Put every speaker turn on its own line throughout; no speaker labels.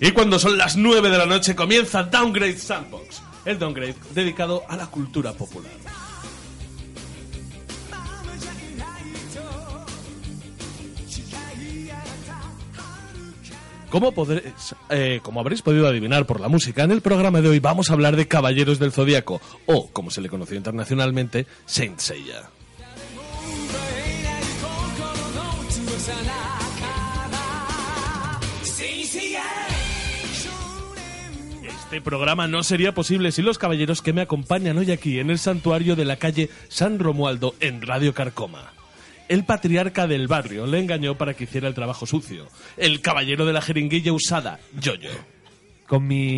Y cuando son las 9 de la noche comienza Downgrade Sandbox, el downgrade dedicado a la cultura popular. Como, podréis- eh, como habréis podido adivinar por la música, en el programa de hoy vamos a hablar de Caballeros del Zodíaco, o como se le conoció internacionalmente, Saint Seiya. Este programa no sería posible sin los caballeros que me acompañan hoy aquí en el santuario de la calle San Romualdo en Radio Carcoma. El patriarca del barrio le engañó para que hiciera el trabajo sucio. El caballero de la jeringuilla usada, Yoyo.
Con mi,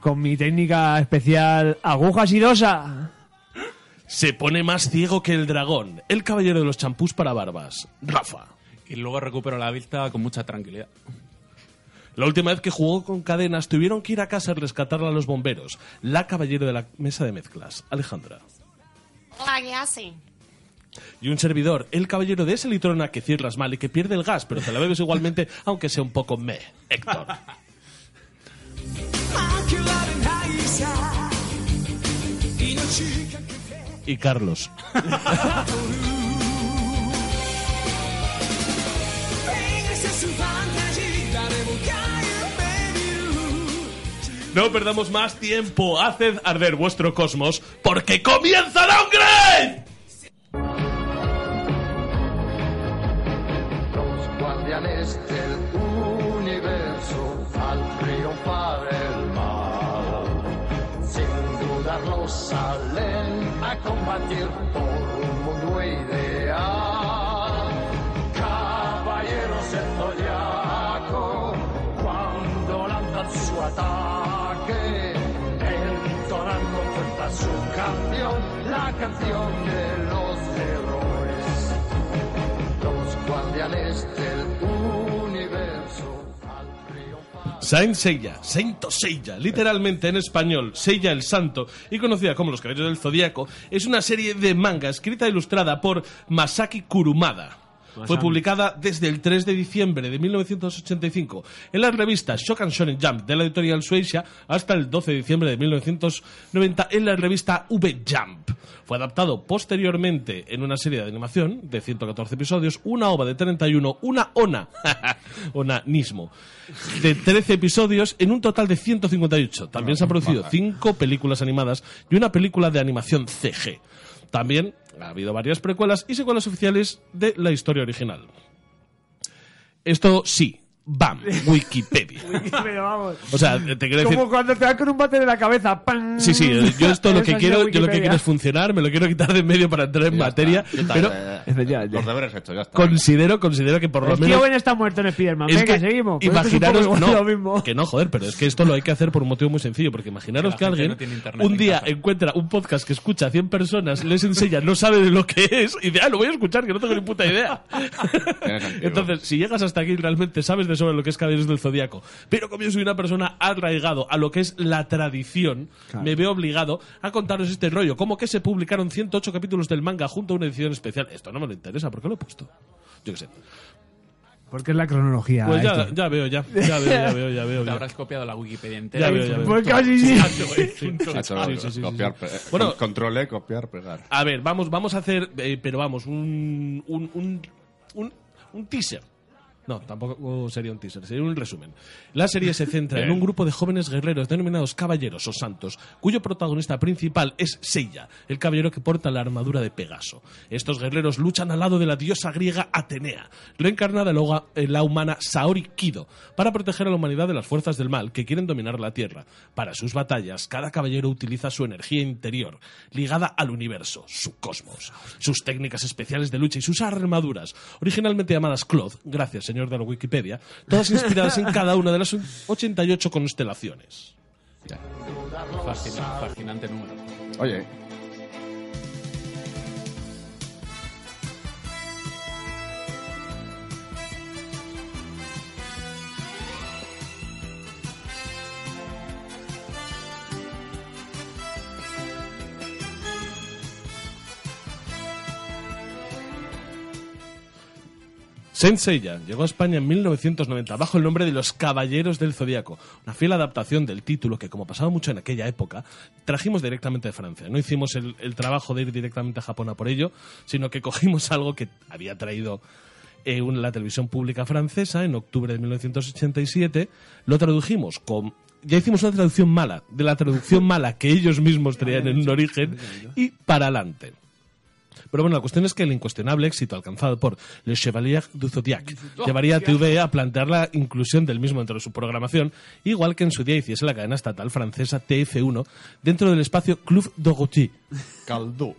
con mi técnica especial agujas y dosa.
Se pone más ciego que el dragón. El caballero de los champús para barbas, Rafa.
Y luego recupero la vista con mucha tranquilidad.
La última vez que jugó con cadenas tuvieron que ir a casa a rescatarla a los bomberos. La caballero de la mesa de mezclas, Alejandra.
Hola, ¿qué hace?
Y un servidor, el caballero de ese litrona que cierras mal y que pierde el gas, pero te la bebes igualmente, aunque sea un poco me, Héctor. Y Carlos. No perdamos más tiempo, haced arder vuestro cosmos, porque comienza Downgrade.
Los guardianes del universo al triunfar el mal. Sin dudarlo salen a combatir por un mundo ideal. Caballeros del zodiaco, cuando lanzan su ataque, entonan con fuerza su canción, la canción de los héroes los guardianes del universo al triunfar.
Saint Seiya, Sainto Seiya, literalmente en español, Seiya el Santo, y conocida como Los Caballeros del Zodíaco, es una serie de manga escrita e ilustrada por Masaki Kurumada. Fue publicada desde el 3 de diciembre de 1985 en las revistas Shokan Shonen Jump de la editorial Shueisha hasta el 12 de diciembre de 1990 en la revista V Jump. Fue adaptado posteriormente en una serie de animación de 114 episodios, una ova de 31, una ona, onanismo, de 13 episodios en un total de 158. También se han producido cinco películas animadas y una película de animación CG. También ha habido varias precuelas y secuelas oficiales de la historia original. Esto sí, BAM, Wikipedia.
Pero vamos.
O sea, te quiero decir...
Como cuando te dan con un bate de la cabeza. ¡pam!
Sí, sí, yo esto lo
Eso
que
ha sido
quiero, yo lo que
Wikipedia.
quiero es funcionar, me lo quiero quitar de en medio para entrar en materia,
Ya está,
pero
ya, ya.
Eso ya, ya.
Los deberes hechos, ya está.
considero, considero que por lo
El tío
menos
Ben está muerto en Spiderman.
es
Venga,
que
seguimos. Pero esto es un
imaginaros
poco
no,
lo mismo.
que no joder, pero es que esto lo hay que hacer por un motivo muy sencillo, porque imaginaros
Que la
que,
gente
alguien
no tiene internet
un
en
día
casa.
encuentra un podcast que escucha a 100 personas, les enseña, no sabe de lo que es y dice, "Ah, lo voy a escuchar, que no tengo ni puta idea."
Tiene sentido.
Entonces, si llegas hasta aquí realmente sabes de sobre lo que es Caballeros del Zodíaco, pero como yo soy una persona arraigado a lo que es la tradición, me veo obligado a contaros este rollo, como que se publicaron 108 capítulos del manga junto a una edición especial. Esto no me lo interesa, ¿por qué lo he puesto? Yo qué sé.
Porque es la cronología. eh,
Pues ya,
esto.
ya veo, ya. Ya veo, ya veo, ya veo.
Te
Pues ya.
habrás copiado la Wikipedia entera.
Ya veo, ya veo.
Pues casi sí.
Sí,
Ha hecho
sí, sí, sí, sí.
copiar, pe-
Bueno.
con- control E, copiar, pegar.
A ver, vamos, vamos a hacer, eh, pero vamos, un, un, un, un, un teaser. No, tampoco sería un teaser, sería un resumen. La serie se centra en un grupo de jóvenes guerreros denominados caballeros o santos, cuyo protagonista principal es Seiya, el caballero que porta la armadura de Pegaso. Estos guerreros luchan al lado de la diosa griega Atenea, reencarnada en la hoga- en la humana Saori Kido, para proteger a la humanidad de las fuerzas del mal que quieren dominar la Tierra. Para sus batallas, cada caballero utiliza su energía interior, ligada al universo, su cosmos, sus técnicas especiales de lucha y sus armaduras, originalmente llamadas Cloth, gracias señor de la Wikipedia, todas inspiradas en cada una de las 88 constelaciones.
Fascinante, fascinante número.
Oye,
Saint Seiya llegó a España en 1990 bajo el nombre de Los Caballeros del Zodíaco, una fiel adaptación del título que, como pasaba mucho en aquella época, trajimos directamente de Francia. No hicimos el, el trabajo de ir directamente a Japón a por ello, sino que cogimos algo que había traído eh, un- la televisión pública francesa en octubre de 1987. Lo tradujimos con... Ya hicimos una traducción mala, de la traducción mala que ellos mismos traían en un origen, y para adelante. Pero bueno, la cuestión es que el incuestionable éxito alcanzado por Le Chevalier du Zodiac llevaría a TV a plantear la inclusión del mismo dentro de su programación, igual que en su día hiciese la cadena estatal francesa TF1 dentro del espacio Club Dorothée.
Caldo.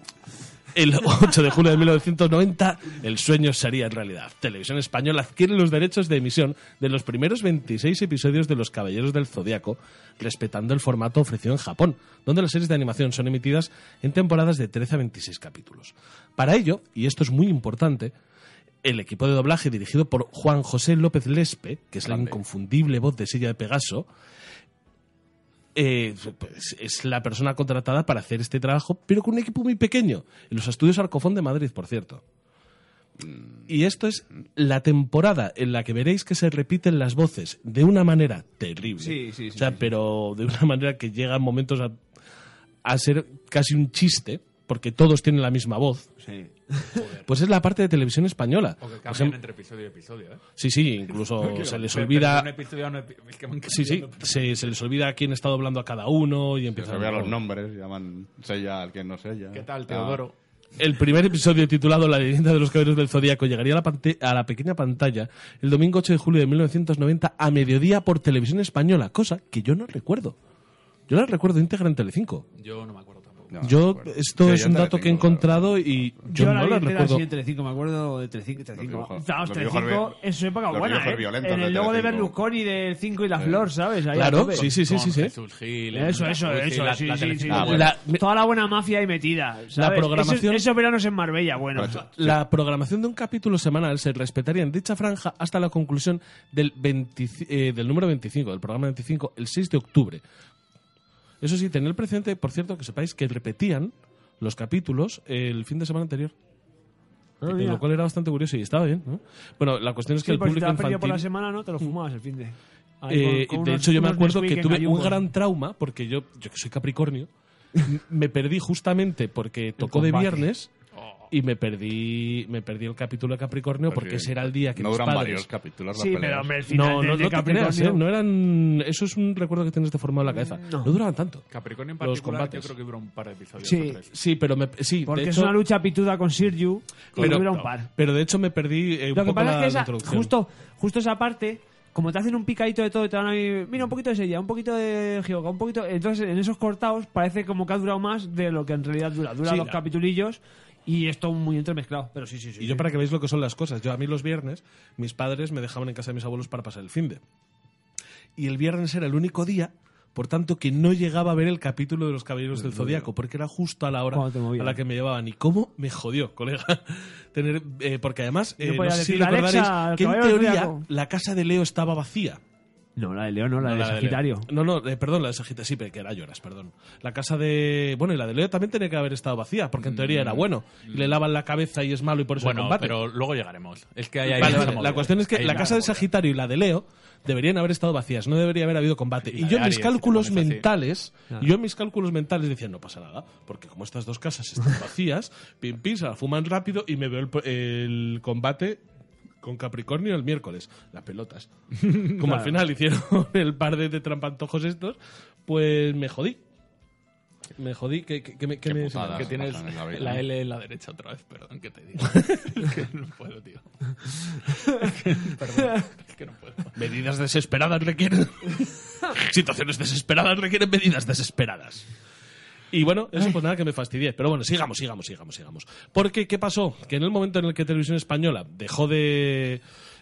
El 8 de julio de 1990, el sueño sería en realidad. Televisión Española adquiere los derechos de emisión de los primeros 26 episodios de Los Caballeros del Zodiaco, respetando el formato ofrecido en Japón, donde las series de animación son emitidas en temporadas de 13 a 26 capítulos. Para ello, y esto es muy importante, el equipo de doblaje dirigido por Juan José López Lespe, que es la inconfundible voz de Silla de Pegaso, eh, pues, es la persona contratada para hacer este trabajo, pero con un equipo muy pequeño, en los estudios Arcofón de Madrid, por cierto.
Mm.
Y esto es la temporada en la que veréis que se repiten las voces de una manera terrible.
Sí, sí, sí,
o sea,
sí, sí.
pero de una manera que llega en momentos a, a ser casi un chiste, porque todos tienen la misma voz. Pues es la parte de televisión española.
O que
Por
cambian
ejem-
entre episodio y episodio, ¿eh?
sí, sí, incluso se les
Pero-
olvida.
pero de un episodio a un epi- es que van
Sí, sí,
cambiando.
se, se les olvida quién está doblando a cada uno y
Se
empiezan
olvidan los nombres, llaman Sella al que no Sella.
¿Qué tal,
Ah,
Teodoro?
El primer episodio titulado La leyenda de los caballeros del zodiaco llegaría a la, pante- a la pequeña pantalla el domingo 8 de julio de 1990 a mediodía por televisión española, cosa que yo no recuerdo. Yo la recuerdo íntegra en Telecinco.
Yo no me acuerdo tampoco.
no, no
yo
recuerdo.
esto
Sí,
es
yo
un
te la
dato que he
tengo, claro.
encontrado y yo, no la recuerdo.
así en Telecinco, me acuerdo de Telecinco. Telecinco.
dibujos-
Vamos,
los
Telecinco
dibujos vi-
en su época
los
buena,
dibujos
¿eh?
violentos
En
de
el logo de
Telecinco.
Berlusconi del 5 y la
Sí.
Flor, ¿sabes? Ahí a
Claro,
tope.
sí, sí, sí,
Con
sí, sí.
Jesús Gil,
Eso,
Enrique
eso,
Ruiz y
eso,
la-
sí,
la
sí, sí,
televisión.
sí.
Ah, bueno.
La-
Toda la buena mafia ahí metida. ¿sabes?
programación-
Esos, esos veranos en Marbella, bueno.
Pero-
La programación de un capítulo semanal se respetaría en dicha franja hasta la conclusión del, 25 eh, del número 25, del programa 25, el 6 de octubre. Eso sí, tener presente, por cierto, que sepáis que repetían los capítulos el fin de semana anterior.
Ah, mira.
lo cual era bastante curioso y estaba bien. ¿no? Bueno, la cuestión es que
Sí,
el
porque si te
público
has
infantil...
perdido
Mm.
por la semana, ¿no? Te lo fumabas el fin de... Ahí
Eh,
con- con
de
unos-
hecho, yo me
unos
acuerdo que
Nesquik en
tuve un
ayunas.
gran trauma, porque yo, yo que soy Capricornio, m- me perdí justamente porque tocó de
combate. Oh.
viernes y me perdí, me perdí el capítulo de Capricornio
Pues
porque
sí.
ese era el día que
No
mis
duran
padres...
varios capítulos. las
Sí,
peleas.
pero hombre, el final
No,
de-
no,
de
no te creas,
Capricornio-
¿eh? No eran... Eso es un recuerdo que tienes deformado en la cabeza. No, duraban tanto.
Capricornio en
Los
particular, yo
combates.
creo que duró un par de episodios.
Sí.
o tres.
Sí, pero me... Sí,
Porque
de
es
hecho,
una lucha pituda con Sirju y
Pero-
hubiera un par.
pero de hecho me perdí eh, un
Lo que
poco
pasa
la,
es que
la
esa-
introducción.
justo, justo esa parte, como te hacen un picadito de todo y te van a ir, mira, un poquito de Sella, un poquito de Gioca, un poquito... Entonces, en esos cortados parece como que ha durado más de lo que en realidad dura. Dura
Sí,
dos
la-
capitulillos y esto muy entremezclado. Pero sí, sí, sí.
Y yo
sí.
para que veáis lo que son las cosas, yo a mí los viernes mis padres me dejaban en casa de mis abuelos para pasar el fin de. Y el viernes era el único día, por tanto, que no llegaba a ver el capítulo de los Caballeros del Zodíaco, porque era justo a la hora
Cuando te movían.
a la que me llevaban. ¿Y cómo me jodió, colega? Tener, eh, porque además,
Yo
eh, no
podía
sé si
decir,
recordaréis
"Alexa,
que en
Caballeros del
teoría
Zodíaco".
la casa de Leo estaba vacía.
No, la de León, no, la
No,
de
la de
Sagitario.
Leo. No, no, eh, perdón, la de Sagitario, sí, pero que era lloras, perdón. La casa de. Bueno, y la de Leo también tenía que haber estado vacía, porque en
Mm.
teoría era bueno. Y le lavan la cabeza y es malo y por eso el
Bueno,
combate.
pero luego llegaremos. Es que hay ahí
Vale,
mucha
vale.
movida.
La cuestión es que
Hay
la
mucha
casa de
movida.
Sagitario y la de Leo deberían haber estado vacías, no debería haber habido combate.
la
Y
de
yo en mis
Aries, que
cálculos
también es así.
mentales, yo en mis cálculos mentales decía, no pasa nada, porque como estas dos casas están vacías, pim pim, se la fuman rápido y me veo el, el combate con Capricornio el miércoles, las pelotas. Como al final hicieron el par de, de trampantojos estos, pues me jodí. Me jodí, que, que- que me... que
Qué
me-
putada.
Que tienes
Pasan en la
la,
vida, ¿no?
L en la derecha otra vez, perdón que te digo. que no puedo, tío. perdón, es que no puedo.
Medidas desesperadas requieren. Situaciones desesperadas requieren medidas desesperadas. Y bueno, eso pues nada que me fastidié. Pero bueno, sigamos, sigamos, sigamos, sigamos. Porque, ¿qué pasó? Que en el momento en el que Televisión Española dejó de.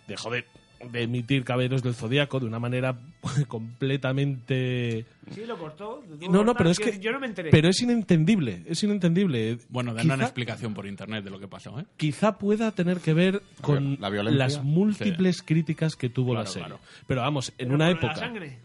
dejó de, de emitir Caballeros del Zodíaco de una manera completamente.
Sí, lo cortó. lo tuvo
No, no,
cortado,
pero es que.
Yo no me enteré.
Pero es inentendible, es inentendible.
Bueno, dan
Quizá-
una explicación por internet de lo que pasó, ¿eh?
quizá pueda tener que ver con
la violencia.
las múltiples críticas que tuvo la
Claro,
serie.
claro.
Pero vamos, en
Pero
una
con la
época.
sangre.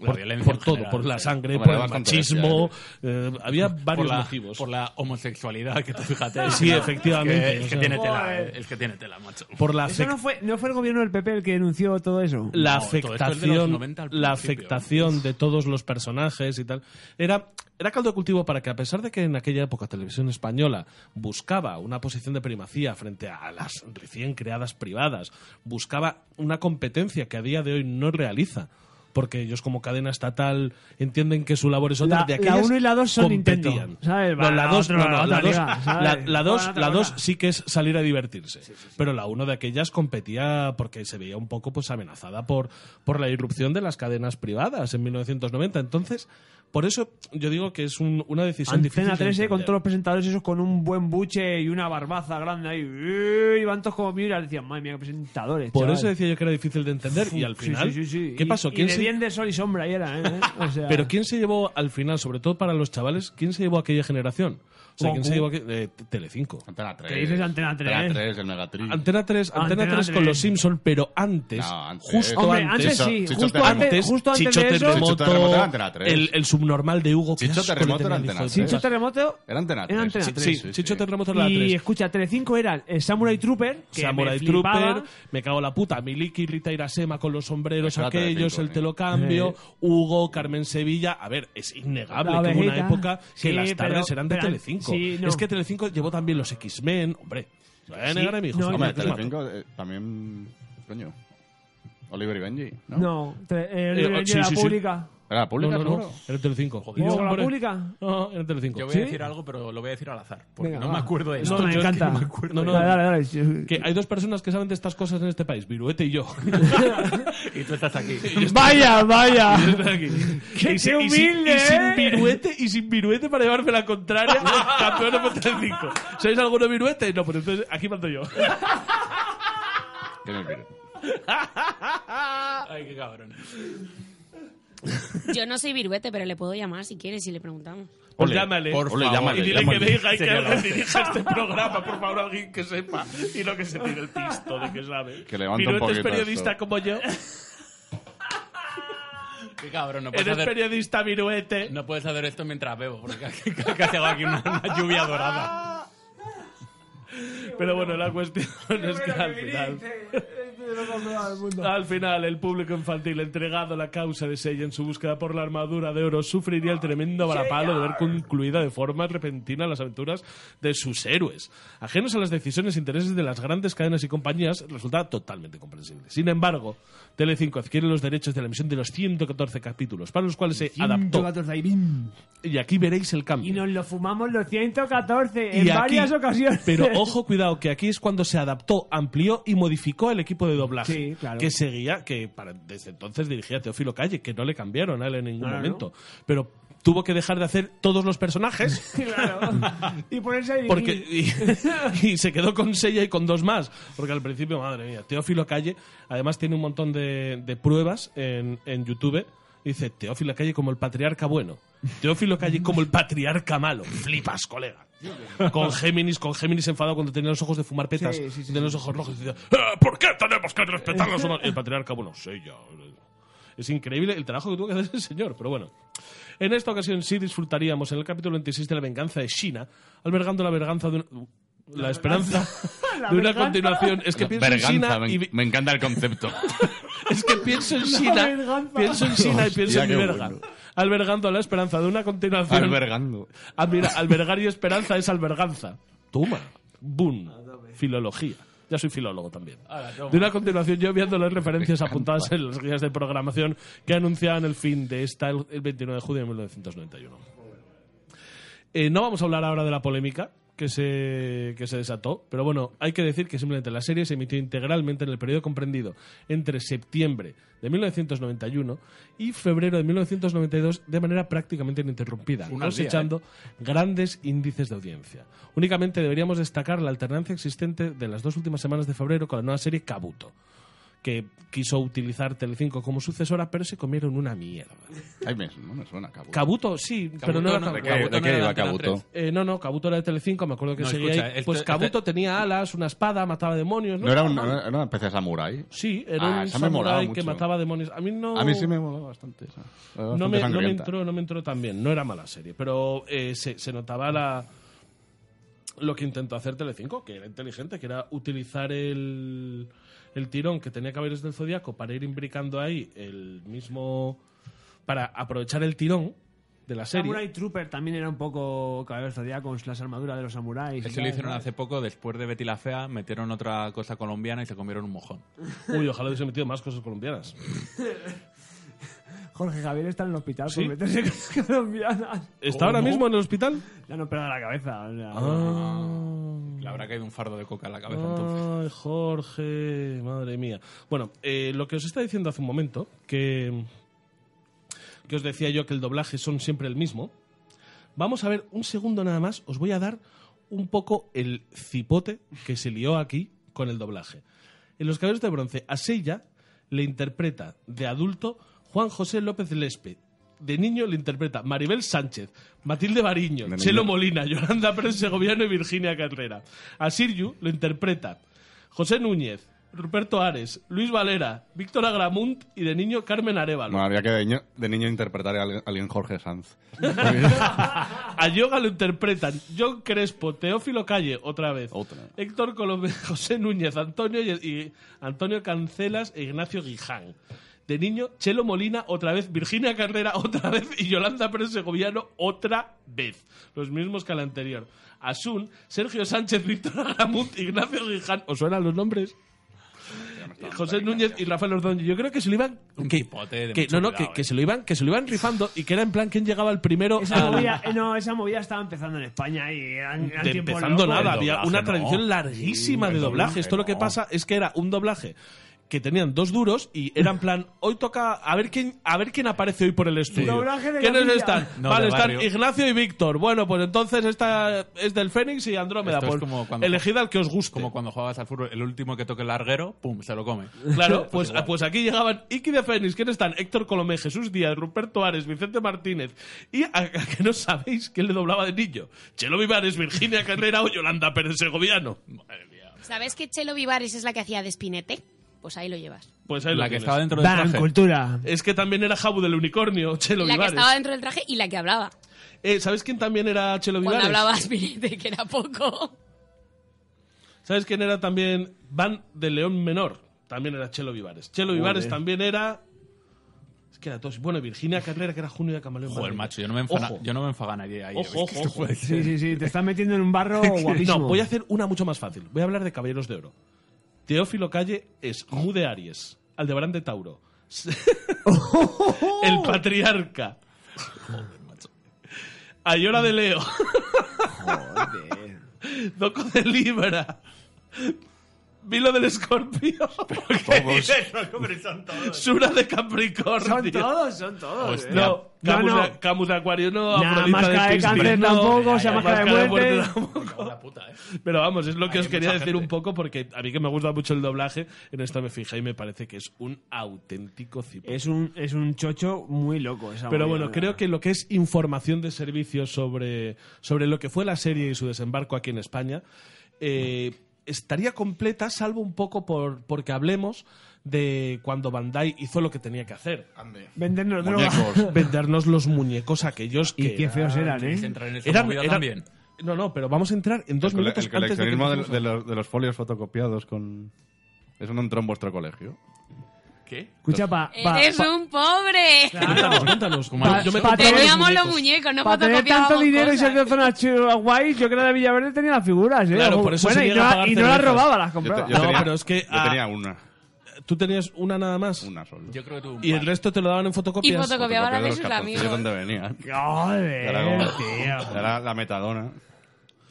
La
por,
violencia
por
en
todo,
general,
por la
sí.
sangre,
Hombre,
por
hay
el
bastante
machismo, eh, había
por
varios
la,
motivos.
por la homosexualidad, que tú fíjate.
Sí,
es que-
efectivamente,
Es que,
o sea.
tiene tela,
Joder.
eh, es que tiene tela, macho.
Por la
¿Eso
afec-
no fue, no fue el gobierno del PP el que denunció todo eso?
la
No, todo esto es de los
afectación
90 al
la
principio.
afectación de todos los personajes y tal era era caldo de cultivo para que a pesar de que en aquella época televisión española buscaba una posición de primacía frente a las recién creadas privadas buscaba una competencia que a día de hoy no realiza porque ellos como cadena estatal entienden que su labor es otra
La-
de
la
aquellas
uno y la dos son
competían.
Nintendo, ¿sabes?
No, la
Va,
2
otro,
no, no,
la
la
otra
2
liga,
la,
¿sabes?
la
Va,
dos-
otra
la
liga.
dos sí que es salir a divertirse. Pero la uno de aquellas competía porque se veía un poco pues amenazada por, por la irrupción de las cadenas privadas en 1990. Entonces, por eso yo digo que es un- una decisión
Antena ¿eh?
difícil. de
13 con
entender.
todos los presentadores esos con un buen buche y una barbaza grande ahí. Y van todos como miras decían, madre mía, qué presentadores.
Por
chaval".
eso decía yo que era difícil de entender y al
Sí,
final,
sí, sí, sí.
¿qué
Y-
pasó?
Y,
¿Quién
de
se-
bien de sol y sombra y era, ¿eh? O sea,
Pero ¿quién se llevó al final, sobre todo para los chavales, quién se llevó aquella generación? O sea, ¿quién
Goku.
se llevó aqu- eh, Telecinco.
Antena 3.
¿Qué dices Antena 3?
Antena 3, el Megatrix.
Antena 3, Antena,
Antena
3, con
3.
los Simpson, pero antes,
No, antes.
justo
Hombre,
antes,
antes sí,
Chicho
justo
Terremoto.
antes, justo antes
Chicho
de eso,
Terremoto,
Chicho Terremoto era Antena 3.
El, el subnormal de Hugo. qué
Chicho
asco le
Terremoto
tenía
era
al hijo
Antena
de
3.
Chicho
puta.
Terremoto
Era Antena 3.
Era Antena
Sí,
3.
sí, Chicho Terremoto era la
Y
3.
escucha, Telecinco eran el Samurai Trooper, que
Samurai
me flipaba.
Trooper, me cago en la puta, Miliki, Rita Irasema con los sombreros
Era Telecinco,
aquellos, el
sí.
te lo cambio, Hugo, Carmen Sevilla. A ver, es innegable
La
que hubo una
ovejita.
época que
Sí,
las tardes
pero-
eran de
pero-
Telecinco.
sí, no.
Es que Telecinco llevó también los X-Men, hombre. Lo voy a
Sí,
negar a mi hijo.
no,
sí,
Hombre,
me mato.
Telecinco eh, también... Coño. Oliver y Benji, ¿no?
No, te- el
Eh,
de
sí,
la
sí, sí.
pública.
Era la pública,
no, no, no,
seguro.
era el Telecinco.
¿Y luego la
Hombre.
pública?
No, era el Telecinco.
Yo voy
Sí.
a decir algo, pero lo voy a decir al azar. Porque
Venga,
no
va.
me acuerdo de
Esto
nada.
me
Yo es que
encanta.
no me acuerdo
No, no,
de
Dale,
nada.
dale, dale.
Que hay dos personas que saben de estas cosas en este país, Viruete y yo.
Y tú estás aquí.
Vaya, vaya.
¡Qué,
¡Qué- qué humilde,
Y sin,
eh!
viruete, y sin viruete para llevarme la contraria, campeón de Pontecinco. ¿Sois alguno viruete? No, pues entonces aquí mando yo. Pues
Que no es virus.
Ay, qué cabrón.
Yo no soy viruete, pero le puedo llamar si quieres y le preguntamos.
Pues
Ole,
llámale.
por
Ole,
favor,
Y dile
llámale.
que venga y que
Señora
alguien
Ortega.
dirija este programa, por favor, alguien que sepa. Y no que se tire el pisto de que sabe.
Que levanta un
Viruete es
poquito
periodista
esto.
como yo.
Qué cabrón. No puedes,
Eres
hacer,
periodista viruete.
no puedes hacer esto mientras bebo, porque casi hago aquí una, una lluvia dorada.
Pero bueno, la cuestión es que al final... Al final, el público infantil entregado a la causa de Seiya en su búsqueda por la armadura de oro sufriría el tremendo varapalo de ver concluida de forma repentina las aventuras de sus héroes. Ajenos a las decisiones e intereses de las grandes cadenas y compañías, resulta totalmente comprensible. Sin embargo, Telecinco adquiere los derechos de la emisión de los 114 capítulos, para los cuales se adaptó. Y aquí veréis el cambio.
Y nos lo fumamos los 114
Y
en
aquí-
varias ocasiones.
Pero ojo, cuidado, que aquí es cuando se adaptó, amplió y modificó el equipo de doblaje.
Sí, claro.
Que seguía, que para- desde entonces dirigía a Teófilo Calle, que no le cambiaron a él en ningún
Claro.
momento. Pero tuvo que dejar de hacer todos los personajes.
Claro. Y ponerse ahí.
Porque, y, y se quedó con Sella y con dos más. Porque al principio, madre mía, Teófilo Calle, además tiene un montón de, de pruebas en, en YouTube. Dice Teófilo Calle como el patriarca bueno. Teófilo Calle como el patriarca malo. Flipas, colega. Con Géminis, con Géminis enfadado cuando tenía los ojos de fumar petas,
Sí, sí, sí,
tenía los ojos rojos. Dice, "Eh, ¿por qué tenemos que respetar los humanos? El patriarca bueno, Sella. Es increíble el trabajo que tuvo que hacer ese señor, pero bueno. En esta ocasión sí disfrutaríamos en el capítulo 26 de la venganza de China, albergando la venganza de una- la, esperanza
La
de una
venganza.
continuación. Es que pienso en
Verganza,
China
me,
y vi-
me encanta el concepto.
es que pienso en China,
venganza.
pienso en China y
Hostia,
pienso en mi
qué
verga.
bueno.
Albergando la esperanza de una continuación.
Albergando.
Ah, mira, albergar y esperanza es alberganza. Toma. Boom. Filología. Ya soy filólogo también.
Ah, Ahora, toma.
De una continuación, yo viendo las referencias apuntadas en las guías de programación que anunciaban el fin de esta el el 29 de junio de 1991. Eh, no vamos a hablar ahora de la polémica que se, que se desató, pero bueno, hay que decir que simplemente la serie se emitió integralmente en el periodo comprendido entre septiembre de 1991 y febrero de 1992 de manera prácticamente ininterrumpida,
Una ¿eh? al día,
cosechando grandes índices de audiencia. Únicamente deberíamos destacar la alternancia existente de las dos últimas semanas de febrero con la nueva serie Kabuto que quiso utilizar Telecinco como sucesora, pero se comieron una mierda.
Ay, me, no me suena, cabrón.
Cabuto, sí, pero no
Cabuto
era
no,
tan-
¿de
¿De
Cabuto
qué- ¿De
no
qué
era
iba
de Antena
Cabuto?
Eh, no, no, Cabuto era de Telecinco, me acuerdo que
No,
seguía
escucha,
ahí.
el
Pues
te-
Cabuto
el te-
tenía alas, una espada, mataba demonios. No,
¿No era, un,
estaba
no
mal.
era una especie de samurái?
Sí, era
Ah,
un
esa me molaba
samurái que
mucho.
mataba demonios. A mí no...
A mí sí me molaba bastante. esa. Era
no
bastante
me, no me
sangrienta.
entró, no me entró tan bien. No era mala serie, pero eh, se, se notaba la lo que intentó hacer Telecinco, que era inteligente, que era utilizar el, el tirón que tenía Caballeros del Zodiaco para ir imbricando ahí el mismo para aprovechar el tirón de la serie.
Samurai Trooper también era un poco caballero zodiaco con las armaduras de los samuráis.
Eso lo hicieron hace poco, después de Betty la Fea, metieron otra cosa colombiana y se comieron un mojón.
Uy, ojalá hubiese metido más cosas colombianas.
Jorge Javier está en el hospital
¿Sí?
por meterse con colombianas.
¿Está ahora mismo en el hospital?
Le han operado la cabeza. o sea,
Ah.
Le habrá caído un fardo de coca a la cabeza Ah, entonces.
Ay, Jorge, madre mía. Bueno, eh, lo que os está diciendo hace un momento, que, que os decía yo que el doblaje son siempre el mismo, vamos a ver un segundo nada más, os voy a dar un poco el cipote que se lió aquí con el doblaje. En Los Caballeros de Bronce, a Seiya le interpreta de adulto Juan José López Lespe. De niño le interpreta Maribel Sánchez, Matilde Bariño,
De niño.
Chelo Molina, Yolanda Pérez Segoviano y Virginia Carrera. A Sirju lo interpreta José Núñez, Ruperto Ares, Luis Valera, Víctor Agramunt y de niño Carmen Arevalo.
No, habría que de niño, de niño interpretar a alguien- alguien Jorge Sanz.
A Yoga lo interpretan John Crespo, Teófilo Calle, otra vez.
Otra.
Héctor Colomé, José Núñez, Antonio, y, y Antonio Cancelas e Ignacio Guiján. De niño, Chelo Molina, otra vez. Virginia Carrera, otra vez. Y Yolanda Pérez Segoviano, otra vez. Los mismos que al anterior. Asun, Sergio Sánchez, Víctor Aramut, Ignacio Guiján. ¿Os suenan los nombres? José Núñez y Rafael Ordóñez. Yo creo que se lo iban...
Un
que-
tipote de
que-
mucho
no, no,
cuidado,
que, que
eh.
se lo iban, que se lo iban rifando y que era en plan quién llegaba el primero
Esa
al-
movida, eh, no, esa movida estaba empezando en España y eran, eran
de
tiempos
empezando
locos.
nada,
El
había
doblaje
una
no.
tradición larguísima
Sí,
de doblaje.
el doblaje
Esto lo que
no.
pasa es que era un doblaje que tenían dos duros y eran plan, hoy toca a ver quién a ver quién aparece hoy por el estudio.
Doblaje de
¿Quiénes
Gavilla.
están?
No,
vale,
de
están
barrio.
Ignacio y Víctor. Bueno, pues entonces esta es del Fénix y Andrómeda.
Esto es
Pues
como cuando-
elegid al que os guste.
Como cuando jugabas al fútbol, el último que toque el larguero, pum, se lo come.
Claro, pues, pues aquí llegaban Iki de Fénix, ¿quiénes están? Héctor Colomé, Jesús Díaz, Ruperto Ares, Vicente Martínez. Y a, a que no sabéis quién le doblaba de niño. Chelo Vivares, Virginia Carrera o Yolanda Pérez Segoviano.
¿Sabes que Chelo Vivares es la que hacía de Spinete? Pues ahí lo llevas.
Pues ahí lo
La que
tienes.
estaba dentro del
Dan,
traje.
cultura.
Es que también era Jabu del Unicornio, Chelo
la que
Vivares.
estaba dentro del traje y la que hablaba.
Eh, ¿Sabes quién también era Chelo
Cuando
Vivares?
hablaba Spinete, que era poco.
¿Sabes quién era también Van de León Menor? También era Chelo Vivares. Chelo Vivares también era... Es que era todos... Bueno, Virginia Carrera, que era Junio de Camaleón.
Joder,
Madrid.
macho, yo no me enfada,
Ojo.
yo no me enfaga a nadie ahí. ¿eh?
Ojo,
Es que
ojo,
esto puede
ojo.
Sí, sí, sí, te estás metiendo en un barro guapísimo.
No, voy a hacer una mucho más fácil. Voy a hablar de Caballeros de Oro. Teófilo Calle es Mu de Aries, Aldebarán de Tauro, el Patriarca, Ayora de Leo, Doco de Libra, Vilo del Escorpio, Sura de
Son
Capricornio.
todos, son todos.
Hostia.
eh.
No,
No,
Camus,
no.
De, Camus de Acuario no,
Nah,
Afrodita
máscara de
Piscis
cáncer
no,
tampoco, o sea,
ya,
máscara de muerte.
tampoco.
Me cago en la puta, eh.
Pero vamos, es lo que
Hay
os quería
mucha
decir
gente.
un poco, porque a mí que me gusta mucho el doblaje, en esto me fijé y me parece que es un auténtico cipo.
Es un, es un chocho muy loco esa
Pero
movida,
bueno, creo que lo que es información de servicio sobre, sobre lo que fue la serie y su desembarco aquí en España eh, estaría completa, salvo un poco por, porque hablemos de cuando Bandai hizo lo que tenía que hacer.
Vendernos droga.
Muñecos.
Vendernos los muñecos aquellos que...
Y qué feos eran,
Tienes que
¿eh?
entrar en esa
eran,
movida
eran-
también.
No, no, pero vamos a entrar en dos
El cole-
minutos
el
antes de que
coleccionismo de,
empecemos a-
de los, de los folios fotocopiados con... Eso no entró en vuestro colegio.
¿Qué?
Escucha, pa... pa,
¡Eres
pa-
un pobre!
Cuéntanos, cuéntanos.
Pa-
Yo me
pa-
compraba los
Teníamos los
muñecos.
muñecos, no
para tener tanto
fotocopiábamos
dinero y
cosas.
ser de zona chula, guay, yo que era de Villaverde tenía las figuras, ¿eh?
Claro, por eso
Bueno,
se
y
niega
no,
a
la-
pagar
y no las
cervezas.
robaba, las compraba.
yo- No, pero es que,
yo
ah,
tenía una,
Tú tenías una nada más.
una solo.
Yo creo que tuve un
Y el
par.
resto te lo daban en
Y
fotocopias.
fotocopias. Copiaba la
Fotocopia
de
los
sus
cartoncillos
amigos.
donde
Eh,
venían. Era,
Joder,
como-
tío.
era la metadona.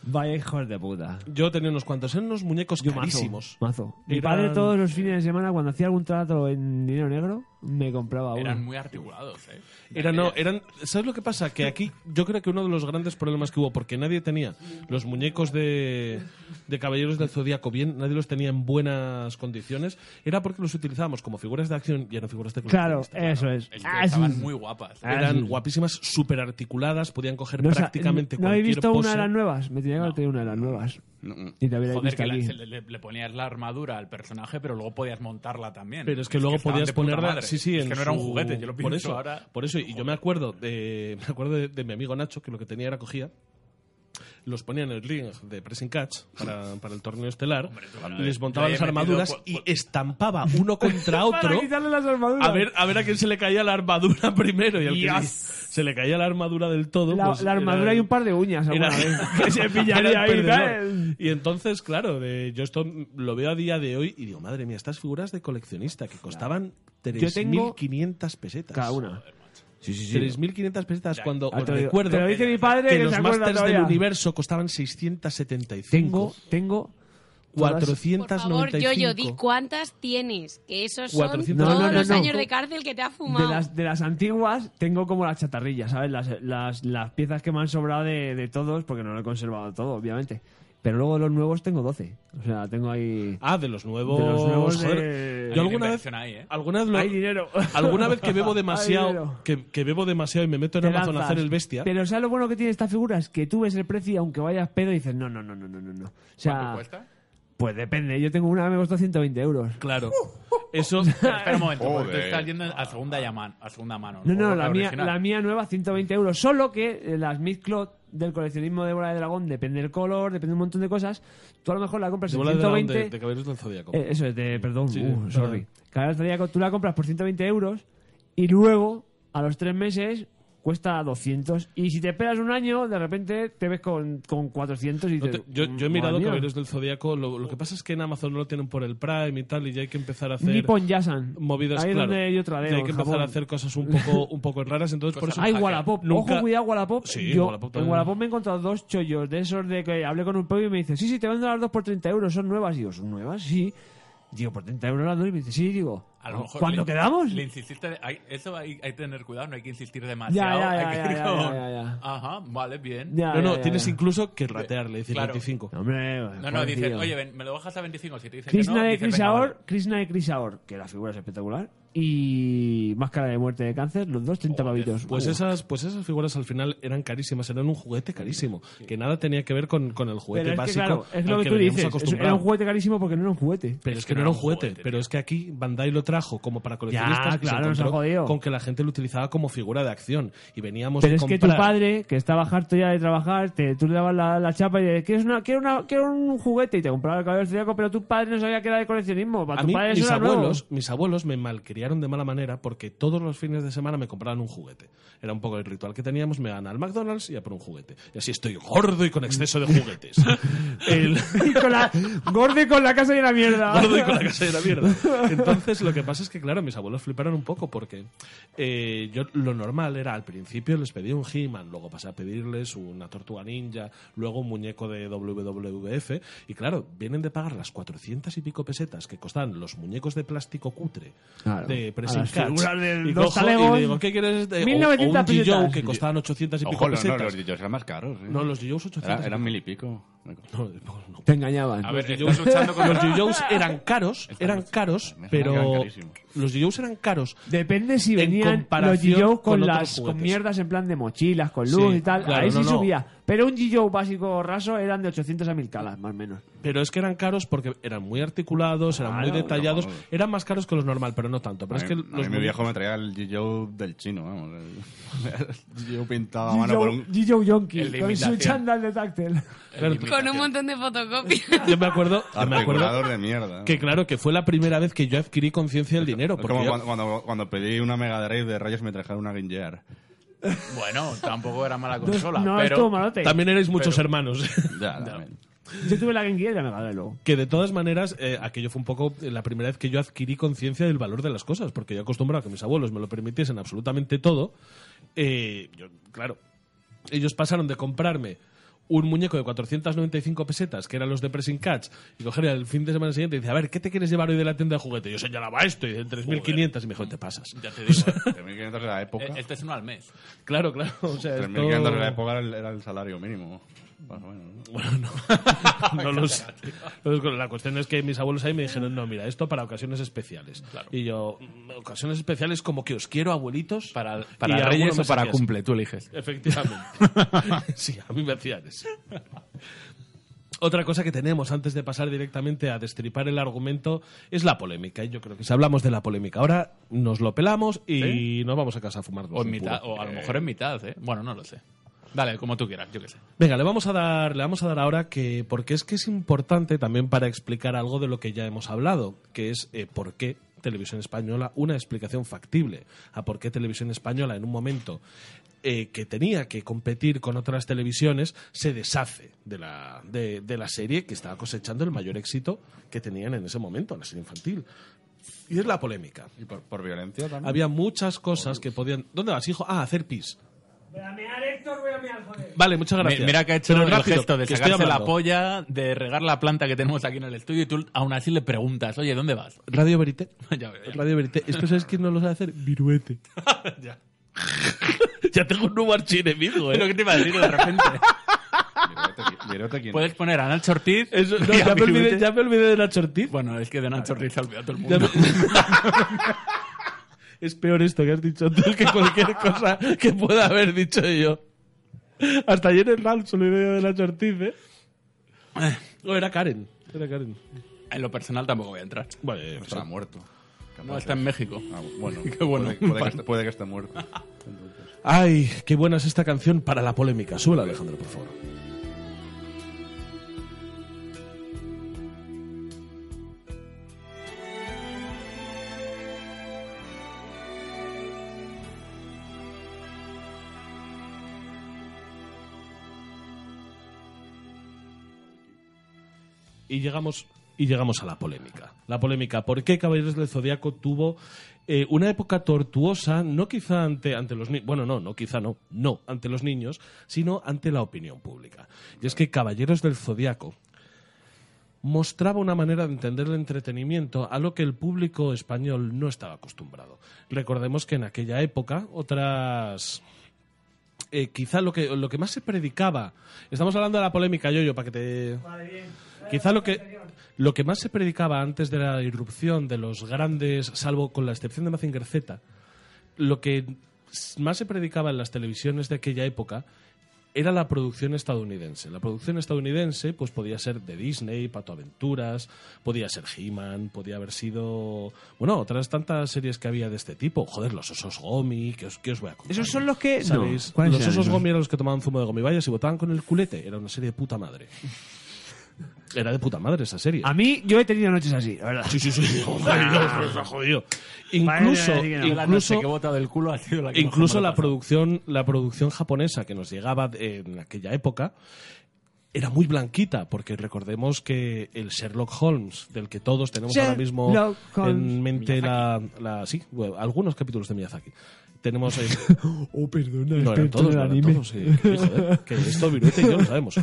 Vaya hijos de puta.
Yo tenía unos cuantos. Eran unos muñecos
Mazo.
carísimos.
Mazo. Mi
Eran-
padre todos los fines de semana, cuando hacía algún trato en dinero negro, me compraba uno.
Eran muy articulados, ¿eh?
Era, no, eran, ¿Sabes lo que pasa? Que aquí yo creo que uno de los grandes problemas que hubo, porque nadie tenía los muñecos de, de Caballeros del Zodíaco bien, nadie los tenía en buenas condiciones, era porque los utilizábamos como figuras de acción y eran figuras de
Claro,
coleccionista.
eso es.
Es que
Ah, sí.
estaban muy guapas.
Ah,
Eran
sí.
guapísimas, súper articuladas, podían coger
No, o sea,
prácticamente
¿No habéis
cualquier
visto una
pose.
de las nuevas? Me tenía que haber tenido una de las nuevas.
No, no.
Y te habría
Joder,
visto
que la-
aquí.
se le, le- le ponías la armadura al personaje, pero luego podías montarla también.
Pero es que luego
estaban
podías
de puta
ponerla.
madre.
Sí, sí,
es
en
que no era un
su-
juguete, yo lo pienso
por eso,
ahora.
Por eso, y yo me acuerdo de, me acuerdo de, de mi amigo Nacho, que lo que tenía era cogía, los ponía en el ring de pressing catch para, para el torneo estelar, les montaba
yo
las
he metido
armaduras
cu-
y
cu-
estampaba uno contra
Para
otro.
quitarle las armaduras.
A ver, a ver a quién se le caía la armadura primero y al que
Dios.
se le caía la armadura del todo.
la,
pues
la armadura
era-
y un par de uñas alguna
era-
vez. Que se pillaría
era el
ahí,
perdedor.
¿sabes?
Y entonces, claro, de, yo esto lo veo a día de hoy y digo, madre mía, estas figuras de coleccionista que costaban
Yo tengo-
3.500 pesetas.
Cada una.
Sí, sí, sí. 3.500 pesetas cuando
Ah,
os
te lo digo-
recuerdo
te lo dice mi padre
que,
que
los
se acuerda
Masters del
todavía.
Universo costaban 675.
Tengo, tengo. todas-
Por favor,
495.
Yoyo, di cuántas tienes, que esos son
400.
todos
No, no, no,
los
no.
años de cárcel que te ha
De
fumado.
las, de las antiguas tengo como las chatarrillas, ¿sabes? Las, las, las piezas que me han sobrado de, de todos, porque no lo he conservado todo, obviamente. Pero luego de los nuevos tengo 12. O sea, tengo ahí...
Ah, de los nuevos.
De los nuevos de-
joder.
Hay
Yo
una
alguna vez,
inversión ahí, ¿eh?
alguna vez lo-
Hay dinero.
alguna vez que bebo
Hay
demasiado,
dinero.
que, que bebo demasiado y me meto en
Te
Amazon a
lanzas.
hacer el bestia.
Pero ¿sabes lo bueno que tiene esta figura? Es que tú ves el precio y aunque vayas pedo dices, no, no, no, no, no, no. no. O sea,
¿Cuánto cuesta?
pues depende. Yo tengo una que me costó 120 euros.
Claro. Eso.
Espera, espera un momento, porque tú
Joder.
estás yendo a segunda, llama- a segunda mano.
No, no,
o
la mía,
original.
la mía nueva, 120 euros. Solo que eh, las Midcloth del coleccionismo de bola de dragón, depende del color, depende de un montón de cosas. Tú a lo mejor la compras
De
en
bola de dragón de,
120.
Pues de Caballeros del Zodíaco.
Eh, eso es de, perdón,
Sí,
uh,
perdón.
sorry. Cada día tú la compras por 120 euros y luego, a los tres meses, cuesta 200. Y si te esperas un año, de repente te ves con, con 400 y
No
dices,
te- yo, yo he
"Madre
mirado
mía".
Caballeros del Zodíaco. Lo, lo que pasa es que en Amazon no lo tienen por el Prime y tal, y ya hay que empezar a hacer.
Nippon Yasan.
Movidas,
Ahí es
claro.
donde yo tradeo,
Ya hay que
en
empezar
Japón.
a hacer cosas un poco, un poco raras. Entonces, por eso.
Cosas
Hay
hacker.
Wallapop.
Nunca-
Ojo, cuidado, Wallapop.
Sí,
Yo,
Wallapop
en
también.
Wallapop me he encontrado dos chollos de esos de que hablé con un pueblo y me dice, sí, sí, te vendo las dos por 30 euros, son nuevas. Y digo, ¿son nuevas? Sí. Digo, por 30 euros las dos. Y me dice, sí, digo,
A lo mejor
¿cuándo
le-
quedamos?
Le insististe. de- hay- eso hay, hay que tener cuidado, no hay que insistir
Ya,
demasiado.
ya,
hay
ya,
que ir
ya,
con-
ya, ya, ya.
Ajá, vale, bien.
Ya,
No,
ya,
no,
ya,
tienes
ya.
incluso que ratearle, decir
Claro.
25.
Hombre,
No, no,
pobre
dices,
tío.
oye, ven, me lo bajas a 25. Si te dicen que
Krishna
no,
de
dices, venga, vale.
Crisaor, Krishna de Crisaor, que la figura es espectacular, y Máscara de Muerte de Cáncer, los dos 30 pavitos.
Pues
Uh.
esas, pues esas figuras al final eran carísimas, eran un juguete carísimo, que nada tenía que ver con, con el juguete
Pero es que,
básico
claro, es
al
lo que tú
veníamos
dices, es- era
acostumbrados.
un juguete carísimo porque no era un juguete.
Pero es que no era un juguete, pero es que aquí Bandai lo trajo como para coleccionistas y se
claro, nos ha
encontró
jodido.
con que la gente lo utilizaba como figura de acción y veníamos
Pero
de
es que tu
comprar
padre, que estaba harto ya de trabajar, te, tú le dabas la, la chapa y le decías, ¿quieres, una, quiero, una, quiero un juguete y te compraba el cabello del zodiaco, pero tu padre no sabía que era de coleccionismo. Para
a
tu
mí,
padre eso
mis
era nuevo.
abuelos, mis abuelos me malcriaron de mala manera porque todos los fines de semana me compraban un juguete. Era un poco el ritual que teníamos, me van al McDonald's y a por un juguete. Y así estoy gordo y con exceso de juguetes. El-
Y con la- gordo y con la casa y la mierda.
gordo y con la casa de la mierda. Entonces, lo que pasa es que, claro, mis abuelos fliparon un poco porque eh, yo lo normal era al principio les pedía un He-Man, luego pasé a pedirles una tortuga ninja, luego un muñeco de WWF. Y claro, vienen de pagar las 400 y pico pesetas que costaban los muñecos de plástico cutre
Claro.
de
A
Pressing
las
Catch.
figuras de
y,
dos
cojo y
talegos,
le digo, ¿qué quieres? De, o-
1900
o un G.I. Joe
pesetas.
que costaban 800 y pico
Ojo, los, no,
pesetas.
los dillos eran más caros. ¿eh?
no, los G.I.Joes
Era-
800.
eran mil y pico.
No, no,
Te engañaban.
A ver, estás luchando con
los yoyos eran caros, eran caros,
me suena que eran
pero
carísimos.
los yoyos eran caros.
Depende si
en
venían los
comparación
G.I.O.
con
con,
otros
las con
juguetes.
mierdas en plan de mochilas, con luz
Sí,
y tal.
claro,
ahí
no,
sí
no.
subía. Pero un G.I.O. básico raso eran de 800 a 1000 calas, más o menos.
Pero es que eran caros porque eran muy articulados, eran muy
Claro,
detallados,
no, no.
eran más caros que los normal, pero no tanto. Pero es que
a mí,
los
a mí mi
muñe-
viejo me traía el G.I.O. del chino, vamos. El G.I.O. pintado a mano por Ah, un...
G.I.O.
El
Yonki,
de
con su
imitación.
chándal de táctil.
claro,
Con un montón de fotocopias.
yo me acuerdo, yo Ah, me acuerdo
Articulador de mierda.
que claro que fue la primera vez que yo adquirí conciencia del dinero,
Es
porque
como
yo-
cuando, cuando, cuando pedí una Mega Drive de Reyes me trajeron una Game Gear.
Bueno, tampoco era mala consola,
no,
pero...
estuvo malote.
también erais muchos hermanos.
Ya, también.
Yo tuve la Game Gear y la Mega Drive luego.
Que de todas maneras, eh, aquello fue un poco eh, la primera vez que yo adquirí conciencia del valor de las cosas, porque yo acostumbrado a que mis abuelos me lo permitiesen absolutamente todo. eh, yo, claro, ellos pasaron de comprarme un muñeco de 495 pesetas, que eran los de Pressing Catch, y coger el fin de semana siguiente y dice, a ver, ¿qué te quieres llevar hoy de la tienda de juguete? Yo señalaba esto y dicen 3.500 y me dijo, te pasas.
Ya te digo. eh.
3.500 de la época.
Eh, Este es uno al mes.
Claro, claro. O sea, esto-
3.500 de Pues la época era el, era el salario mínimo. Más o menos, ¿no?
Bueno, no. no lo sé. Entonces, la cuestión es que mis abuelos ahí me dijeron, no, mira, esto para ocasiones especiales. Y yo, "Mm, ocasiones especiales como que os quiero, abuelitos.
Para,
Y
para
alguno
Reyes
me
o para
saqueas.
cumple, tú eliges.
Efectivamente. sí, a mí me hacían eso. Otra cosa que tenemos antes de pasar directamente a destripar el argumento es la polémica. Y yo creo que si hablamos de la polémica ahora, nos lo pelamos y nos vamos a casa a fumar.
O, en mitad, o a lo mejor en mitad, ¿eh? Bueno, no lo sé. Dale, como tú quieras, yo qué sé.
Venga, le vamos a dar, le vamos a dar ahora que, porque es que es importante también para explicar algo de lo que ya hemos hablado, que es eh, por qué Televisión Española, una explicación factible a por qué Televisión Española en un momento eh, que tenía que competir con otras televisiones, se deshace de la, de, de la serie que estaba cosechando el mayor éxito que tenían en ese momento, la serie infantil. Y es la polémica.
Y por, por violencia también.
Había muchas cosas que podían... ¿Dónde vas, hijo? Ah, hacer pis.
Voy a mear, Héctor, voy a mear, joder.
Vale, muchas gracias.
Mi- Mira que ha hecho
Pero
el
rápido,
gesto de
que estoy
sacarse la
hablando.
polla, de regar la planta que tenemos aquí en el estudio y tú aún así le preguntas, oye, ¿dónde vas?
Radio Verité.
Ya veo, ya.
Radio Verité. Esto sabes quién no lo sabe hacer? Viruete. ya. ya tengo un nuevo archienemigo,
Es lo
¿eh?
que te iba a decir de repente.
Virote- Virote, ¿quién?
Puedes poner a Nacho Ortiz.
Eso- no,
y a
ya, me olvidé,
Virute.
ya me olvidé de Nacho Ortiz.
Bueno, es que de Nacho Ortiz se ha olvidado todo el
Ya
mundo.
me- es peor esto que has dicho tú que cualquier cosa que pueda haber dicho yo. Hasta ayer en Ralph se olvidé de Nacho Ortiz, ¿eh? No, era Karen. Era Karen.
En lo personal tampoco voy a entrar.
Vale,
Está muerto.
No, está en México.
Ah, bueno,
Qué bueno.
Puede, puede que esté, puede que esté muerto. Entonces.
Ay, qué buena es esta canción para la polémica. Súbela, Alejandro, por favor. Y llegamos, y llegamos a la polémica. La polémica, ¿por qué Caballeros del Zodiaco tuvo eh, una época tortuosa, no quizá ante, ante los niños, bueno, no, no quizá no, no ante los niños, sino ante la opinión pública? Y es que Caballeros del Zodiaco mostraba una manera de entender el entretenimiento a lo que el público español no estaba acostumbrado. Recordemos que en aquella época otras eh, quizá lo que, lo que más se predicaba, estamos hablando de la polémica, Yoyo, para que te... Quizá lo que, lo que más se predicaba antes de la irrupción de los grandes, salvo con la excepción de Mazinger Z, lo que s- más se predicaba en las televisiones de aquella época era la producción estadounidense. La producción estadounidense pues podía ser de Disney, Pato Aventuras, podía ser He-Man, podía haber sido, bueno, otras tantas series que había de este tipo. Joder, los osos Gomi, que os, que os voy a contar.
¿Esos son los que- no.
¿Sabéis?
¿Cuáles
los
eran
osos
esos?
Gomi eran los que tomaban zumo de gomivayas y botaban con el culete. Era una serie de puta madre. Era de puta madre esa serie.
A mí, yo he tenido noches así, la verdad.
Sí, sí, sí. Joder, Dios, pues, ha jodido.
Vale, no,
Incluso,
así que no.
La noche
incluso,
que he botado del culo ha sido la que
incluso
mejor me lo
la
he pasado.
producción, la producción japonesa que nos llegaba eh, en aquella época era muy blanquita, porque recordemos que el Sherlock Holmes, del que todos tenemos ahora mismo
Sherlock Holmes.
en mente la, la- Sí, bueno, algunos capítulos de Miyazaki. Tenemos. eh,
Oh, perdona,
no eran todos, no eran todos. eh, que, joder, que esto Viruete y yo lo sabemos.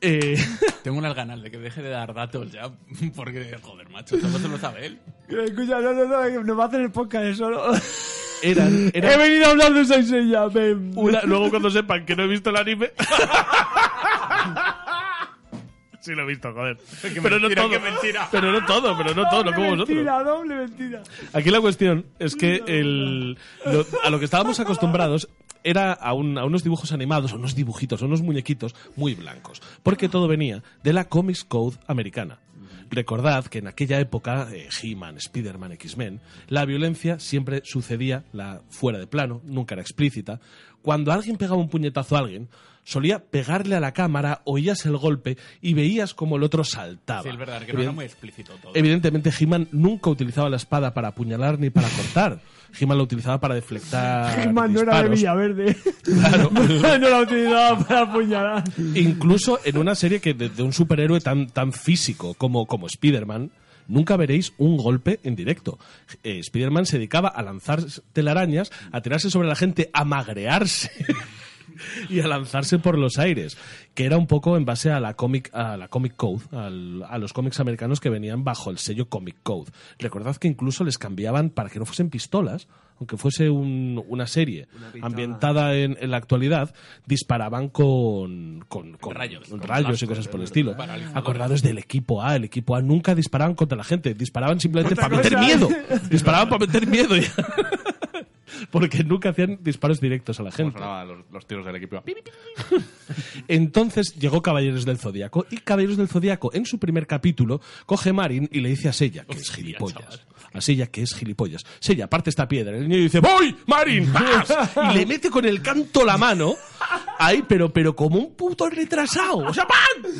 Eh,
Tengo unas ganas de que deje de dar datos ya, porque, joder, macho, todo se lo sabe él.
Eh, Escucha, no, no, no, nos va a hacer el podcast eso, ¿no?
eran, eran-
He venido a hablar de Saisella, ven.
Una- luego cuando sepan que no he visto el anime. sí lo he visto, joder. pero
mentira,
no todo.
qué mentira.
Pero no todo, pero no todo, no como vosotros.
mentira, doble mentira.
Aquí la cuestión es que el, lo- a lo que estábamos acostumbrados era a, un- a unos dibujos animados, a unos dibujitos, a unos muñequitos muy blancos, porque todo venía de la Comics Code americana. Recordad que en aquella época, eh, He-Man, Spider-Man, X-Men, la violencia siempre sucedía la fuera de plano, nunca era explícita. Cuando alguien pegaba un puñetazo a alguien, solía pegarle a la cámara, oías el golpe y veías como el otro saltaba.
Sí, es verdad, que no
Evident-
era muy explícito todo.
Eh, Evidentemente, He-Man nunca utilizaba la espada para apuñalar ni para cortar. He-Man la utilizaba para deflectar.
Germán no era de
disparos.
Villaverde. Claro. no la utilizaba para apuñalar.
Incluso en una serie que de, de un superhéroe tan, tan físico como, como Spider-Man, nunca veréis un golpe en directo. Eh, Spider-Man se dedicaba a lanzar telarañas, a tirarse sobre la gente, a magrearse. y a lanzarse por los aires, que era un poco en base a la Comic, a la comic Code, al- a los cómics americanos que venían bajo el sello Comic Code. Recordad que incluso les cambiaban para que no fuesen pistolas, aunque fuese un- una serie ambientada en, en la actualidad, disparaban con, con, con
rayos.
con
Con
rayos y
blaster,
cosas por el estilo. Acordados del equipo A, el equipo A nunca disparaban contra la gente, disparaban simplemente para
Otra
meter
cosa.
miedo. Disparaban para meter miedo. y- Porque nunca hacían disparos directos a la gente.
Sonaba los, los tiros del equipo. Pi, pi, pi.
Entonces llegó Caballeros del Zodíaco y Caballeros del Zodíaco en su primer capítulo coge Marin y le dice a Sella que es gilipollas. A Sella que es gilipollas. Sella parte esta piedra y el niño dice ¡Voy, Marin! ¡Vas! Y le mete con el canto la mano ahí, pero, pero como un puto retrasado. ¡O sea, ¡pam!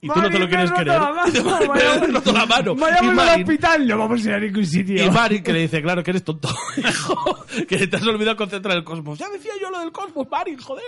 Y tú no te lo
Marín,
quieres
me he roto
creer.
la mano,
Dice, "Marín, me he
vaya-
roto la mano. Y
Vayamos al
Marín-
hospital, no vamos a ir a ningún sitio.
y Marin que le dice, claro, que eres tonto, hijo, que te has olvidado concentrar el cosmos. Ya decía yo lo del cosmos, Marin, joder.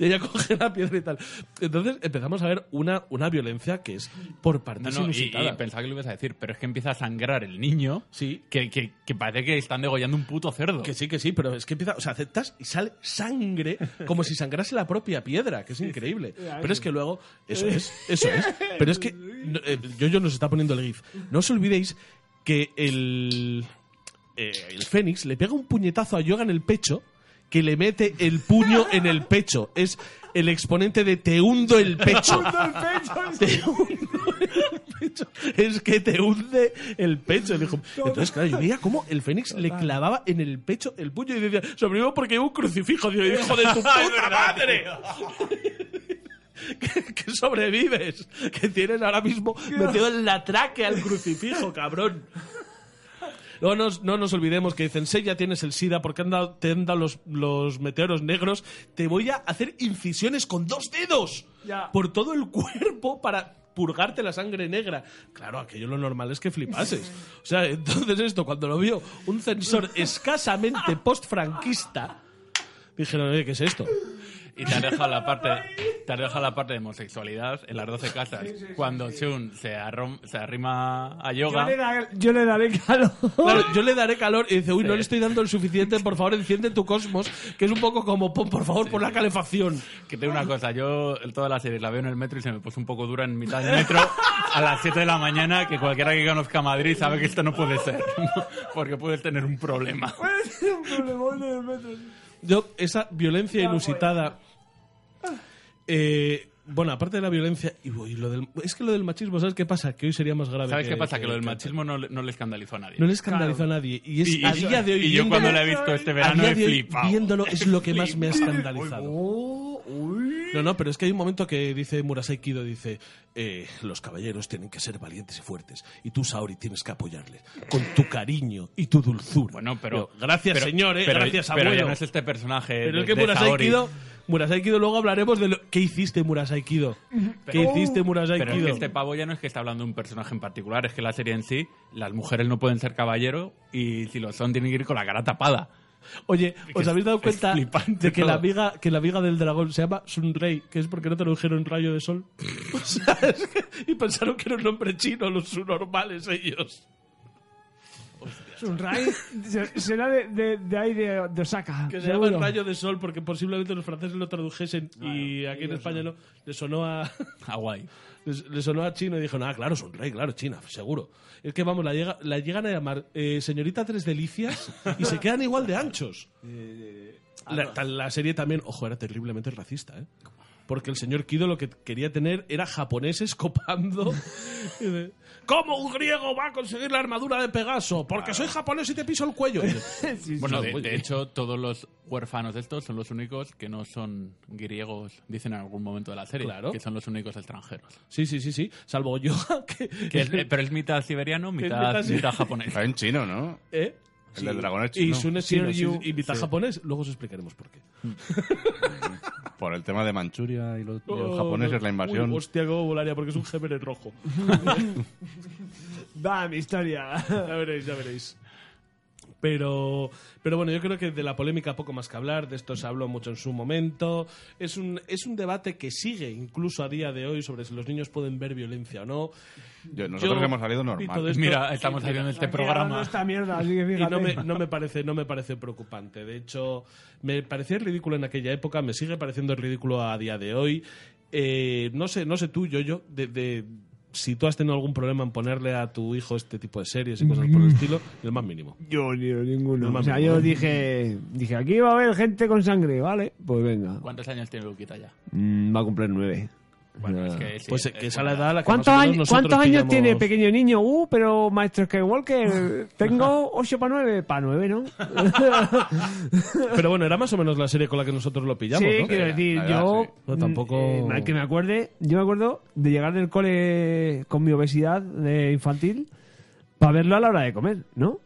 Y ella coge la piedra y tal. Entonces empezamos a ver una, una violencia que es por
No,
partes
no, y,
inusitada.
y pensaba que lo ibas a decir, pero es que empieza a sangrar el niño.
Sí.
Que, que, que parece que están degollando un puto cerdo.
que sí, que sí, pero es que empieza, o sea, aceptas y sale sangre como si sangrase la propia piedra, que es increíble. Pero es que luego, eso es, eso es. Pero es que no, eh, Yoyo nos está poniendo el GIF. No os olvidéis que el, eh, el Fénix le pega un puñetazo a Yoga en el pecho que le mete el puño en el pecho. Es el exponente de te hundo el pecho. Te hundo el pecho. Es que te hunde el pecho. dijo. Entonces, claro, yo veía cómo el Fénix le clavaba en el pecho el puño y decía, sobrevivo porque llevo un crucifijo. Digo, hijo de tu puta madre. Que, que sobrevives, que tienes ahora mismo metido en la traque al crucifijo, cabrón. No nos, no nos olvidemos que dicen, "Sí, ya tienes el SIDA porque han dado- te han dado los, los meteoros negros, te voy a hacer incisiones con dos dedos
Ya.
por todo el cuerpo para purgarte la sangre negra. Claro, aquello lo normal es que flipases. O sea, entonces esto, cuando lo vio un censor escasamente post-franquista, dijeron, oye, ¿qué es esto?
Y te has dejado la parte, te has dejado la parte de homosexualidad en las 12 casas. cuando Shun se, arrom- se arrima a
Yo
yoga.
le, da- yo le daré calor.
Claro, yo le daré calor y dice, uy, no le estoy dando el suficiente, por favor, enciende tu cosmos, que es un poco como, pon, por favor, pon la calefacción.
Que te digo una cosa, yo toda la serie la veo en el metro y se me puso un poco dura en mitad del metro a las 7 de la mañana, que cualquiera que conozca Madrid sabe que esto no puede ser, porque puedes tener un problema.
un problemón en el metro.
Yo, esa violencia inusitada. eh, bueno, aparte de la violencia. Y, uy, lo del- es que lo del machismo, ¿sabes qué pasa? Que hoy sería más grave.
¿Sabes
que-
qué pasa? Que lo del
que-
machismo no, le- no le escandalizó a nadie.
No le escandalizó a nadie. Y es
y, y-
a día de hoy.
y yo
viéndolo-
cuando lo he visto este
a
verano
día
he
de hoy
flipado.
Viéndolo es lo que más me ha
Flipado.
escandalizado. No, no, pero es que hay un momento que dice Murasai Kido, dice, eh, los caballeros tienen que ser valientes y fuertes, y tú, Saori, tienes que apoyarles, con tu cariño y tu dulzura.
Bueno, pero...
Yo, gracias,
pero-
señor, eh,
pero-
gracias,
Pero
abuelo.
ya no es este personaje
Pero
de,
es que
de
Murasai
Saori.
Kido, Murasai Kido, luego hablaremos de lo que hiciste Murasai Kido. ¿Qué hiciste Murasai
Pero es
Kido?
que este pavo ya no es que está hablando de un personaje en particular, es que la serie en sí, las mujeres no pueden ser caballero y si lo son tienen que ir con la cara tapada.
Oye, ¿os
es-
habéis dado
es
cuenta
flipante
de que la,
todo.
amiga, que la amiga del dragón se llama Sunrey, que es porque no tradujeron rayo de sol? O sea, es que- y pensaron que era un nombre chino, los subnormales ellos.
Sunray se- será de, de, de ahí de, de Osaka.
Que se llama
Ah, seguro.
rayo de sol porque posiblemente los franceses lo tradujesen y aquí en España no. Le sonó a...
Ah, guay.
Les- Le sonó a chino y dijo, ah, claro, es un rey, claro, China, seguro. Es que, vamos, la, llega- la llegan a llamar eh, señorita Tres Delicias y se quedan igual de anchos. La, ta- la serie también, ojo, era terriblemente racista, ¿eh? Porque el señor Kido lo que quería tener era japoneses copando. Y de, ¿Cómo un griego va a conseguir la armadura de Pegaso? Porque soy japonés y te piso el cuello. Y yo,
Sí, sí.
Bueno,
No,
de,
muy
de
bien.
hecho, todos los huérfanos de estos son los únicos que no son griegos, dicen en algún momento de la serie,
Claro.
que son los únicos extranjeros.
sí, sí, sí, sí. Salvo yo, que...
Que es- eh, pero es mitad siberiano, mitad,
mitad
mitad,
siber-
japonés.
Está en chino, ¿no?
¿eh?
El del dragón es
Y
chino.
Sun es
Sí,
chino
no,
y-
sí,
y mitad
sí.
japonés. Luego os explicaremos por qué.
Por el tema de Manchuria y los, y los
Oh,
japoneses, la invasión.
Uy, hostia, cómo volaría, porque es un género rojo.
Va, mi historia.
Ya veréis, ya veréis. Pero, pero bueno, yo creo que de la polémica poco más que hablar, de esto se habló mucho en su momento. Es un, es un debate que sigue incluso a día de hoy sobre si los niños pueden ver violencia o no.
Yo- nosotros
Yo
que hemos salido
y todo
normal.
esto-
Mira, estamos saliendo en este programa.
Esta mierda, así que
y
fíjate.
no me, no me parece no me parece preocupante de hecho me parecía ridículo en aquella época me sigue pareciendo ridículo a día de hoy Eh, no sé no sé tú yo yo de, de- si tú has tenido algún problema en ponerle a tu hijo este tipo de series y cosas por el
Mm.
estilo el más mínimo
Yo ni ninguno.
No
o sea,
mames.
yo dije, dije, aquí va a haber gente con sangre, ¿vale? Pues venga.
¿Cuántos años tiene Luquita ya?
Mm, va a cumplir nueve.
Bueno,
Ya.
es que sí,
pues eh,
es
que es a la
buena
edad a la que
¿Cuántos,
más o menos
años,
nosotros
¿cuántos años
pillamos-
tiene el pequeño niño? Uh, pero maestro Skywalker, tengo 8 para 9. Para 9, ¿no?
pero bueno era más o menos la serie con la que nosotros lo pillamos
sí,
¿no?
quiero decir,
la verdad,
yo.
sí.
No, tampoco-
eh, mal que me acuerde, yo me acuerdo de llegar del cole con mi obesidad de infantil para verlo a la hora de comer, ¿no?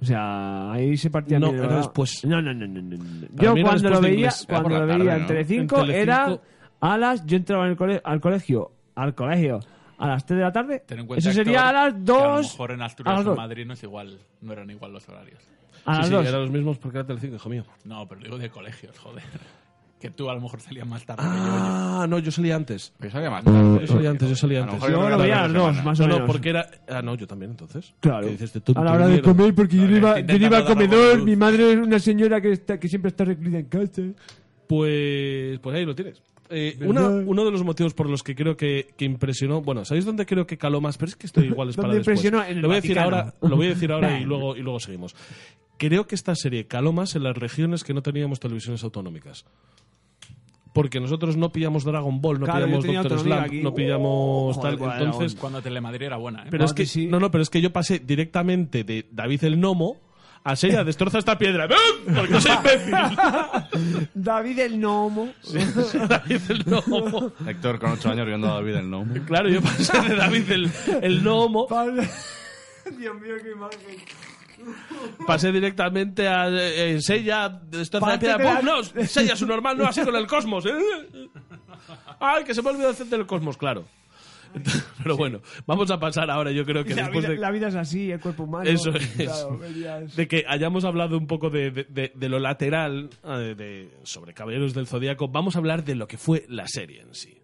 O sea, ahí se partía
No,
bien el
era
bacalao.
después.
No, no, no, no. no, no.
Para
Yo
mí era
cuando
después
lo
de
veía,
inglés.
Era por
cuando lo
la tarde,
veía en
¿no?
Telecinco,
En Telecinco.
era a las. Yo entraba en el cole- al colegio, al colegio, a las 3 de la tarde.
Ten en cuenta,
Eso sería a
Héctor,
las
que
2.
A lo mejor en
a
Asturias
las
o en
dos.
Madrid no, es igual, no eran igual los horarios.
A
Sí,
las
sí,
2.
eran los mismos porque era Telecinco hijo mío
No, pero digo de colegios, joder. Que tú a lo mejor salías más tarde que yo, yo.
ah no yo salía antes
Yo salía más tarde.
yo salía antes yo salía
A lo
antes
mejor
Yo
era
lo veía a
una
las
semana.
2, más o
no,
menos.
no, porque era. Ah, no, yo también entonces.
Claro.
¿Qué dices de tonto,
a la hora de
mierda?
comer, porque yo
Claro,
no iba,
estoy
yo no iba al
intentando dar algo de
comedor.
luz.
Mi madre es una señora que, está, que siempre está recluida en casa.
Pues, pues ahí lo tienes. Eh, una-
¿Verdad?
uno de los motivos por los que creo que, que impresionó. Bueno, ¿sabéis dónde creo que caló más? Pero es que estoy igual es
¿Dónde
para después.
impresionó? En el
lo, voy a decir
Vaticano.
ahora, lo voy a decir ahora y,
Nah.
luego, y luego seguimos. Creo que esta serie caló más en las regiones que no teníamos televisiones autonómicas. Porque nosotros no pillamos Dragon Ball, no
Claro, yo
pillamos
tenía
Doctor
autonomía
Slump,
aquí. Uh,
no pillamos
Joder,
tal.
cuál era
entonces,
Cuando Telemadrid era buena, ¿eh?
Pero es que
sí.
no, no, pero es que yo pasé directamente de David el Nomo a Sella destroza esta piedra. ¡Bum! Porque soy imbécil.
David el gnomo.
David el Nomo.
Héctor, con 8 años viendo a David el nombre.
Claro, yo pasé de David el, el Nomo,
Pablo- Dios mío, qué imagen.
pasé directamente a eh, Sella destroza esta
Parte
piedra.
de la-
¡Bum! No, Sella su normal no así con el cosmos. ¿eh? Ay, que se me olvidó el del cosmos, claro. Entonces, Pero bueno, vamos a pasar ahora, yo creo que
La
después
vida,
de...
la vida es así, el cuerpo humano.
Eso es.
Claro, verías.
de que hayamos hablado un poco de, de- de- de lo lateral eh, de, sobre Caballeros del Zodíaco, vamos a hablar de lo que fue la serie en sí.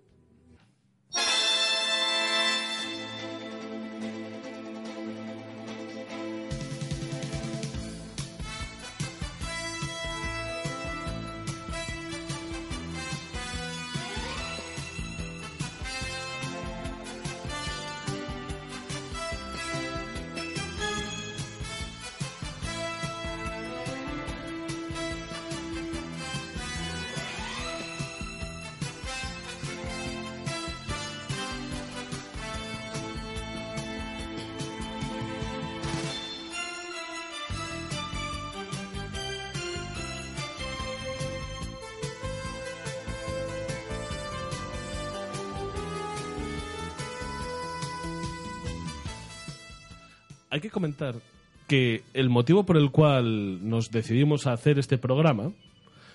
Hay que comentar que el motivo por el cual nos decidimos a hacer este programa,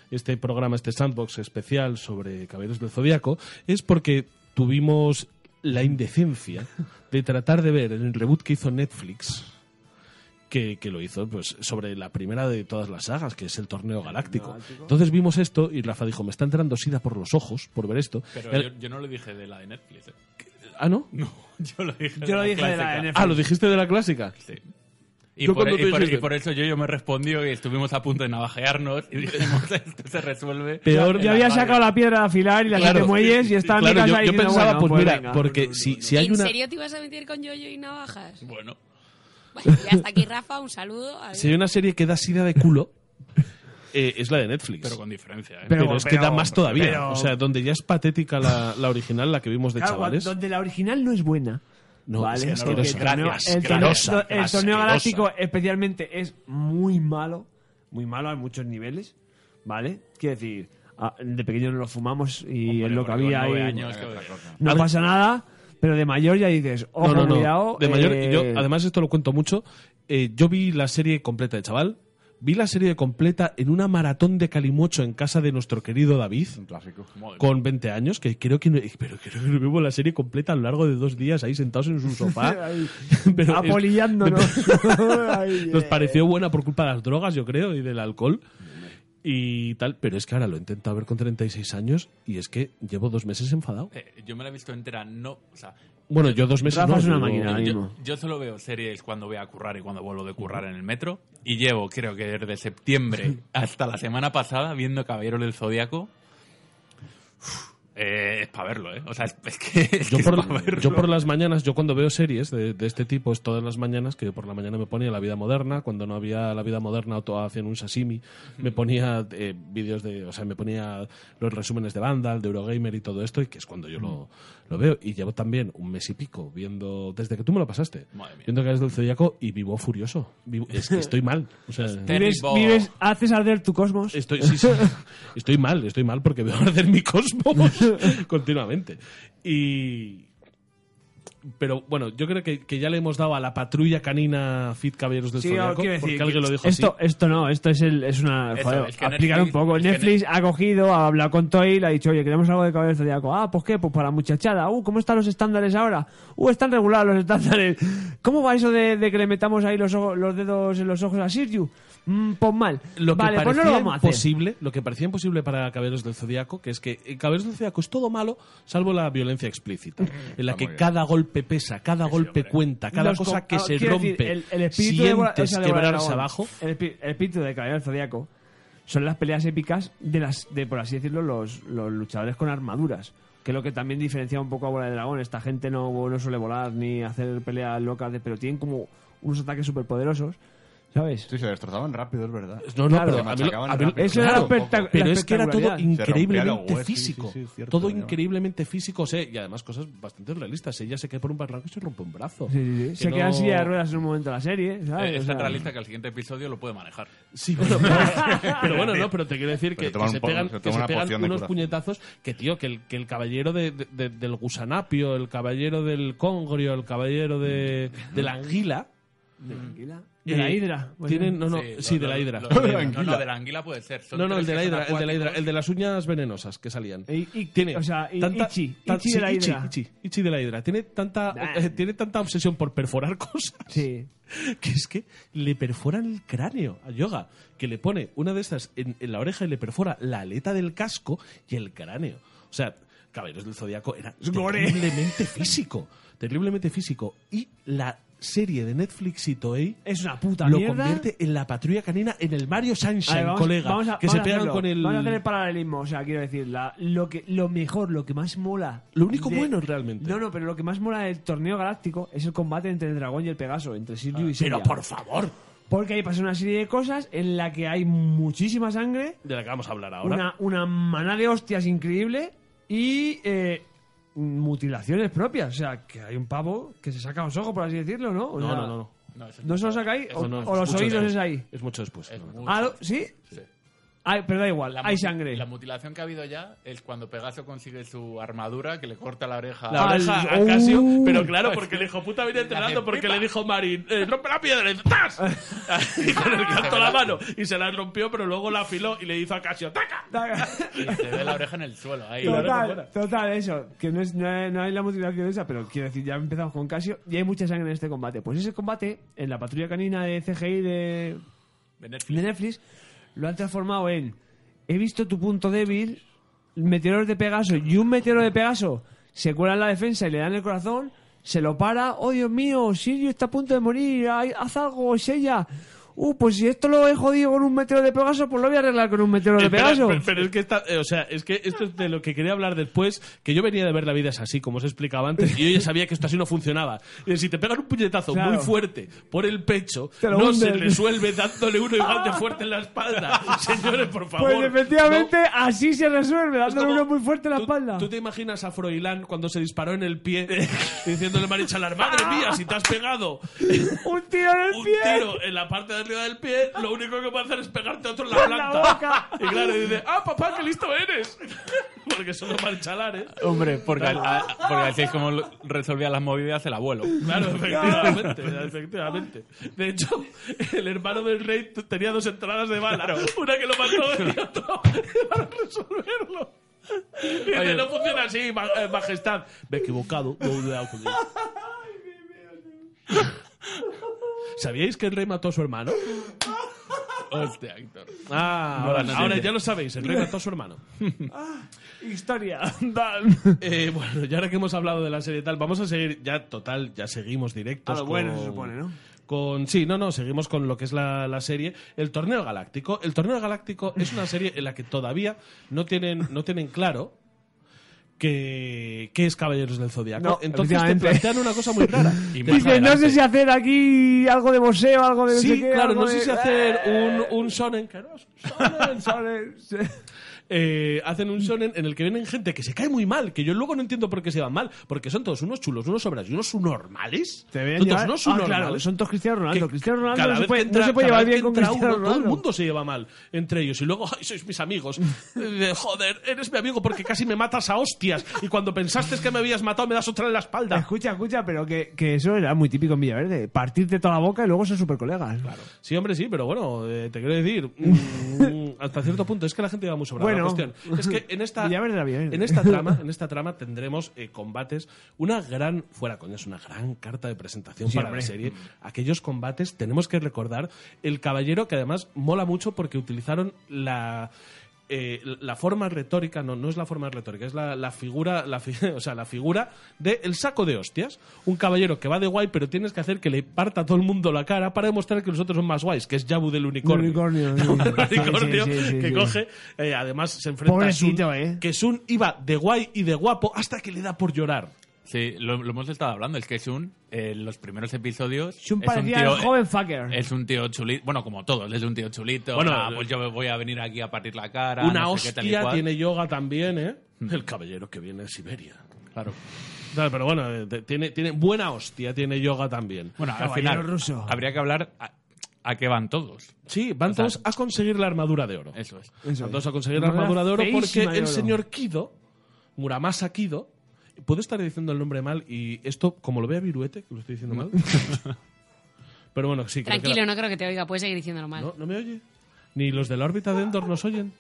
este programa, este sandbox especial sobre Caballeros del Zodíaco, es porque tuvimos la indecencia de tratar de ver el reboot que hizo Netflix. Que, que lo hizo pues sobre la primera de todas las sagas, que es el torneo galáctico. Entonces vimos esto y Rafa dijo, me está entrando sida por los ojos por ver esto.
Pero
El-
yo, yo no lo dije de la de Netflix, ¿eh?
Ah, ¿no?
No, yo lo dije
Yo lo dije de la
clásica.
de Netflix.
Ah, ¿lo dijiste de la clásica?
Sí. Y
Yo
por, e-
cuando
y
tú
por-
dijiste-
y por eso yo, yo me respondió y estuvimos a punto de navajearnos y dijimos, esto se resuelve.
Peor-
en
Yo
la
había
radio".
sacado la piedra de afilar y las siete muelles y estaba en mi
claro,
casa
yo, yo
diciendo,
pensaba,
bueno,
pues, mira,
venga.
porque si, si hay
¿En
una
serio te ibas a meter con yoyo y navajas?
Bueno,
Bueno, y hasta aquí, Rafa, un saludo. Adiós.
si hay una serie que da sida de culo, eh, es la de Netflix.
pero con diferencia, ¿eh?
Pero
Pero-
es que
pero-
da más todavía.
pero-
o sea, donde ya es patética la, la original, la que vimos de
Claro,
chavales.
donde la original no es buena.
No,
vale,
es
porque
asquerosa.
el torneo,
Gracias,
el torneo-
asquerosa,
el torneo
asquerosa.
galáctico especialmente es muy malo, muy malo a muchos niveles, ¿vale? Quiero decir, a- de pequeño nos lo fumamos y es lo que
porque con
había
nueve
ahí.
años, que-
No
A ver-
pasa nada, pero de mayor ya dices, ojo,
no, no, no.
cuidado.
de mayor,
eh,
yo, además, esto lo cuento mucho. eh, yo vi la serie completa de chaval. Vi la serie completa en una maratón de Calimocho en casa de nuestro querido David,
Un clásico.
con 20 años, que creo que, no- pero creo que vimos la serie completa a lo largo de dos días ahí sentados en su sofá.
Ahí,
Pero, eh,
Apolillándonos. Ahí,
nos
eh.
pareció buena por culpa de las drogas, yo creo, y del alcohol. Y tal, pero es que ahora lo he intentado ver con 36 años y es que llevo dos meses enfadado.
Eh, yo me la he visto entera, no. O sea,
Bueno, yo dos meses
Rafa
no,
es una
llevo-
máquina,
yo-
ahí.
yo,
mismo.
yo solo veo series cuando voy a currar y cuando vuelvo de currar en el metro. Y llevo, creo que desde septiembre hasta la semana pasada, viendo Caballeros del Zodíaco. Eh, es para verlo, ¿eh? O sea, es, es que. es
Yo
que es
por,
pa' verlo.
yo por las mañanas, yo cuando veo series de, de este tipo, es todas las mañanas que por la mañana me ponía La Vida Moderna, cuando no había La Vida Moderna o hacían un sashimi, me ponía eh, vídeos de, o sea, me ponía los resúmenes de Vandal, de Eurogamer y todo esto, y que es cuando yo lo, lo veo. Y llevo también un mes y pico viendo, desde que tú me lo pasaste,
Madre mía.
viendo que eres del Zodíaco y vivo furioso. Vivo- es que estoy mal. O sea,
Vives,
Terrible.
vives- haces arder tu cosmos.
Estoy, sí, sí. estoy mal, estoy mal porque veo arder mi cosmos continuamente. Y. Pero bueno, yo creo que, que ya le hemos dado a la patrulla canina Fit Caballeros del
Sí,
Zodíaco,
quiero decir
porque
que
alguien lo dijo
esto,
así.
esto no, esto es, el, es una...
Eso,
joder,
es que
aplicar
Netflix-
un poco.
es que
Netflix ha cogido, ha hablado con Toy, le ha dicho, oye, queremos algo de cabello zodiaco. Ah, pues qué, pues para muchachada. Uh, ¿cómo están los estándares ahora? Uh, están regulados los estándares. ¿Cómo va eso de, de que le metamos ahí los, ojos- los dedos en los ojos a Sir You? Mm, pues mal.
Lo que
vale, pues no
parecía
lo vamos a hacer.
imposible, lo que parecía imposible para Caballeros del Zodíaco, que es que en Caballeros del Zodíaco es todo malo, salvo la violencia
Mm,
explícita, en la
Está
que
muy
cada golpe pesa, cada golpe cuenta, cada
Los
cosa
com-
que
ah,
se
quiero decir,
rompe,
el, el espíritu de Bola- o
sientes
sea, de Bola
quebrarse
Dragón,
abajo.
El, espi- el espíritu de Caballero del Zodíaco son las peleas épicas de, las, de por así decirlo, los, los luchadores con armaduras. Que es lo que también diferencia un poco a Bola de Dragón. Esta gente no, no suele volar ni hacer peleas locas, de, pero tienen como unos ataques superpoderosos, ¿sabes?
Sí, se destrozaban rápido, es verdad.
No, no,
Claro.
pero a mí lo- a mí lo-
Machacaban
Eso era
claro,
lo espectac-
Pero
la
es que era todo
espectacularidad.
Se rompía
increíblemente
la web, sí, sí,
físico.
sí, es cierto,
todo
ya.
increíblemente físico. o sea, y además cosas bastante realistas. Ella se cae por un barranco y se rompe un brazo.
Sí, sí, sí.
Que
Se
no-
queda en silla de ruedas en un momento de la serie, ¿sabes?
Eh,
O
es
sea,
tan realista que al siguiente episodio lo puede manejar.
Sí, bueno, pero, pero bueno, no, pero te quiero decir que,
Pero
que
toman
se
un po-
pegan,
se
que
toman
se
una
pegan
poción de
unos
curación.
puñetazos que, tío, que el, que el caballero de- de- de- del gusanapio, el caballero del congrio, el caballero de, de la anguila...
De la
eh,
hidra. pues, bueno.
tienen, no, no, sí, de
lo- lo-
la hidra.
lo- lo-
De la
No, no,
anguila.
de la anguila puede ser. Son
No, no, el
tres
de
que
la hidra,
son
el de la hidra,
acuáticos.
el de las uñas venenosas que salían.
Y- y-
tiene
o sea, y- Ichi,
tan-
Ichi
sí,
de la hidra.
Ichi, Ichi de la hidra. Tiene tanta,
Nah.
eh, tiene tanta obsesión por perforar cosas
Sí.
que es que le perforan el cráneo a Yoga, que le pone una de estas en, en la oreja y le perfora la aleta del casco y el cráneo. O sea, Caballeros del Zodíaco era terriblemente físico, terriblemente físico. Y la serie de Netflix y Toei
Es una puta
lo
mierda.
convierte en la patrulla canina en el Mario Sunshine,
Vale,
colega,
a-
que
vamos
se
a
pegan
hacerlo.
con el...
Vamos a hacer el paralelismo, o sea, quiero decir, la- lo, que, lo mejor, lo que más mola...
Lo único bueno, realmente.
No, no, pero lo que más mola del torneo galáctico es el combate entre el dragón y el Pegaso, entre Sirius y Seiya.
Ah, Pero por favor,
Porque ahí pasa una serie de cosas en la que hay muchísima sangre,
de la que vamos a hablar ahora.
una, una maná de hostias increíble y eh, mutilaciones propias. O sea, que hay un pavo que se saca los ojos, por así decirlo, ¿no? Pues
No,
O sea,
no, no, no.
No, eso es
¿No se los saca ahí?
Eso
¿O,
no,
o los
mucho
oídos
después.
es ahí?
Es mucho después.
Es
no, no.
muy-
Ah, ¿lo- ¿Sí? Ay, pero da igual,
La
hay
muti-
sangre.
La mutilación que ha habido ya es cuando Pegaso consigue su armadura que le corta la oreja.
La oreja
Al-
a Casio,
¡Uh!
pero claro, porque el hijo puta venía entrenando
de
porque
Pues pipa.
le dijo Marín, eh, rompe la piedra y ¡tas! Y con el canto a la mano. Y se la rompió, pero luego la afiló y le hizo a Casio, ¡taca!
Y se ve la oreja en el suelo. Ahí,
Claro.
la oreja.
Total, total, eso. Que no, es, no, hay, no hay la motivación esa, pero quiero decir, ya empezamos con Casio y hay mucha sangre en este combate. Pues ese combate, en la patrulla canina de CGI de,
De Netflix.
de Netflix, lo han transformado en: He visto tu punto débil, meteoros de Pegaso, y un meteoro de Pegaso se cuela en la defensa y le dan el corazón, se lo para. ¡Oh, Dios mío! Sirio está a punto de morir, ay, haz algo, es ella. Uh, pues si esto lo he jodido con un meteoro de Pegaso, pues lo voy a arreglar con un meteoro de
Espera,
Pegaso.
pero, pero es que esta- eh, o sea, es que esto es de lo que quería hablar después, que yo venía de ver la vida es así, como os explicaba antes, y yo ya sabía que esto así no funcionaba. Y si te pegan un puñetazo
Claro.
muy fuerte por el pecho,
Te lo
no
hunden.
se resuelve dándole uno igual de fuerte en la espalda. Señores, por favor.
Pues efectivamente
No.
así se resuelve,
Es
dándole
como-
uno muy fuerte en la
tú-
espalda.
¿Tú te imaginas a Froilán cuando se disparó en el pie y diciéndole a Marichalar, madre mía, si te has pegado
¡Un tiro en el
un
pie!
tiro en la parte de arriba del pie, lo único que puede hacer es pegarte otro en la
la
planta.
boca.
Y claro, y dice, ah, papá, qué listo eres. Porque son los marchalares.
Hombre, porque, al- a- Ah, porque así es como lo- resolvía las movidas el abuelo.
Claro, efectivamente, efectivamente. De hecho, el hermano del rey t- tenía dos entradas de bala. Una que lo mató y otra para resolverlo. Y dice,
Oye.
no funciona así, ma- eh, majestad. Me he equivocado, no he dado con él. ¿Sabíais que el rey mató a su hermano?
Hostia, Héctor.
Ah,
No,
ahora,
no,
ahora
sí.
ya lo sabéis, el rey mató a su hermano.
Historia.
Eh, bueno, y ahora que hemos hablado de la serie y tal, vamos a seguir, ya total, ya seguimos directos.
A lo
con-
Ah, bueno, se supone, ¿no?
Con, sí, no, no, seguimos con lo que es la, la serie. El Torneo Galáctico. El Torneo Galáctico es una serie en la que todavía no tienen, no tienen claro que, qué es Caballeros del Zodiaco.
No,
Entonces te
efectivamente.
plantean una cosa muy rara.
Y más
Dice, no
adelante.
sé si hacer aquí algo de boxeo, algo de no sé
Sí,
qué,
claro,
algo
no
de-
sé si hacer un, un sonen, que no es un shonen,
Sobre- se-
Eh, hacen un shonen en el que vienen gente que se cae muy mal, que yo luego no entiendo por qué se van mal, porque son todos unos chulos, unos obras y unos normales.
Te veían
Son
llevar-
todos unos
Ah,
subnormales.
claro, son todos Cristiano Ronaldo.
Que
Cristiano Ronaldo
cada
no se
vez
puede,
que entra-
no se puede
cada
llevar
vez
bien
que
con
entra
Cristiano
uno,
Ronaldo.
Todo el mundo se lleva mal entre ellos. Y luego, ay, sois mis amigos. Eh, de, Joder, eres mi amigo porque casi me matas a hostias. Y cuando pensaste que me habías matado, me das otra en la espalda.
Escucha, escucha, pero que, que eso era muy típico en Villaverde. Partirte toda la boca y luego ser super colegas.
Sí, hombre, sí, pero bueno, eh, te quiero decir, mm, hasta cierto punto, es que la gente va muy sobrada.
Bueno.
la cuestión es que en esta,
Ya vendrá bien.
en esta trama, en esta trama tendremos eh, combates, una gran, fuera coño, es una gran carta de presentación
Sí,
para
hombre.
la serie. Aquellos combates, tenemos que recordar el caballero, que además mola mucho porque utilizaron la... eh, la forma retórica, no, no es la forma retórica, es la, la figura, la fi- o sea, la figura de el saco de hostias. Un caballero que va de guay, pero tienes que hacer que le parta a todo el mundo la cara para demostrar que los otros son más guays, que es Yabu del unicornio.
unicornio, sí.
Un unicornio
Sí, sí, sí,
que
sí.
coge, eh, además se enfrenta a
Pobrecito,
Sun,
eh.
que Sun iba de guay y de guapo hasta que le da por llorar.
Sí, lo, lo hemos estado hablando. Es que Shun, eh, en los primeros episodios.
Shun
es un
parecía
tío-
el
eh,
joven fucker.
Es un tío chulito. Bueno, como todos, es un tío chulito.
Bueno, eh,
Bueno, pues yo me voy a venir aquí a partir la cara.
Una
no sé qué, tal y
hostia
cual. Mm.
tiene yoga también, ¿eh? El caballero que viene de Siberia.
Claro.
Claro, pero bueno, eh, te- tiene, tiene buena hostia, tiene yoga también.
Bueno, al
Caballero
final.
ruso.
Habría que hablar a, a qué van todos.
Sí, van todos a conseguir la armadura de oro.
Eso es.
Eso
Van
es.
todos a conseguir la
Una
armadura de oro porque
feísima de
el
oro.
señor Kido, Muramasa Kido, puedo estar diciendo el nombre mal y esto, como lo vea Viruete, que lo estoy diciendo mal. pero bueno, sí, creo que
Tranquilo,
era-
no creo que te oiga, puedes seguir diciéndolo mal.
¿no? ¿No me oye? Ni los de la órbita de Endor nos oyen.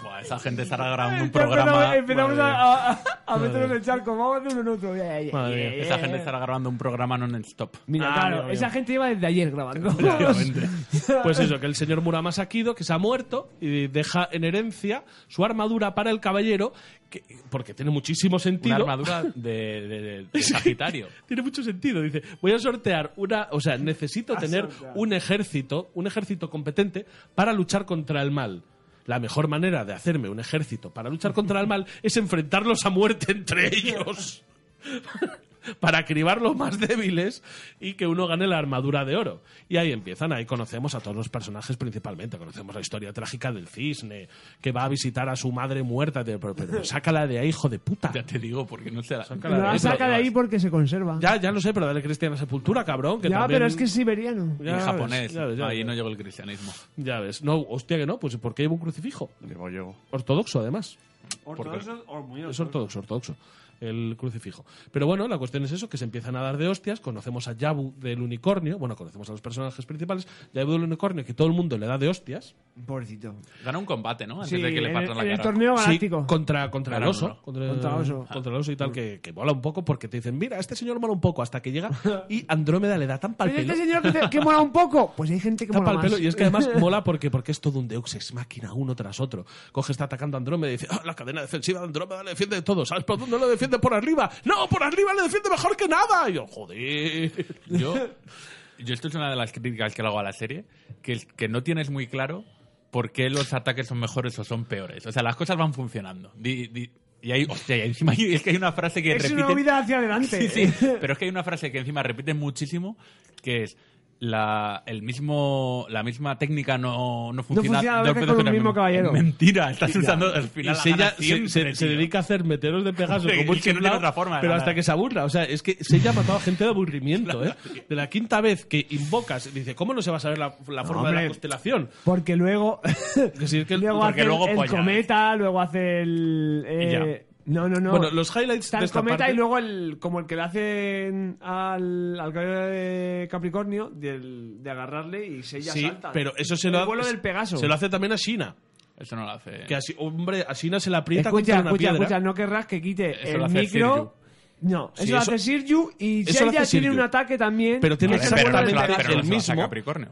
Buah, esa gente estará grabando un
Ya empezamos-
programa.
Empezamos
madre
a, a, a- a meternos en el charco. Vamos a hacer un minuto. Ya,
Madre
ya, ya,
mía.
ya,
mía. Esa
ya.
gente estará grabando un programa non-stop.
Mira,
Ah,
claro,
amigo mío.
esa gente lleva desde ayer grabando.
Efectivamente.
Pues eso, que el señor Muramasa Kido, que se ha muerto y deja en herencia su armadura para el caballero, que- porque tiene muchísimo
Una
sentido.
armadura de, de- de- de Sagitario.
Tiene mucho sentido. Dice, voy a sortear una, o sea, necesito tener un ejército, un ejército competente para luchar contra el mal. La mejor manera de hacerme un ejército para luchar contra el mal es enfrentarlos a muerte entre ellos. para cribar los más débiles y que uno gane la armadura de oro. Y ahí empiezan, ahí conocemos a todos los personajes principalmente, conocemos la historia trágica del cisne, que va a visitar a su madre muerta, de, pero, pero sácala de ahí, hijo de puta.
Ya te digo, porque no se la.
Sácala
Lo
de ahí,
saca de ahí porque se conserva.
ya, ya lo sé, pero dale cristiana sepultura, cabrón. Que
Ya,
también-
pero es que es siberiano.
Ya
En
ves,
japonés.
ya ves, ya
Ahí
ves.
no llegó el cristianismo.
Ya ves. No, hostia que no, pues ¿por qué lleva un crucifijo?
Llego, llego.
Ortodoxo, además.
Ortodoxo o muy
Es ortodoxo, ortodoxo. El crucifijo. Pero bueno, la cuestión es eso, que se empiezan a dar de hostias, conocemos a Yabu del unicornio, bueno, conocemos a los personajes principales, Yabu del unicornio, que todo el mundo le da de hostias,
Pobrecito.
Ganó un combate, ¿no? Antes
Sí,
de que le
en,
partan
el- en
la
el
cara.
torneo
Sí,
galáctico.
contra, contra el
Claro,
oso.
no.
Contra,
Contra el oso.
contra el oso y
Mm.
tal, que, que mola un poco porque te dicen, mira, este señor mola un poco hasta que llega y Andrómeda le da tan pal
Pero
pelo.
este señor que, te- que mola un poco, pues hay gente que
tapa
mola
el
más.
pelo y es que además mola porque, porque es todo un deux ex máquina uno tras otro. Coge, está atacando a Andrómeda y dice, "Ah, la cadena defensiva de Andrómeda le defiende de todo. ¿Sabes por dónde lo defiende? Por arriba. No, por arriba le defiende mejor que nada. Y yo, joder.
Yo, yo esto es una de las críticas que le hago a la serie, que, es que no tienes muy claro por qué los ataques son mejores o son peores. O sea, las cosas van funcionando. Di- di- y hay, hostia, y encima hay- es que hay una frase que
es
repite...
una huida hacia adelante.
Sí, sí, pero es que hay una frase que encima repiten muchísimo, que es, la, el mismo, la misma técnica no, no funciona.
funciona a
dos
veces con un
en el
mismo caballero.
Mentira, estás usando al
Y
final. la
Seiya
gana
se, se-
siempre,
se
tío.
dedica a hacer meteoros de Pegaso
Es que
como un
no tiene
chiflado,
otra forma de
pero
ganar.
hasta que se aburra. O sea, es que Seiya ha matado a gente de aburrimiento, ¿eh? De la quinta vez que invocas, dice, ¿cómo no se va a saber la, la forma de la
hombre.
constelación?
Porque luego.
decir, que el-
luego
porque
hace el-
luego
el,
¿eh?
polla.
cometa, luego hace el. eh, no, no, no.
Bueno, los highlights
Está
de
el
esta
cometa
parte-
y luego el. Como el que le hacen al, al caballero de Capricornio del- de agarrarle y se ya
sí,
salta.
pero eso se
El
lo, ha-
vuelo del Pegaso.
se lo hace también a Shina.
Eso no lo hace.
Que así, hombre, a Shina se la aprieta
Escucha,
contra una
escucha,
piedra.
escucha, no querrás que quite
Eso lo
el
hace
micro. No, eso
Sí,
lo
eso-
hace Sirju y
eso lo
Seiya
hace
tiene
Sirju.
un ataque también.
Pero tiene
que
Vale, pero no se lo
exactamente
hace- pero no
el
se lo hace a
mismo.
Capricornio.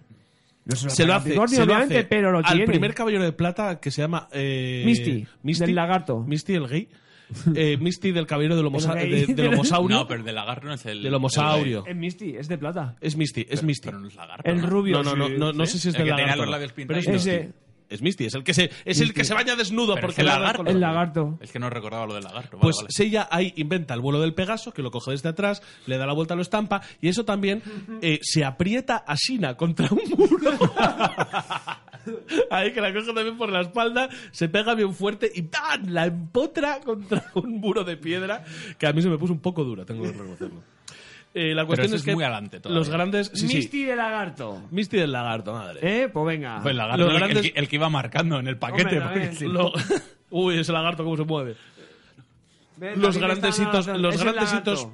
Se lo hace,
Capricornio,
se lo
obviamente,
hace
pero lo
al
tiene.
primer caballero de plata que se llama eh,
Misty, del lagarto.
Misty el gay. Eh, Misty del caballero del, homosa-
El gay.
de- del homosaurio.
No, pero el del lagarto no es el. eh,
del homosaurio.
Es Misty, es de plata.
Es Misty, es Misty.
Pero no es lagarto.
El
¿no?
No,
rubio.
no, no,
sí. ¿eh?
no, no sé si es
El
del
que tenía
lagarto.
los labios
pero es
pintados.
Misty.
Ese.
Es Misty, es el que se, es el que se baña desnudo
Pero
porque
es el
le ha dado
lagarto.
color.
El lagarto.
Es que no recordaba lo del lagarto. Vale,
Pues
vale.
Seiya ahí inventa el vuelo del Pegaso, que lo coge desde atrás, le da la vuelta, lo estampa, y eso también eh, se aprieta a Shina contra un muro. ahí que la coge también por la espalda, se pega bien fuerte y ¡tan! la empotra contra un muro de piedra, que a mí se me puso un poco dura, tengo que reconocerlo. Eh, la cuestión
eso
es
es
que
muy adelante todavía.
los grandes... Sí, sí.
Misty de lagarto.
Misty del lagarto, madre.
Eh, pues venga.
Pues el lagarto,
Los
el, el
grandes-
que- el que iba marcando en el paquete.
Hombre,
porque
también.
si no-
Lo- Uy, ese lagarto cómo se mueve.
Ven,
los
aquí te
grandes
están
hitos-
dando-
los
es el
grandes
lagarto.
hitos-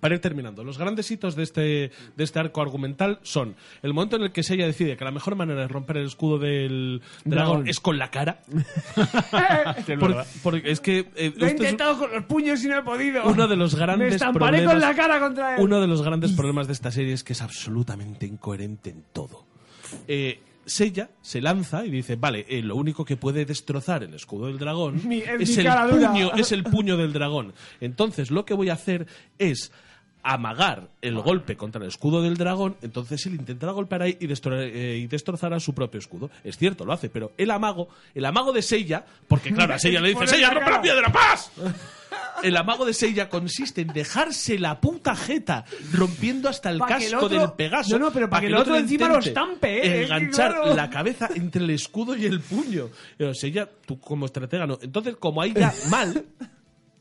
Para ir terminando, los grandes hitos de este, de este arco argumental son el momento en el que Seiya decide que la mejor manera de romper el escudo del dragón,
Dragón.
es con la cara.
Sí, es
Por-
verdad.
porque es que eh,
Lo he
esto es
intentado con los puños y no he podido.
uno de los grandes
Me estamparé
problemas,
con la cara contra él.
Uno de los grandes problemas de esta serie es que es absolutamente incoherente en todo. Eh, Seiya se lanza y dice, vale, eh, lo único que puede destrozar el escudo del dragón
Mi- es
es,
mi
el
cara dura.
puño, es el puño del dragón. Entonces lo que voy a hacer es amagar el golpe contra el escudo del dragón, entonces él intentará golpear ahí y, destro- eh, y destrozará su propio escudo. Es cierto, lo hace, pero el amago, el amago de Seiya, porque claro, a Seiya le dice,
Ponerle
Seiya,
la
rompe la
cara".
piedra, paz. El amago de Seiya consiste en dejarse la puta jeta, rompiendo hasta el
Pa' que el
casco
otro-
del Pegaso.
No, no, pero pa'
pa'
que el otro encima lo
intente
estampe, ¿eh? Es que
Enganchar
claro.
la cabeza entre el escudo y el puño. Pero Seiya, tú como estratega, no. Entonces, como ahí ya mal,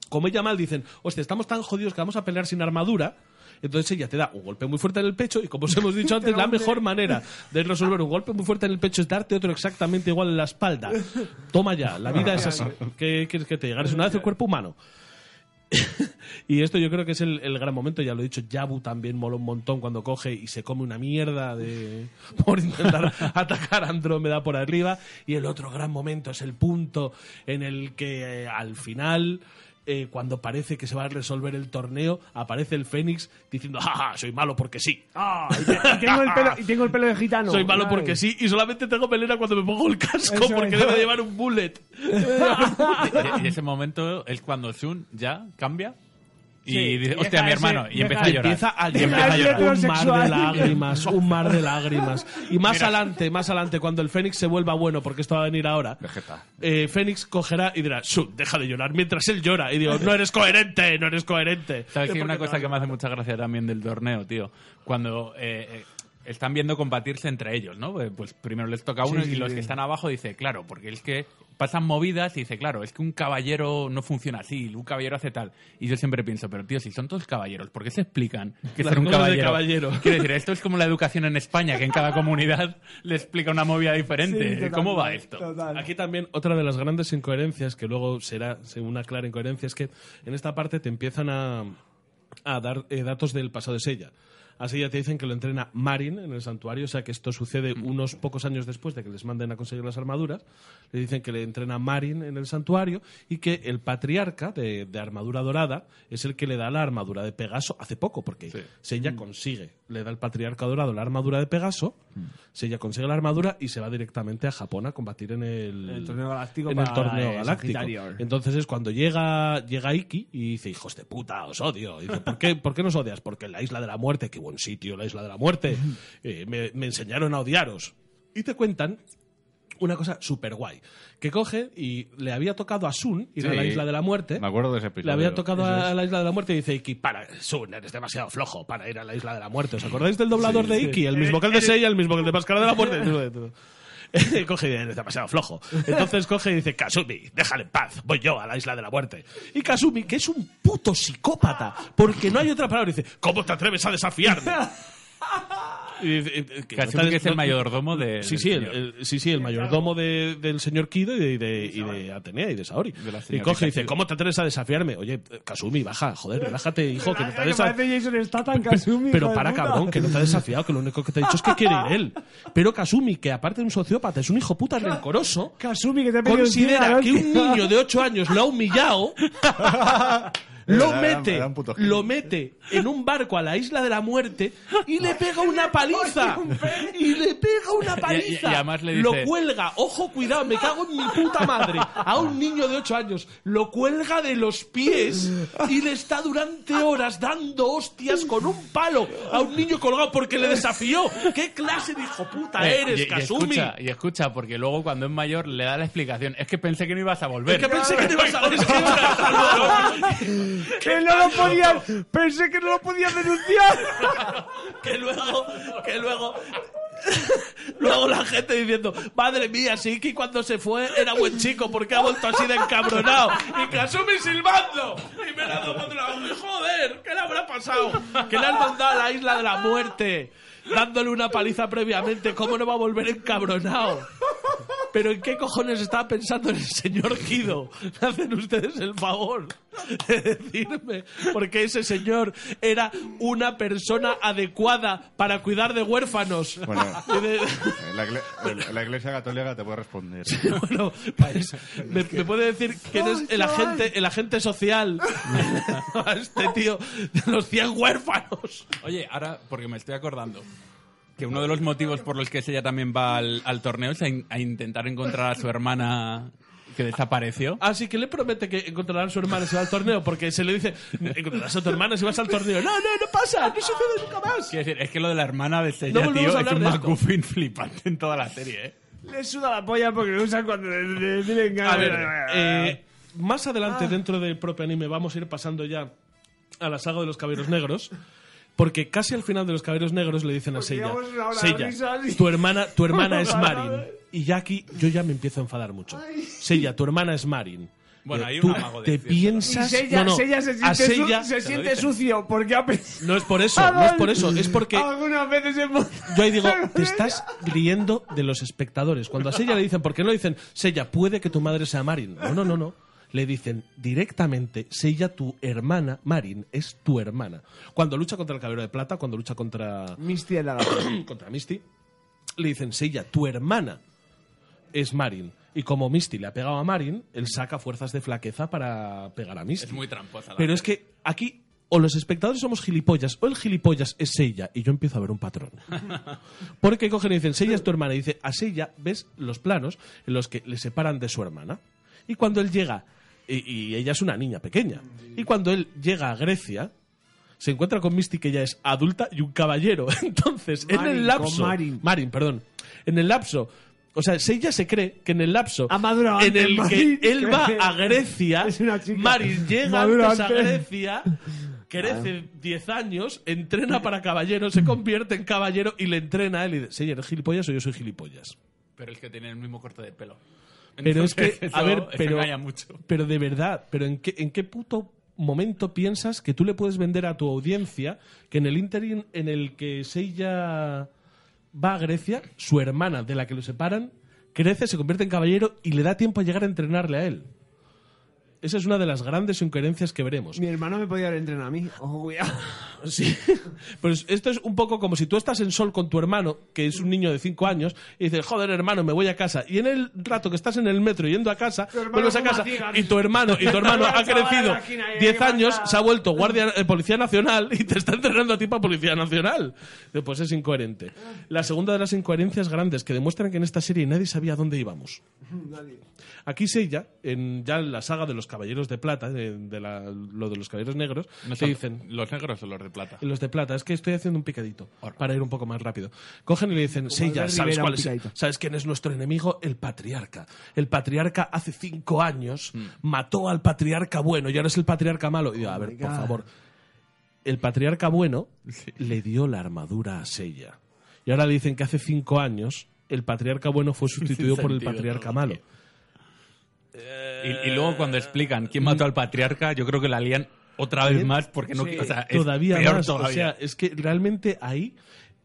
como ella mal dicen, hostia, estamos tan jodidos que vamos a pelear sin armadura. Entonces ella te da un golpe muy fuerte en el pecho y como os hemos dicho antes, la mejor manera de resolver un golpe muy fuerte en el pecho es darte otro exactamente igual en la espalda. Toma ya, la vida es así. ¿Qué quieres que te diga? Es una vez el cuerpo humano. Y esto yo creo que es el, el gran momento, ya lo he dicho, Yabu también mola un montón cuando coge y se come una mierda de, por intentar atacar a Andrómeda por arriba. Y el otro gran momento es el punto en el que eh, al final, eh, cuando parece que se va a resolver el torneo, aparece el Fénix diciendo, jaja, soy malo porque sí.
Ah, y, te- y tengo el pelo, y tengo el pelo de gitano.
Soy malo
Ay.
porque sí y solamente tengo pelea cuando me pongo el casco
Eso
porque
es.
debe llevar un bullet.
Y, y ese momento es cuando Shun ya cambia y
Sí,
dice,
deja
hostia, mi
ese-
hermano,
deja-
y empieza a llorar.
Empieza a
Y empieza
llorar.
a llorar.
Un mar de
Heterosexual.
lágrimas, un mar de lágrimas. Y más adelante, más adelante, cuando el Fénix se vuelva bueno, porque esto va a venir ahora,
Vegeta.
eh, Fénix cogerá y dirá, Sud, deja de llorar, mientras él llora. Y digo, no eres coherente, no eres coherente.
¿Sabes que hay
Porque
una cosa
no-
que me hace mucha gracia también del torneo, tío? Cuando eh, eh, están viendo combatirse entre ellos, ¿no? Eh, Pues primero les toca a uno
Sí,
y
sí,
los
sí.
que están abajo dice, claro, porque es que pasan movidas y dice, claro, es que un caballero no funciona así, un caballero hace tal. Y yo siempre pienso, pero tío, si son todos caballeros, ¿por qué se explican que
Las
son un
cosas de
caballero?
caballero.
Quiero decir, esto es como la educación en España, que en cada comunidad le explica una movida
Sí,
diferente.
total,
¿Cómo va esto?
total.
Aquí también otra de las grandes incoherencias, que luego será una clara incoherencia, es que en esta parte te empiezan a, a dar eh, datos del pasado de Sella. Así ya te dicen que lo entrena Marin en el santuario, o sea que esto sucede unos pocos años después de que les manden a conseguir las armaduras. Le dicen que le entrena Marin en el santuario y que el patriarca de, de armadura dorada es el que le da la armadura de Pegaso hace poco, porque
Sí.
Sella consigue, le da el patriarca dorado la armadura de Pegaso, Sella consigue la armadura y se va directamente a Japón a combatir en el,
En el torneo galáctico
en
para,
el torneo
eh,
galáctico.
Sagitario.
Entonces es cuando llega, llega Iki y dice, hijos de puta, os odio. Y dice, ¿Por, qué, ¿Por qué nos odias? Porque en la Isla de la Muerte, qué buen sitio, la Isla de la Muerte, eh, me, me enseñaron a odiaros. Y te cuentan una cosa súper guay. Que coge y le había tocado a Sun ir a
Sí.
la Isla de la Muerte.
Me acuerdo de ese episodio.
Le había tocado
Eso
a
es.
la Isla de la Muerte y dice Iki, para, Sun, eres demasiado flojo para ir a la Isla de la Muerte. ¿Os acordáis del doblador de Iki? El mismo que el de Seiya, el mismo que el de Máscara de la Muerte. coge y dice, eres demasiado flojo. Entonces coge y dice, Kasumi, déjale en paz, voy yo a la Isla de la Muerte. Y Kasumi, que es un puto psicópata, porque no hay otra palabra, dice, ¿cómo te atreves a desafiarme? Y dice, eh, eh,
Casi
no te-
que es el
no-
mayordomo de.
Sí
del
sí el,
señor.
el- sí, sí, el mayordomo de- del señor Kido y de, y de- y de Atenea y de Saori.
la
y
señorita
coge y dice,
Kido.
¿cómo te atreves a desafiarme? Oye, eh, Kasumi, baja, joder, relájate, hijo, que no te
Raja, que
atreves a...
parece Jason Statham, Kasumi, hijo
Pero
de
para,
puta.
cabrón, que no te ha desafiado, que lo único que te ha dicho es que quiere ir él. Pero Kasumi, que aparte de un sociópata, es un hijo puta rencoroso,
Kasumi, que te ha pedido
considera
encima,
que
¿no?
un niño de 8 años lo ha humillado, lo
Era- era-
mete,
era un puto genio.
lo mete en un barco a la isla de la muerte y le pega una paliza. Y le pega una paliza.
y además le
Lo
dice-
cuelga, ojo, cuidado, me cago en mi puta madre. A un niño de 8 años lo cuelga de los pies y le está durante horas dando hostias con un palo a un niño colgado porque le desafió. ¿Qué clase de hijo puta
Eh,
eres,
y, y
Kasumi?
escucha, y escucha, porque luego cuando es mayor le da la explicación. Es que pensé que no ibas a volver.
Es que pensé que te ibas a es que no era tan bueno.
Que no lo podían. Pensé que no lo podían denunciar.
que luego, que luego. Luego la gente diciendo, madre mía, si que cuando se fue era buen chico, ¿por qué ha vuelto así de encabronado? Y Kasumi silbando. Y me la ha dado contra la boca. Joder, ¿qué le habrá pasado? Que le han mandado a la isla de la muerte, dándole una paliza previamente. ¿Cómo no va a volver encabronado? Pero ¿en qué cojones estaba pensando el señor Guido? ¿Me hacen ustedes el favor de decirme? Porque ese señor era una persona adecuada para cuidar de huérfanos.
Bueno.
Y de-
Eh, La, igle- la iglesia católica te puede responder.
Bueno, pues, me, me puede decir que eres el agente, el agente social a este tío de los 100 huérfanos.
Oye, ahora, porque me estoy acordando, que uno de los motivos por los que ella también va al, al torneo es a, in- a intentar encontrar a su hermana que desapareció.
Así que le promete que encontrará a su hermana si va al torneo, porque se le dice, encontrarás a tu hermana si vas al torneo. No, no, no pasa, no sucede nunca más.
Quiero decir, es que lo de la hermana de
No
Sella,
volvemos
tío,
a
es
hablar
un
de esto.
McGuffin flipante en toda la serie, ¿eh?
Le suda la polla porque lo usan cuando le, le- "Ah, le tienen ganas.
A ver, eh, más adelante
Ah.
dentro del propio anime vamos a ir pasando ya a la saga de los Caballeros Negros. Porque casi al final de los Caballeros Negros le dicen a Seiya,
llevamos una hora de
Seiya,
risas y-
tu hermana, tu hermana es
Una hora
Marin.
de-
Y ya aquí yo ya me empiezo a enfadar mucho. Seiya, tu hermana es Marin.
Bueno,
Eh,
hay un
tú
amago de
te
cierto.
Y
piensas...
Sella,
no, no,
Sella se
a
siente, su-
Seiya-
se siente Ah, sucio porque ha pensado.
No es por eso, no es por eso, es porque...
Algunas veces hemos.
Yo ahí digo, te estás riendo de los espectadores. Cuando a Sella le dicen, ¿por qué no le dicen, Sella, puede que tu madre sea Marin? No, no, no, no. Le dicen directamente, Sella, tu hermana, Marin, es tu hermana. Cuando lucha contra el Caballero de Plata, cuando lucha contra,
Misty en la
contra Misty, le dicen, Sella, tu hermana es Marin. Y como Misty le ha pegado a Marin, él saca fuerzas de flaqueza para pegar a Misty.
Es muy tramposa. la
Pero
verdad.
es que aquí o los espectadores somos gilipollas o el gilipollas es Seiya y yo empiezo a ver un patrón. Porque cogen y dicen, Seiya es tu hermana. Y dice, a Seiya ves los planos en los que le separan de su hermana. Y cuando él llega, y, y ella es una niña pequeña, y cuando él llega a Grecia, se encuentra con Misty que ya es adulta y un caballero. Entonces, en
Marin,
el
con
lapso...
Marin.
perdón. En el lapso... O sea, Seiya se cree que en el lapso
Ha madurado
en
antes,
el
Marin.
que él va a Grecia,
Es una chica.
Marin llega
Madura
antes a
antes.
Grecia Grecia, crece 10 años, entrena para caballero, se convierte en caballero y le entrena a él y dice, "Señor, ¿eres gilipollas o yo soy gilipollas?
Pero es que tiene el mismo corte de pelo.
Pero es que,
Entonces,
a
eso-
ver,
eso
pero,
engaña mucho.
pero de verdad, pero ¿en qué, ¿en qué puto momento piensas que tú le puedes vender a tu audiencia que en el interim en el que Seiya va a Grecia, su hermana, de la que lo separan, crece, se convierte en caballero y le da tiempo a llegar a entrenarle a él? Esa es una de las grandes incoherencias que veremos.
Mi hermano me podía haber entrenado a mí. Ojo, cuidado.
Sí. Pues esto es un poco como si tú estás en sol con tu hermano, que es un niño de 5 años, y dices, joder, hermano, me voy a casa. Y en el rato que estás en el metro yendo a casa,
hermano
vuelves a
fuma
casa
cigarros.
y tu hermano, y tu hermano ha
Chaval,
crecido
la esquina ahí,
10
ahí,
años,
banda.
se ha vuelto guardia eh, policía nacional y te está entrenando a ti para policía nacional. Digo, Pues es incoherente. La segunda de las incoherencias grandes que demuestran que en esta serie nadie sabía a dónde íbamos. Aquí Seiya, en ya en la saga de los Caballeros de Plata, de, de la- lo de los Caballeros Negros,
No
te
son-
dicen
¿Los negros o los de de plata.
Los de plata, es que estoy haciendo un picadito para ir un poco más rápido. Cogen y le dicen, Seiya,
Albert
¿sabes,
Rivera,
cuál
un
es,
picadito".
¿sabes quién es nuestro enemigo? El patriarca. El patriarca hace cinco años
Mm.
mató al patriarca bueno y ahora es el patriarca malo. Y yo, a ver, por favor. El patriarca bueno le dio la armadura a Seiya. Y ahora le dicen que hace cinco años el patriarca bueno fue sustituido por el
sentido,
patriarca
todo.
malo.
Y, y luego cuando
Eh,
explican quién mató al patriarca, yo creo que la lían otra vez más porque no...
Sí.
o sea, es
todavía
peor
más.
todavía.
O sea, es que realmente ahí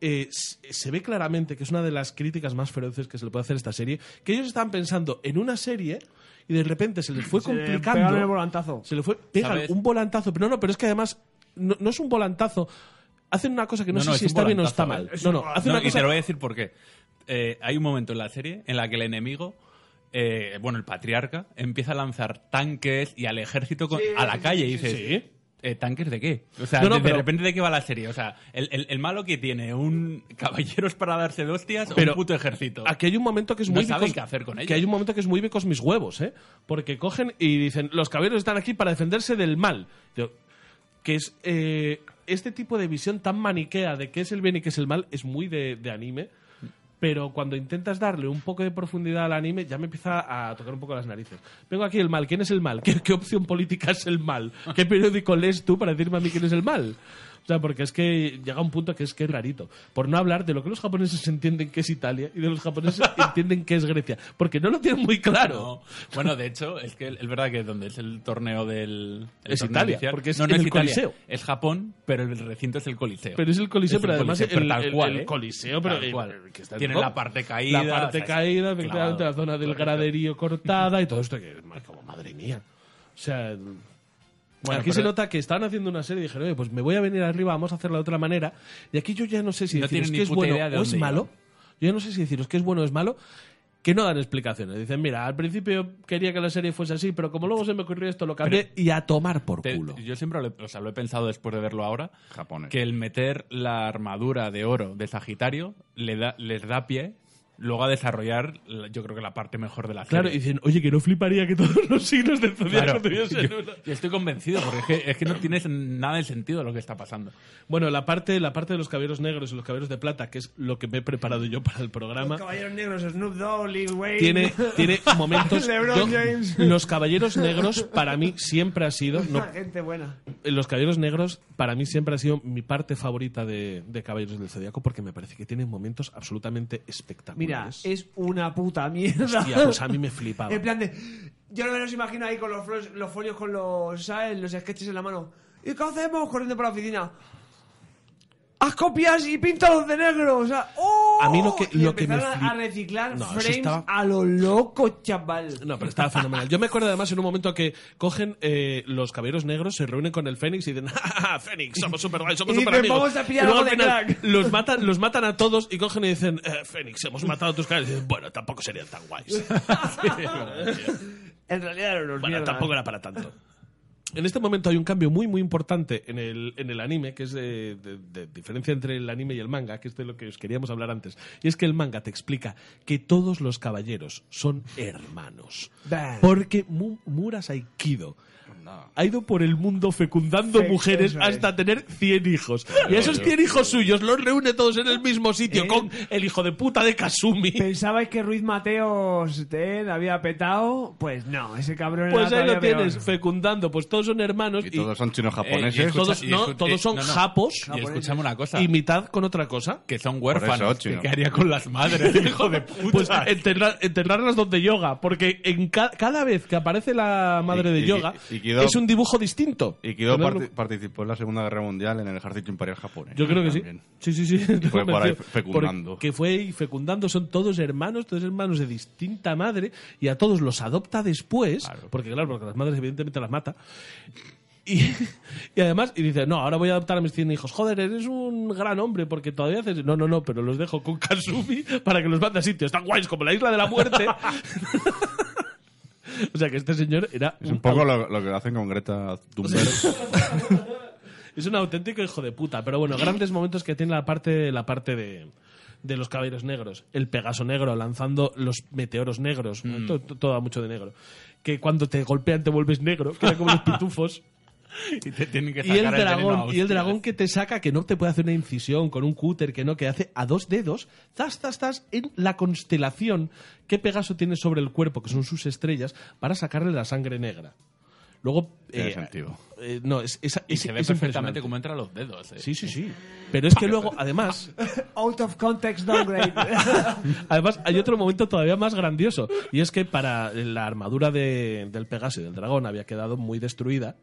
eh, s- se ve claramente que es una de las críticas más feroces que se le puede hacer a esta serie. Que ellos estaban pensando en una serie y de repente se les fue
le
complicando.
pegaron el volantazo.
Se le fue. Pegan
¿Sabes?
un volantazo. Pero no, no, pero es que además no, no es un volantazo. Hacen una cosa que no,
No,
sé
no, es
si
un
está bien o
volantazo,
está mal.
es
No, no, hacen
No,
una
y te
cosa.
lo voy a decir por qué. Eh, hay un momento en la serie en la que el enemigo, eh, bueno, el patriarca, empieza a lanzar tanques y al ejército con- a la calle y dices,
sí.
"Eh, ¿tanques de qué? O sea,
No, no,
de, de
pero-
repente de qué va la serie. O sea, el, el- el malo que tiene un caballeros para darse de hostias o
Pero
un puto ejército.
Aquí hay un momento que es
No
muy
saben
becos-
qué hacer con
que
ello.
hay un momento que es muy becos mis huevos, ¿eh? Porque cogen y dicen, los caballeros están aquí para defenderse del mal. Yo- que es eh, este tipo de visión tan maniquea de qué es el bien y qué es el mal es muy de, de anime. Pero cuando intentas darle un poco de profundidad al anime, ya me empieza a tocar un poco las narices. Vengo aquí el mal, ¿quién es el mal? ¿Qué, qué opción política es el mal? ¿Qué periódico lees tú para decirme a mí quién es el mal? O sea, porque es que llega un punto que es que es rarito. Por no hablar de lo que los japoneses entienden que es Italia y de los japoneses entienden que es Grecia. Porque no lo tienen muy claro.
No. Bueno, de hecho, es que es verdad que donde es el torneo del. el
Es
torneo
Italia,
inicial-
porque es
no, no
en
es
el
Italia,
Coliseo.
Es Japón, pero el recinto es el Coliseo.
Pero es el coliseo,
Es
pero además
Coliseo, pero
el,
tal
el-
cual,
el
¿eh?
coliseo, pero
Tal
el-
cual.
el que está en
Tiene
Roma.
la parte caída.
La parte
o sea, es
caída,
clavado.
efectivamente, la zona del
Correcto.
graderío cortada y todo esto que es como, madre mía. O sea,
Bueno,
aquí se
pero-
nota que estaban haciendo una serie y dijeron, oye, pues me voy a venir arriba, vamos a hacerla de otra manera. Y aquí yo ya no sé si
No
deciros
tienen
que
ni
es
puta
bueno
idea de
o es
dónde
malo. Yo ya no sé si deciros que es bueno o es malo. Que no dan explicaciones. Dicen, mira, al principio quería que la serie fuese así, pero como luego se me ocurrió esto, lo cambié y a tomar por
Te-
culo.
yo siempre lo, he- o sea, lo he pensado después de verlo ahora.
Japones.
Que el meter la armadura de oro de Sagitario le da, les da pie luego a desarrollar, la- yo creo que la parte mejor de la
Claro, y
serie.
dicen, oye, que no fliparía que todos los signos del zodiaco
Claro,
tuviesen
yo,
una-
yo estoy convencido, porque es que, es que no tienes nada de sentido lo que está pasando.
Bueno, la parte, la parte de los caballeros negros y los caballeros de plata, que es lo que me he preparado yo para el programa,
Caballeros Negros, Snoop Dogg, Lil Wayne.
tiene, tiene momentos.
LeBron
yo-
James.
los caballeros negros para mí siempre ha sido. no,
Una gente buena.
los caballeros negros para mí siempre ha sido mi parte favorita de, de Caballeros del Zodiaco porque me parece que tienen momentos absolutamente
Mira,
espectaculares.
es una puta mierda.
Hostia, pues a mí me flipaba.
En plan de. Yo no me los imagino ahí con los, folios- los folios, con los. ¿Sabes? Los sketches en la mano. ¿Y qué hacemos? Corriendo por la oficina. Haz copias y píntalos de negro. O sea, ¡oh!
A mí lo que-
Y
lo que me
empezaron
flip-
a reciclar
No, eso
frames
estaba-
a lo loco, chaval.
No, pero estaba fenomenal. Yo me acuerdo además en un momento que cogen eh, los caballeros negros, se reúnen con el Fénix y dicen, ¡Ja, ja, ja, Fénix, somos super guay, somos
Y
super
dicen,
amigos.
"Vamos a pillar
Y luego
algo
al
de
final
crack.
Los matan, los matan a todos y cogen y dicen, "Eh, Fénix, hemos matado a tus caballeros. Y dicen, bueno, tampoco serían tan guays.
En realidad eran unos
Bueno,
mierdas.
tampoco era para tanto. En este momento hay un cambio muy, muy importante en el, en el anime, que es de, de- de diferencia entre el anime y el manga, que es de lo que os queríamos hablar antes. Y es que el manga te explica que todos los caballeros son hermanos.
Bah.
Porque Mu- Muras Aikido ha ido por el mundo fecundando
Fe-
mujeres
eso es.
hasta tener 100 hijos. Y a esos 100 hijos suyos los reúne todos en el mismo sitio
¿Eh?
con el hijo de puta de Kasumi.
¿Pensabais que Ruiz Mateos te había petado? Pues no, ese cabrón
Pues
era
ahí lo
todavía peor.
tienes, fecundando. Pues todos son hermanos
Y
y,
todos son chinos
Eh, y
japoneses.
escucha-
Todos-
y
no,
escu-
todos
eh,
son
no, no.
japos.
Y escuchame una cosa.
y mitad con otra cosa.
que son
Por
huérfanos.
eso, chino.
¿Qué haría con las madres, hijo de puta?
Pues enterrar- enterrarlas donde yoga, porque en ca- cada vez que aparece la madre de
Y- y-
yoga
y quedó-
es un dibujo distinto.
Ikido
Que no es lo-
parti- participó en la Segunda Guerra Mundial en el ejército imperial japonés.
Yo creo que sí.
También.
Sí, sí, sí.
fue por ahí fecundando.
Que fue ahí fecundando, son todos hermanos, todos hermanos de distinta madre, y a todos los adopta después, porque claro, porque las madres evidentemente las mata. Y, y además, y dice, no, ahora voy a adoptar a mis 100 hijos. Joder, eres un gran hombre porque todavía haces... No, no, no, pero los dejo con Kasumi para que los mande a sitios tan guays como la Isla de la Muerte. o sea que este señor era...
Es un poco lo, lo que hacen con Greta Thunberg.
Es un auténtico hijo de puta. Pero bueno, grandes momentos que tiene la parte, la parte de, de los caballeros negros. El Pegaso negro lanzando los meteoros negros.
Mm.
To- to- Todo, da mucho de negro. Que cuando te golpean te vuelves negro, que era como los pitufos.
Y te tienen que
Y
sacar
el
el veneno
dragón, y
a
el
hostias.
dragón que te saca, que no te puede hacer una incisión con un cúter, que no, que hace a dos dedos, zas, zas, zas, en la constelación que Pegaso tiene sobre el cuerpo, que son sus estrellas, para sacarle la sangre negra. Luego.
Tiene sentido.
eh, no, es, es,
Y
es-
se ve
es impresionante.
perfectamente cómo entran los dedos. eh.
Sí, sí, sí. Pero es que luego, además,
Out of context downgrade.
además, hay otro momento todavía más grandioso. Y es que para la armadura de- del Pegaso y del dragón había quedado muy destruida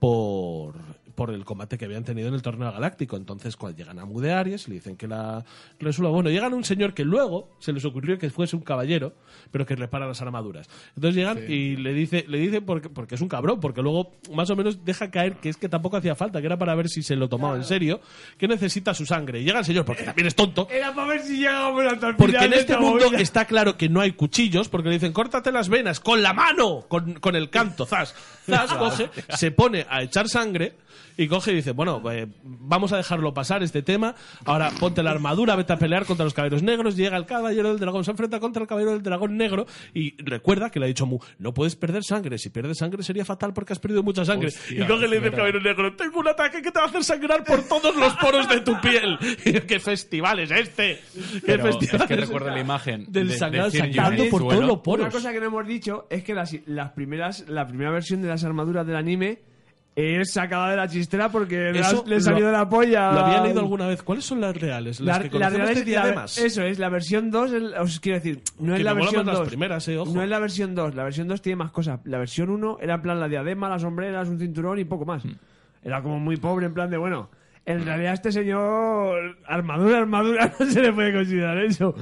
por, por el combate que habían tenido en el torneo galáctico. Entonces, cuando llegan a Mude Aries, le dicen que la resuelva. Bueno, llegan a un señor que luego se les ocurrió que fuese un caballero, pero que repara las armaduras. Entonces llegan y le dice, le dice porque, porque es un cabrón, porque luego más o menos deja caer que es que tampoco hacía falta, que era para ver si se lo tomaba en serio, que necesita su sangre. Y llega el señor, porque también es tonto,
Era para ver si llegábamos hasta el
porque
final
en
de
este
esta
mundo
movida.
está claro que no hay cuchillos, porque le dicen, córtate las venas con la mano, con, con el canto, zas. Zas coge, se pone a echar sangre y coge y dice, bueno, eh, vamos a dejarlo pasar este tema, ahora ponte la armadura, vete a pelear contra los caballeros negros, llega el caballero del dragón, se enfrenta contra el caballero del dragón negro y recuerda que le ha dicho Mu, no puedes perder sangre, si pierdes sangre sería fatal porque has perdido mucha sangre.
Hostia,
y coge y le
es
dice al
verdad.
caballero negro, tengo un ataque que te va a hacer sangrar por todos los poros de tu piel. Y yo, ¿Qué festival es este? ¿Qué
Pero es
festival
que
es
recuerdo
este?
la imagen
del
de- de
sangrado
Sir Eugene
saltando
en el
por todos
suelo.
los
Una
poros.
cosa que no hemos dicho es que las, las primeras, la primera versión de las armaduras del anime es sacada de la chistera porque le
Eso
has- le salió de la polla.
Lo había leído alguna vez. ¿Cuáles son las reales? Las que conocemos este
real
de
es- la-
diademas.
eso es, la versión 2, el- os quiero decir, no es
Que
la
me molan
versión
más las
2.
primeras, eh, ojo.
No es la versión 2, la versión 2 tiene más cosas. La versión 1 era en plan la diadema, las sombreras, un cinturón y poco más. Era como muy pobre, en plan de, bueno, en realidad este señor, armadura, armadura, no se le puede considerar eso.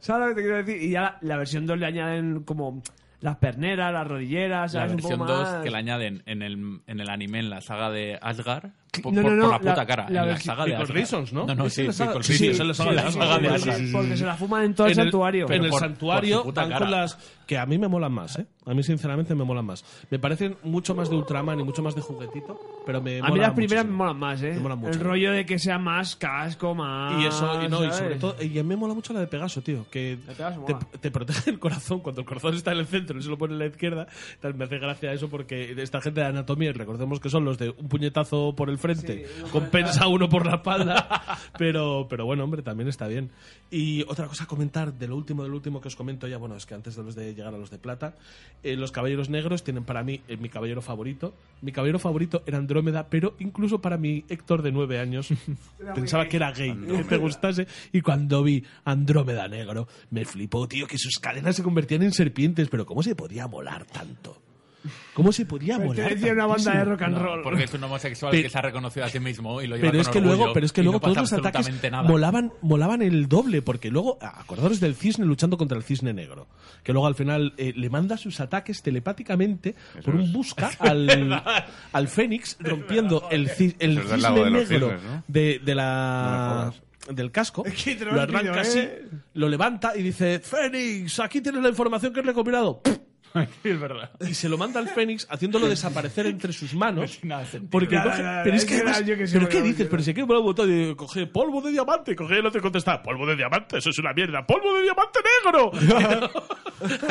¿Sabes lo que te quiero decir? Y ya la, la versión 2 le añaden como las perneras, las rodilleras,
La
¿sabes? Un poco
versión 2
más.
que le añaden en el, en el anime, en la saga de Asgard, por,
No, no,
por- por
no,
la puta
la-
cara.
la
en la
versi-
saga de
Pickle
Asgard.
Reasons, ¿no?
No, no,
Es
sí,
en la saga-
Pickle
sí, sí,
Reasons.
es en la
Sí,
saga de
la
Asgard.
saga de
Sí, sí, sí,
Asgard,
sí.
Porque se la fuman en todo el
En
santuario.
En
Pero
el
por- por
santuario
su puta
van
cara.
con las que a mí me molan más, ¿eh? A mí sinceramente me molan más. Me parecen mucho más de Ultraman y mucho más de juguetito, pero me
A mí
molan
las primeras me
muchísimo.
molan más, ¿eh?
Me molan mucho.
El rollo de que sea más casco, más.
Y eso,
Ah,
y no, y sobre
¿sabes?
todo, y a mí me mola mucho la de Pegaso, tío, que
de Pegaso
te,
mola.
te protege el corazón cuando el corazón está en el centro y se lo pone en la izquierda. Tal, me hace gracia eso porque esta gente de anatomía, y recordemos que son los de un puñetazo por el frente, compensa uno por la espalda, pero, pero bueno, hombre, también está bien. Y otra cosa a comentar, de lo último, del último que os comento ya, bueno, es que antes de los de llegar a los de plata, eh, los caballeros negros tienen para mí eh, mi caballero favorito. Mi caballero favorito era Andrómeda, pero incluso para mi Héctor de nueve años pensaba que era gay, que te gustase. Y cuando vi Andrómeda Negro, me flipó, tío, que sus cadenas se convertían en serpientes. Pero ¿cómo se podía molar tanto? ¿Cómo se podía molar?
Pertenecía a una banda de
tantísimo?
rock and roll.
Porque es un homosexual
Pero-
que se ha reconocido a sí mismo y lo lleva
pero es
con
que
orgullo
luego pero es que
y
luego
no pasa
todos los ataques
absolutamente nada.
molaban molaban el doble porque luego a- acordaros del cisne luchando contra el cisne negro que luego al final eh, le manda sus ataques telepáticamente por un busca al, al fénix rompiendo el, ci- el
Eso es del lago
cisne
de los
negro
cisnes, ¿no?
de, de
No me
la
jodas.
del casco
Qué
lo arranca
tronquillo,
así
¿eh?
lo levanta y dice fénix aquí tienes la información que he recopilado
es verdad.
y se lo manda al Fénix haciéndolo desaparecer entre sus manos.
tiene nada de sentido.
Porque
Nada,
coge-
nada,
pero es
es
que
que era
además-
yo que sí
¿pero
me
qué
acabo de
dices? Pero si aquí me lo botón y coge polvo de diamante, coge y el otro contesta, polvo de diamante, eso es una mierda, polvo de diamante negro.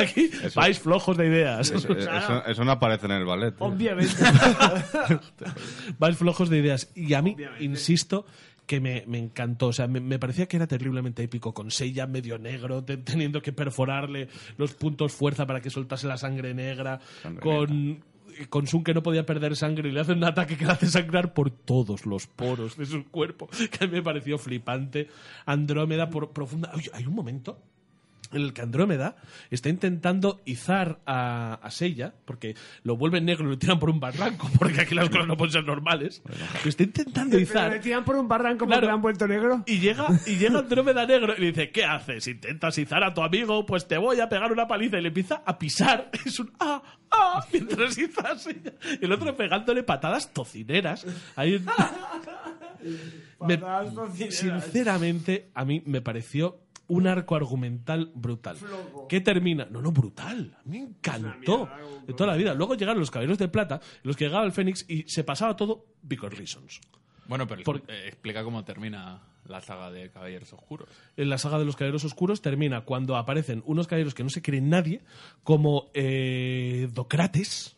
aquí vais flojos de ideas.
Eso, eso- eso no aparece en el ballet. tío.
Obviamente.
vais flojos de ideas. Y a mí, insisto, que me, me encantó. O sea, me, me parecía que era terriblemente épico, con Seiya medio negro, te- teniendo que perforarle los puntos fuerza para que soltase la sangre negra,
Sangre
con, con Sun que no podía perder sangre y le hace un ataque que le hace sangrar por todos los poros de su cuerpo, que a mí me pareció flipante. Andrómeda por profunda... Oye, hay un momento en el que Andrómeda está intentando izar a, a Seiya, porque lo vuelven negro y lo tiran por un barranco, porque aquí las cosas no pueden ser normales. Lo está intentando
Pero le
izar.
tiran por un barranco
Claro.
porque le han vuelto negro.
Y llega, y llega Andrómeda negro y le dice, ¿qué haces? ¿Intentas izar a tu amigo? Pues te voy a pegar una paliza. Y le empieza a pisar. Es un ah, ah, mientras iza a Seiya. Y el otro pegándole patadas tocineras. Ahí en- Me-
Patadas tocineras.
sinceramente, a mí me pareció un arco argumental brutal. ¿Qué termina? No, no, brutal. Me encantó. De toda la vida. Luego llegaron los caballeros de plata, los que llegaba el Fénix y se pasaba todo because reasons.
Bueno, pero
Por-
eh, explica cómo termina la saga de Caballeros Oscuros.
en la saga de los Caballeros Oscuros termina cuando aparecen unos caballeros que no se creen nadie, como eh, Docrates.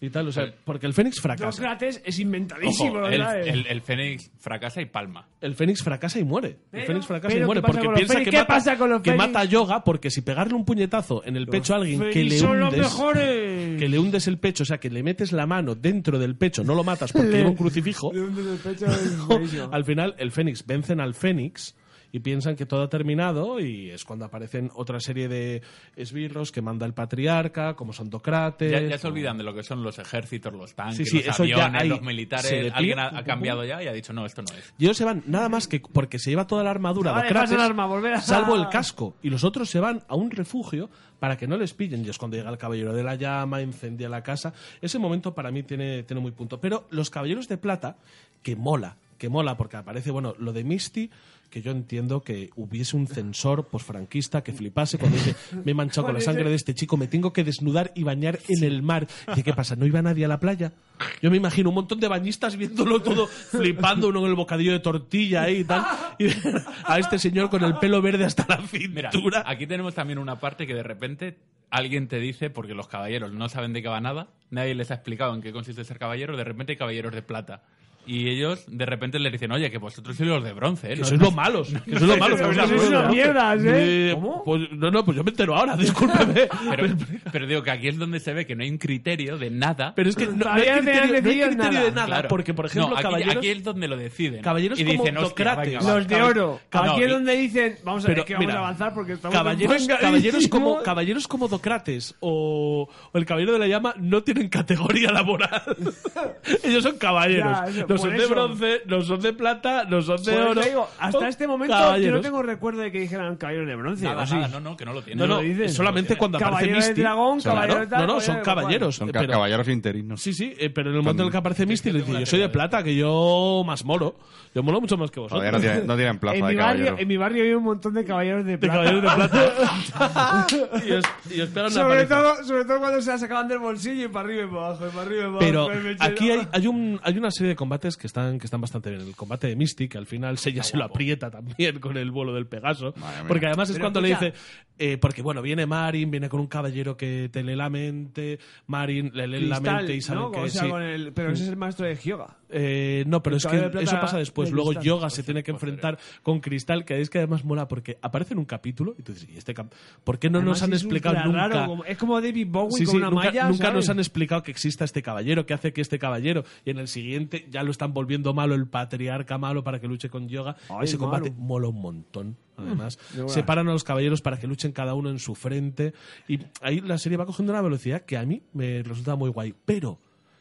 y tal. O sea, porque el Fénix fracasa.
Sócrates es inventadísimo,
Ojo,
la
el,
verdad, eh.
el- el Fénix fracasa y palma.
El Fénix fracasa y muere. el
Pero-
Fénix fracasa y
pero
muere
¿qué pasa
porque
con los
piensa
Fénix?
que,
¿Qué
mata,
pasa con los
que
Fénix?
mata a Yoga porque si pegarle un puñetazo en el pecho a alguien que
Fénix
le
son los
hundes,
mejores.
que le hundes el pecho, o sea, que le metes la mano dentro del pecho, no lo matas porque lleva un crucifijo.
Le hundes el pecho al bello.
al final el Fénix vencen al Fénix y piensan que todo ha terminado y es cuando aparecen otra serie de esbirros que manda el patriarca, como Santocrates.
Ya, ya se olvidan de lo que son los ejércitos, los tanques,
Sí, sí,
los
eso ya
aviones,
hay-
los
se le
militares.
pide-
Alguien ha,
pum,
ha
pum,
cambiado ya y ha dicho, no, esto no es.
Y ellos se van nada más que porque se lleva toda la armadura
Vale,
de Kratos,
pasa el arma, volver a-
salvo el casco. Y los otros se van a un refugio para que no les pillen. Y es cuando llega el caballero de la llama, incendia la casa. Ese momento para mí tiene, tiene muy punto. Pero los caballeros de plata, que mola, que mola, porque aparece, bueno, lo de Misty, que yo entiendo que hubiese un censor posfranquista que flipase cuando dice, me he manchado con la sangre de este chico, me tengo que desnudar y bañar en el mar. Dice, ¿qué pasa? ¿No iba nadie a la playa? Yo me imagino un montón de bañistas viéndolo todo, flipando uno con el bocadillo de tortilla ahí y tal. Y ver a este señor con el pelo verde hasta la
Mira,
cintura.
aquí tenemos también una parte que de repente alguien te dice, porque los caballeros no saben de qué va nada, nadie les ha explicado en qué consiste ser caballero, de repente hay caballeros de plata. Y ellos de repente les dicen, oye, que vosotros sois los de bronce, ¿eh?
Que
No-
sois los malos. Que sois los malos.
Pero
que
sois
los
unos
malos.
mierdas, ¿eh? ¿Cómo?
Pues, no, no, pues yo me entero ahora, discúlpeme.
pero, pero digo que aquí es donde se ve que no hay un criterio de nada.
Pero es que no, no hay
Todavía no te han
criterio, no hay
decidido
criterio
nada.
de nada,
Ah, Claro.
porque, por ejemplo,
No, aquí,
caballeros...
aquí es donde lo deciden.
Caballeros
y
como
dicen, "Hostia,
Sócrates".
venga, va".
Los de oro.
Cabe-
Aquí
no,
es
y-
donde dicen. Vamos a ver,
Pero,
que vamos
mira,
a avanzar porque estamos.
Caballeros,
enfangadísimos.
caballeros, como, caballeros como Docrates o, o el Caballero de la Llama no tienen categoría laboral. Ellos son caballeros.
Ya, eso,
no
por
son de
eso.
bronce, no son de plata, no son de
Por eso
oro.
digo,
Son
hasta este momento yo
caballeros.
no tengo recuerdo de que dijeran caballero de bronce.
Nada,
¿o sí?
nada, no, no, que no lo tienen.
No, no,
lo dicen.
solamente cuando aparece
Caballero de
Misty.
dragón,
Claro,
caballero de tal, pues,
No, no, son
caballero de
caballeros.
Son ca-
pero-
caballeros interinos.
Sí, sí, eh, pero en el momento en el que aparece Misty le
tengo
dice,
una
yo soy de
teoría de-
plata, que yo más moro. Yo molo mucho más que vosotros.
Todavía no tienen, no tienen plaza
En mi,
de caballero.
barrio, en mi barrio había un montón de caballeros de
De
plata.
caballeros de plata. y, os, y os pegan una
sobre,
paliza.
todo, sobre todo cuando se la sacaban del bolsillo y para arriba y para abajo, y para arriba y para
Pero
abajo, y me
aquí hay,
llenaba.
hay, un, hay una serie de combates que están, que están bastante bien. El combate de Mystic, al final Sella se lo aprieta también con el vuelo del Pegaso.
Madre mía.
Porque además es
Pero
cuando le
escucha.
dice. eh, porque bueno, viene Marin, viene con un caballero que te lee la mente. Marin le lee la
Cristal,
mente y sabe
¿no?
que
O sea,
sí.
con el- pero ese es el maestro de Hyoga.
Eh, no, pero
El
es que
Caballero de
eso
Plata
pasa después.
de
Luego
Cristal.
Yoga se tiene que enfrentar con Cristal, que es que además mola porque aparece en un capítulo y tú dices, ¿y este cap- ¿Por qué no
Además,
nos han
es
explicado
ultra
nunca?
raro, como- es como David Bowie
Sí,
con
sí,
una
nunca,
malla.
nunca
¿sabes?
nos han explicado que exista este caballero, que hace que este caballero, y en el siguiente ya lo están volviendo malo el patriarca malo para que luche con yoga.
Ay,
Ese combate
malo. Mm,
mola un montón, además.
de verdad.
Separan a los caballeros para que luchen cada uno en su frente. Y ahí la serie va cogiendo una velocidad que a mí me resulta muy guay, pero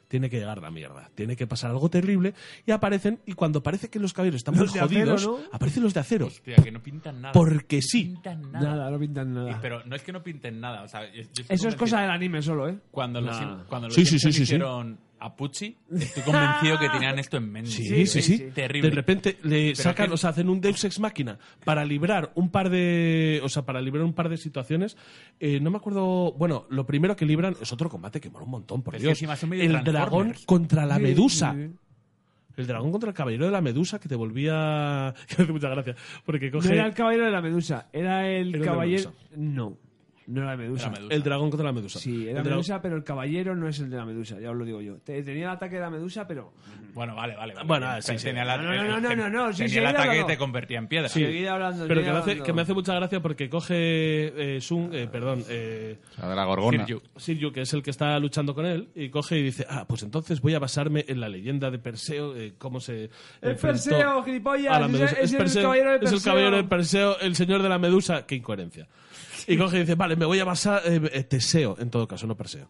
tiene que llegar la mierda, tiene que pasar algo terrible y aparecen y cuando parece que los caballeros están
Los
muy
de acero,
jodidos,
¿no? Pues,
aparecen los de acero.
Hostia, que no pintan nada.
Porque
No
sí.
pintan nada.
Nada, no pintan nada.
Y- Pero no es que no pinten nada. o sea, yo- yo estoy
Eso es
convencido.
cosa del anime solo, ¿eh?
Cuando los,
Nah.
Sim- cuando los
Sí, sí,
Simpsons
sí, sí, sí.
hicieron a Pucci, estoy convencido que tenían esto en mente.
Sí, sí, sí.
sí.
Terrible.
De repente le sacan,
que-
o sea, hacen un Deus Ex Máquina para librar un par de, o sea, para librar un par de situaciones. Eh, no me acuerdo, bueno, lo primero que libran es otro combate que mola un montón, por
Pero es que
Dios.
encima son medio
el dragón
Transformers.
contra la
Sí,
medusa.
sí, sí.
El dragón contra el caballero de la medusa que te volvía, que me hace mucha gracia, porque
No
coge
era el caballero de la medusa, era el
Era de la
caballero. No, no era la medusa.
Era medusa.
el dragón contra la medusa.
Sí,
El
era
dragón-
medusa, pero el caballero no es el de la medusa, ya os lo digo yo. Te- Tenía el ataque de la medusa, pero.
Bueno, vale, vale. vale.
Bueno, sí, sí.
Tenía la- eh,
No, no, no, no, no, no, sí,
tenía
sí,
el
era
ataque que
todo.
te convertía en piedra.
Sí.
Seguid hablando,
Pero
seguid
que me, hace,
hablando.
que me hace mucha gracia porque coge eh, Sun, eh, perdón, eh,
La de la gorgona.
Sir Yu.
Siryu, que es el que está luchando con él, y coge y dice, ah, pues entonces voy a basarme en la leyenda de Perseo, eh, cómo se... enfrentó
Perseo, gilipollas,
a la
es-
medusa.
es el caballero de
es el
Perseo.
caballero de Perseo, el señor de la medusa, qué incoherencia. Y coge y dice, vale, me voy a basar, eh, eh, Teseo, en todo caso, no Perseo.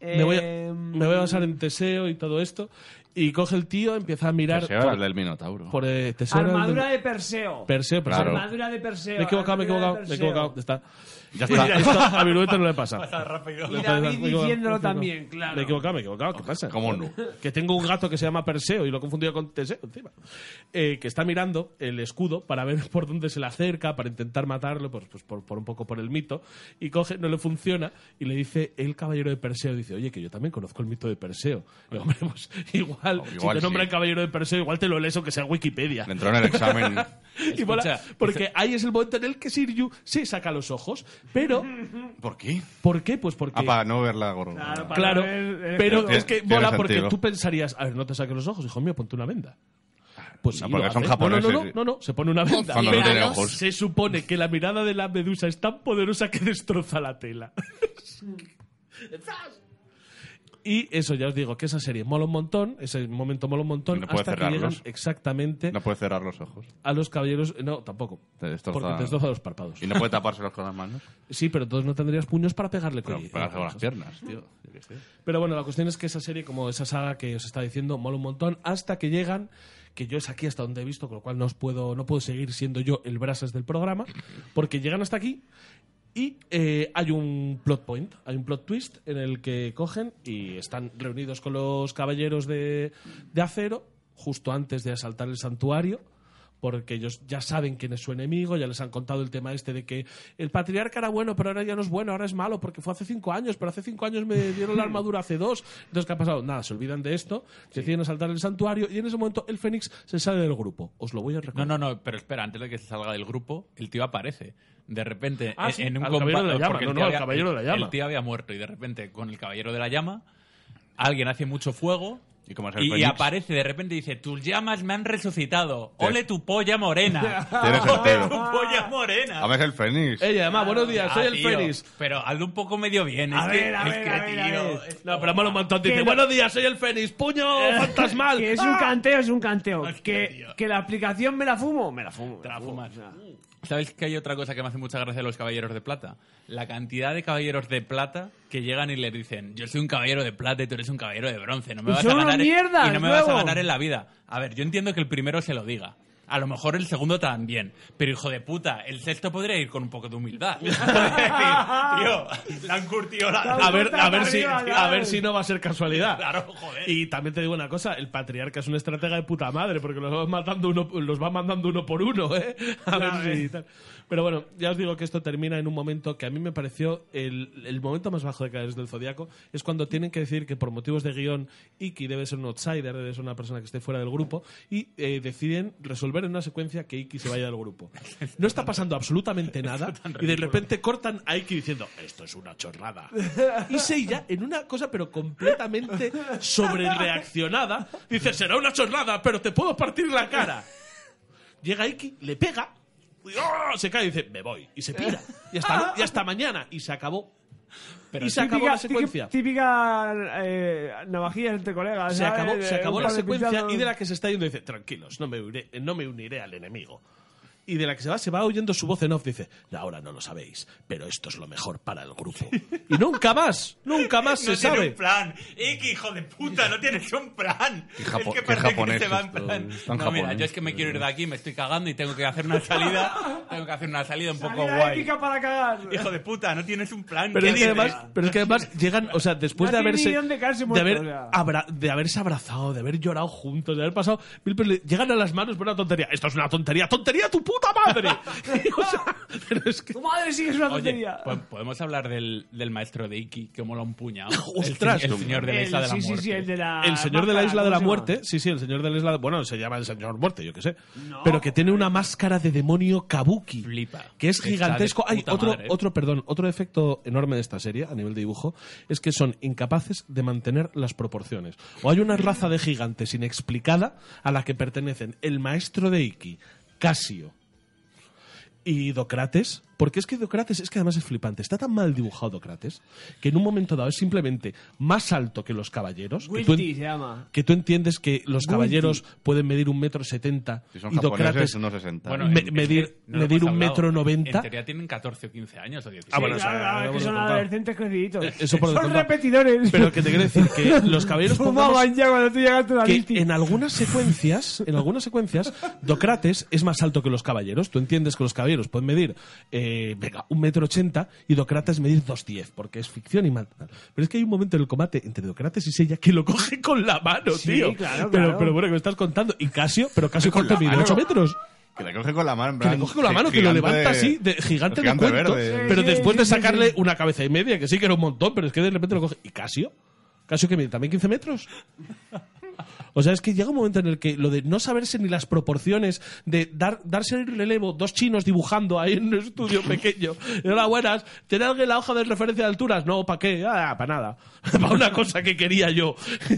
Me voy, a,
Em,
me voy a basar en Teseo y todo esto, y coge el tío, empieza a mirar...
Ese era
por-
el del Minotauro.
por, eh, Teseo era el
Armadura
de-
de Perseo.
Perseo, Perseo.
Claro.
Armadura de Perseo.
Me he equivocado, me he
armadura
equivocado,
de
me he
Perseo.
equivocado, ya está.
Ya está.
Mira, esto a Virueta no le pasa.
rápido.
Y
Entonces,
David
me he equivocado,
diciéndolo
me he equivocado.
también, claro.
Me he equivocado, me he equivocado. ¿Qué pasa?
¿Cómo no?
Que tengo un gato que se llama Perseo y lo he confundido con Teseo encima. Eh, que está mirando el escudo para ver por dónde se le acerca, para intentar matarlo, pues, pues por, por un poco por el mito. Y coge, no le funciona y le dice el caballero de Perseo, dice, oye, que yo también conozco el mito de Perseo. Y, hombre, pues, igual igual, si
igual
te nombra
sí.
el caballero de Perseo, igual te lo lees aunque sea Wikipedia.
Le entró en el examen.
Y mola, porque ahí es el momento en el que Siriu se saca los ojos. Pero,
¿Por qué?
¿por qué? Pues porque.
Ah, para no ver la gorra.
Claro, para-
Claro,
ver, eh,
pero
Tiene-
es que
tiene
mola porque
sentido.
tú pensarías, a ver, no te saques los ojos, hijo mío, ponte una venda. Pues sí,
No, porque
lo
son
hace. No, No, no, no,
japoneses.
no, no, se pone una venda.
Cuando no tiene
Veranos.
ojos.
Se supone que la mirada de la medusa es tan poderosa que destroza la tela. ¡Zas! y eso, ya os digo, que esa serie mola un montón, ese momento mola un montón,
No puede
hasta que llegan
cerrarlos.
exactamente
No puede cerrar los ojos.
a los caballeros... No, tampoco.
Te destroza-
Porque te destroza los párpados.
Y no puede tapárselos con las manos.
Sí, pero entonces no tendrías puños para pegarle con
Pero pegarse con las piernas.
Tío, yo qué sé. Pero bueno, la cuestión es que esa serie, como esa saga que os está diciendo, mola un montón hasta que llegan, que yo es aquí hasta donde he visto, con lo cual no, os puedo, no puedo seguir siendo yo el brasas del programa, porque llegan hasta aquí y eh, hay un plot point, hay un plot twist en el que cogen y están reunidos con los caballeros de, de acero justo antes de asaltar el santuario. Porque ellos ya saben quién es su enemigo, ya les han contado el tema este de que el patriarca era bueno, pero ahora ya no es bueno, ahora es malo, porque fue hace cinco años, pero hace cinco años me dieron la armadura hace dos. Entonces, ¿qué ha pasado? Nada, se olvidan de esto, deciden asaltar el santuario y en ese momento el Fénix se sale del grupo. Os lo voy a
No,
recordar.
no, no, pero espera, antes de que se salga del grupo, el tío aparece. De repente,
Ah,
en,
sí,
en un
al Caballero de la Llama.
porque el
No,
tío
no, al Caballero de la Llama.
El tío había muerto y de repente, con el caballero de la llama, alguien hace mucho fuego.
Y como es el
Y, y
Fénix,
aparece de repente y dice, tus llamas me han resucitado. Ole tu polla morena.
Tiene
Ole tu
sentido.
Ah.
polla morena.
A ver, es el Fénix.
Ella, además, buenos días, soy
Ah,
el
tío,
Fénix.
Pero hazlo un poco medio bien.
A
es que-
ver, a
es
ver,
que,
a ver, a
tío,
ver.
es-
No, pero mola un montón. Dice,
Que no-
buenos días, soy el Fénix, puño fantasmal.
Que es un
¡Ah!
canteo, es un canteo.
Hostia,
Que,
tío.
que la aplicación me la fumo, me la fumo.
Te la fumas.
O sea,
¿Sabes que hay otra cosa que me hace mucha gracia de los caballeros de plata? La cantidad de caballeros de plata que llegan y les dicen, yo soy un caballero de plata y tú eres un caballero de bronce, no me
Y
vas
son
a
unos
ganar
mierdas,
y no me vas
luego.
a ganar en la vida. A ver, yo entiendo que el primero se lo diga. A lo mejor el segundo también, pero hijo de puta, el sexto podría ir con un poco de humildad. Es decir, tío, la han curtido la...
Ah, A ver, a ver,
Arriba,
si,
dale.
a ver si no va a ser casualidad.
Claro, joder.
Y también te digo una cosa, el patriarca es un estratega de puta madre, porque los va matando uno, los va mandando uno por uno, ¿eh? A ver si tal. Pero bueno, ya os digo que esto termina en un momento que a mí me pareció el, el momento más bajo de Caballeros del Zodíaco, es cuando tienen que decir que por motivos de guión, Iki debe ser un outsider, debe ser una persona que esté fuera del grupo, y eh, deciden resolver en una secuencia que Iki se vaya del grupo. No está pasando absolutamente nada, y de repente cortan a Iki diciendo, esto es una chorrada. Y Seiya, en una cosa pero completamente sobrereaccionada, dice, será una chorrada, pero te puedo partir la cara. Llega Iki, le pega, y, ¡oh! se cae y dice, me voy. Y se pira. Y hasta, lu- y hasta mañana. Y se acabó.
Pero
y se acabó la secuencia.
Típica, típica eh, navajilla entre colegas.
Se
¿sabes?
acabó, se
Eh,
acabó
un
la
par de
secuencia
pinchazos.
y de la que se está yendo dice, tranquilos, no me, uniré, no me uniré al enemigo. Y de la que se va, se va oyendo su voz en off, dice, ahora no lo sabéis, pero esto es lo mejor para el grupo. Y nunca más, nunca más
no
se
tiene
sabe.
un plan. Iki, hijo de puta, no tienes un plan.
Qué japo-
es que
qué
parece que
japonés
se va en
esto,
plan.
es tan
no, mira,
japonés.
yo es que me quiero ir de aquí, me estoy cagando y tengo que hacer una salida. tengo que hacer una salida un poco
Salida
guay.
épica para cagar.
Hijo de puta, no tienes un plan.
Pero
¿qué
es, que
dices?
además, pero es que además llegan, o sea, después
No
de
tiene
haberse.
ni dónde caerse
de,
muerto,
haber,
o sea.
abra- de haberse abrazado, de haber llorado juntos, de haber pasado. mil pero le- llegan a las manos por una tontería. Esto es una tontería, tontería tu puta madre. O sea, pero es que.
Tu madre sí que es una
Oye,
tontería.
pues,
po- podemos hablar del, del maestro de Iki que mola un puñado. El-
Ostras,
el, señor de la
El-
isla de la
sí, sí,
muerte.
sí, el de la.
Ah,
El señor de la
máscara,
isla de la
¿cómo se llama?
muerte, sí, sí, el señor de la isla. Bueno, se llama el señor muerte, yo qué sé. Pero que tiene una máscara de demonio kabuki.
Flipa.
Que es
Está de
gigantesco. Hay
puta
otro,
madre.
otro, perdón, otro defecto enorme de esta serie a nivel de dibujo es que son incapaces de mantener las proporciones. O hay una raza de gigantes inexplicada a la que pertenecen el maestro de Iki, Casio. Y Docrates, porque es que Docrates es que además es flipante. Está tan mal dibujado Docrates que en un momento dado es simplemente más alto que los caballeros. que tú en-
Wilty se llama.
que tú entiendes que los
Guilty.
caballeros pueden medir un metro setenta
Si son
y Docrates
japoneses, unos 60.
Bueno,
Me-
en- en-
medir-
no lo
medir
hemos
un
hablado.
metro noventa.
En teoría tienen 14 o 15 años o 16.
Ah, bueno,
Sí,
o sea,
claro, claro, es
vamos
que
a
son
contar.
adolescentes creciditos.
Eh, eso por
son
descontado.
repetidores.
Pero que te quiero decir que los caballeros
fumaban
pongamos
ya cuando tú llegaste a la
que
Wilty.
en algunas secuencias, en algunas secuencias, Docrates es más alto que los caballeros. Tú entiendes que los caballeros pueden medir, eh, venga, un metro ochenta y Docrates medir dos diez, porque es ficción y mal. tal. Pero es que hay un momento en el combate entre Docrates y Sella que lo coge con la mano,
Sí,
tío.
claro,
pero,
claro.
pero bueno, que me estás contando. Y Casio, pero Casio
Con
cuánto
la
mide,
mano.
ocho metros.
Que le coge con la mano. en
Que le
plan,
coge con la
gi-
mano, que lo
gigante-
levanta así, de gigante,
gigante
de cuento,
verde.
pero
Sí,
después de
sí, sí,
sacarle
sí.
una cabeza y media, que sí que era un montón, pero es que de repente lo coge. ¿Y Casio? ¿Casio que mide también 15 metros? O sea, es que llega un momento en el que lo de no saberse ni las proporciones, de dar, darse el relevo, dos chinos dibujando ahí en un estudio pequeño, enhorabuenas, tener alguien la hoja de referencia de alturas, no, ¿para qué? Ah, para nada, para una cosa que quería yo.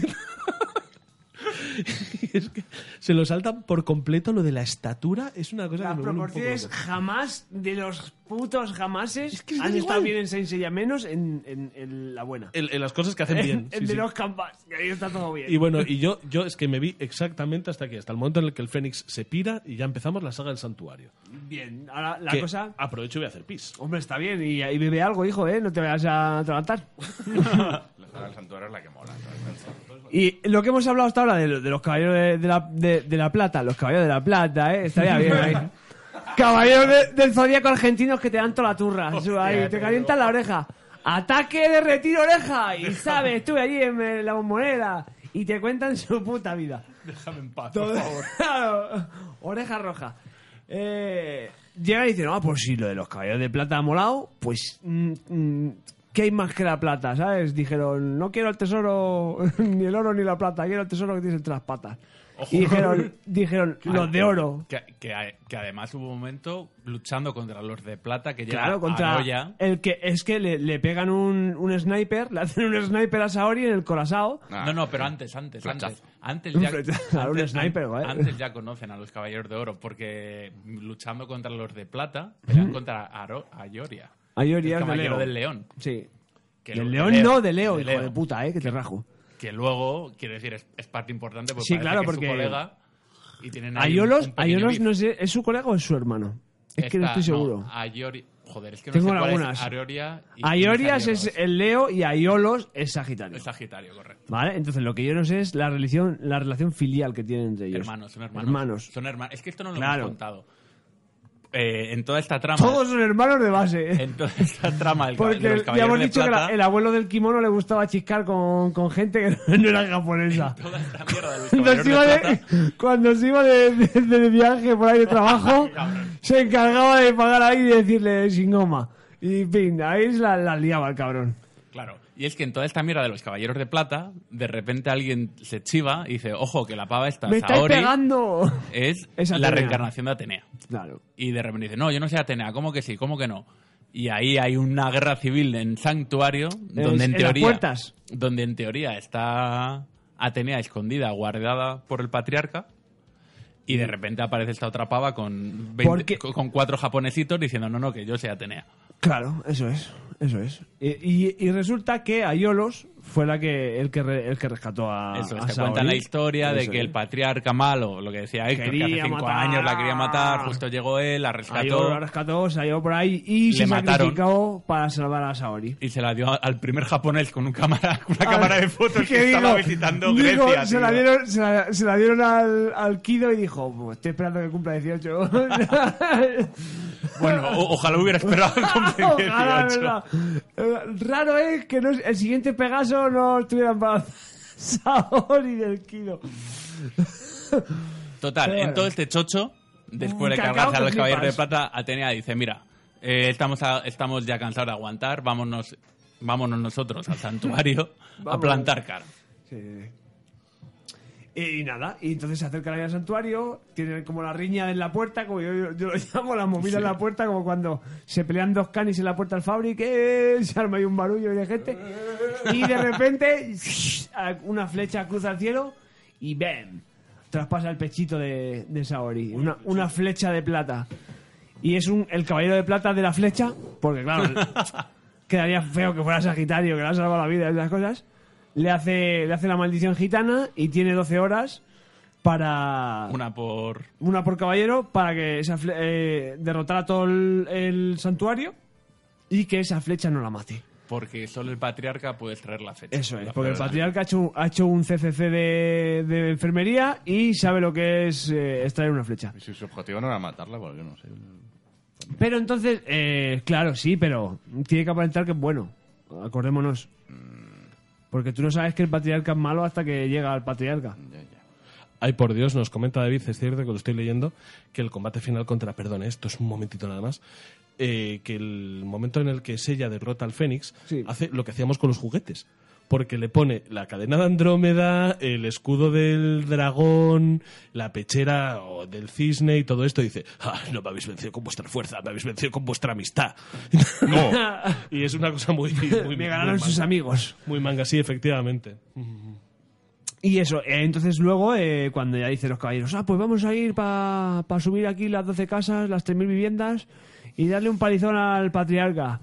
es que se lo saltan por completo lo de la estatura, es una cosa
Las
que me vuelve un poco
proporciones
loco.
jamás, de los putos jamases,
que es
han
da
estado
igual.
bien en Saint Seiya, menos en, en- en la buena.
En- en las cosas que hacen Eh, bien.
En
sí,
de
sí.
los campas, que ahí está todo bien.
Y bueno, y yo, yo es que me vi exactamente hasta aquí, hasta el momento en el que el Fénix se pira y ya empezamos la saga del santuario.
bien, ahora la
Que
cosa...
Aprovecho y voy a hacer pis.
Hombre, está bien, y, y bebe algo, hijo, ¿eh? No te vayas a atragantar.
La saga del santuario es la que mola.
Y lo que hemos hablado hasta ahora de, lo- de los caballeros de, de la, de- de la plata, los caballeros de la plata, ¿eh? Estaría bien ahí. Caballeros de- del zodíaco argentinos que te dan toda la turra. Su- ahí, te calientan la oreja. Ataque de retiro oreja. Y sabes, estuve allí en eh, la bombonera. Y te cuentan su puta vida.
Déjame en paz,
Todo-
por favor.
Claro, oreja roja. Eh, llega y dice, no, pues si lo de los caballeros de plata ha molado, pues... mm, mm, ¿Qué hay más que la plata, sabes? Dijeron, no quiero el tesoro, ni el oro ni la plata, quiero el tesoro que tienes entre las patas. Y dijeron, dijeron los de oro.
Que, que- que además hubo un momento luchando contra los de plata que
Claro,
llegaron
contra
Arroya.
el que es que le, le pegan un, un sniper, le hacen un sniper a Saori en el corazao.
Ah.
No, no, pero antes, antes,
Flechazo.
antes. Antes
Un
ya,
flechazo, ahora un
antes-
sniper, guay.
antes ya conocen a los Caballeros de Oro porque luchando contra los de plata pelean contra Aro, Ayoria.
Ayoria
el
es de
Caballero
Leo.
del León.
Sí.
Que
Del
lo-
león
de Leo,
no, de Leo,
de
hijo
Leo.
de puta, eh, que te rajo.
Que luego, quiero decir, es, es parte importante porque
Sí,
parece
claro,
que es
porque-
su colega y tienen ahí un-
Ayolos,
un pequeño
Ayolos
beef.
no sé, ¿es su colega o es su hermano? Es que no ah,
Está-
estoy seguro.
Ayori- joder, es que no
Tengo
sé cuál
lagunas.
es Aroria y-
Ayorias
y
es
Ayolos.
el Leo y Aiolos es Sagitario.
Es Sagitario, correcto.
¿Vale? Entonces lo que yo no sé es la relación, la relación filial que tienen entre ellos.
Hermanos, son hermanos.
Hermanos.
Son herma- Es que esto no lo
Claro.
hemos contado. Eh, en toda esta trama.
Todos son hermanos de base.
En toda esta trama del
Porque
de los
ya
Caballeros
hemos
de
dicho que la-
Plata,
el abuelo del kimono le gustaba chiscar con, con gente que no era japonesa.
Toda esta mierda de los
Cuando
Caballeros
se iba,
de Plata.
de, cuando se iba de, de- de viaje por ahí de trabajo, se encargaba de pagar ahí y decirle sin goma. Y pin, ahí es la, la liaba el cabrón.
Claro. Y es que en toda esta mierda de los Caballeros de Plata, de repente alguien se chiva y dice: Ojo, que la pava esta,
¡Me estáis
Saori,
pegando!
es,
Es
la
Atenea.
reencarnación de Atenea.
Claro.
Y de repente dice: No, yo no soy Atenea. ¿Cómo que sí? ¿Cómo que no? Y ahí hay una guerra civil en Santuario,
en
donde en
las
teoría.
puertas.
Donde en teoría está Atenea escondida, guardada por el patriarca. Y de repente aparece esta otra pava con, 20
Porque-
con cuatro japonesitos diciendo: No, no, que yo soy Atenea.
Claro, eso es, eso es. Y, y- y resulta que Ayolos fue la que el que re- el que rescató a,
Eso,
Ah, a
te
Saori.
cuentan la historia de
Eso
que
es.
el patriarca malo, lo que decía Héctor, que
Quería
hace cinco
matar.
años la quería matar, justo llegó él, la
Ayolos la
rescató
rescató, se la llevó por ahí y
Le
se
mataron.
sacrificó para salvar a Saori.
y se la dio a- al primer japonés con un cámara, con una cámara de fotos que,
¿Qué digo?
estaba visitando
Digo,
Grecia.
se,
tío.
la dieron, se, la, se la dieron al, al Kido y dijo, "Pues estoy esperando que cumpla 18.
Bueno, o- ojalá hubiera esperado el cumplir
Ojalá,
18.
¿verdad? Eh, Raro es que no- el siguiente Pegaso no estuviera embarazado Saori del Kido.
Total,
Pero
en
bueno. Mm,
todo este chocho, después de
Cacao
cargarse a
que
los caballeros de
flipas.
plata, Atenea dice, mira, eh, estamos, a- estamos ya cansados de aguantar, vámonos, vámonos nosotros al santuario a
Vámonos.
plantar cara.
Sí. Y, y nada, y entonces se acerca al santuario, tienen como la riña en la puerta, como yo, yo- yo lo llamo, la movida en la puerta, como cuando se pelean dos canis en la puerta del fabric, ¡eh! se arma ahí un barullo y de gente, y de repente una flecha cruza el cielo y ¡bam! traspasa el pechito de, de Saori, una, una flecha de plata. Y es un, el caballero de plata de la flecha, porque claro, quedaría feo que fuera Sagitario, que le ha salvado la vida y esas cosas. Le hace, le hace la maldición gitana y tiene 12 horas para. Una,
Una por...
por caballero para que esa fle- eh, derrotara todo el, el santuario y que esa flecha no la mate.
Porque solo el patriarca puede traer la fecha.
Eso es,
La
porque el
fecha.
patriarca ha hecho, ha hecho un CCC de, de enfermería y sabe lo que es eh, extraer una flecha.
Y si su objetivo no era matarla, porque no sé.
Pero entonces, eh, claro, sí, pero tiene que aparentar que es bueno. Acordémonos. Porque tú no sabes que el patriarca es malo hasta que llega al patriarca.
Ya, ya.
Ay, por Dios, nos comenta David, es cierto que lo estoy leyendo, que el combate final contra, perdón, esto es un momentito nada más, eh, que el momento en el que Sella derrota al Fénix
Sí.
hace lo que hacíamos con los juguetes. porque le pone la cadena de Andrómeda, el escudo del dragón, la pechera o del cisne y todo esto. Y dice, "Ah, no me habéis vencido con vuestra fuerza, me habéis vencido con vuestra amistad. No. y es una cosa muy... muy
Me ganaron
muy
sus
manga.
amigos.
Muy manga, sí, efectivamente.
Y eso, eh, entonces luego, eh, cuando ya dicen los caballeros, ah, pues vamos a ir para subir aquí las 12 casas, las 3.000 viviendas y darle un palizón al patriarca.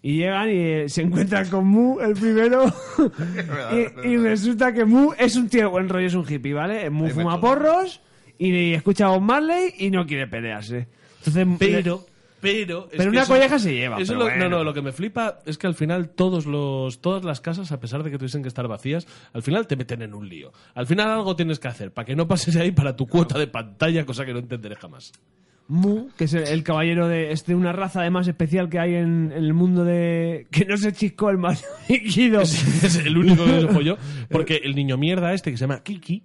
Y llegan y eh, se encuentran con Mu, el primero, y, y resulta que Mu es un tío de buen rollo, es un hippie, ¿vale? Mu
Hay
fuma
método.
porros y, escucha a Bob Marley y no quiere pelearse. Entonces,
Pero, pero. es
Pero
que
una
eso-
colleja se lleva,
eso
pero
lo-
bueno.
No, no, lo que me flipa es que al final todos los, todas las casas, a pesar de que tuviesen que estar vacías, al final te meten en un lío. Al final algo tienes que hacer para que no pases ahí para tu cuota de pantalla, cosa que no entenderé jamás.
Mu, que es el, el caballero de, es de una raza además especial que hay en, en el mundo de... que no se chiscó el más líquido.
es el único que se folló. Porque el niño mierda este que se llama Kiki,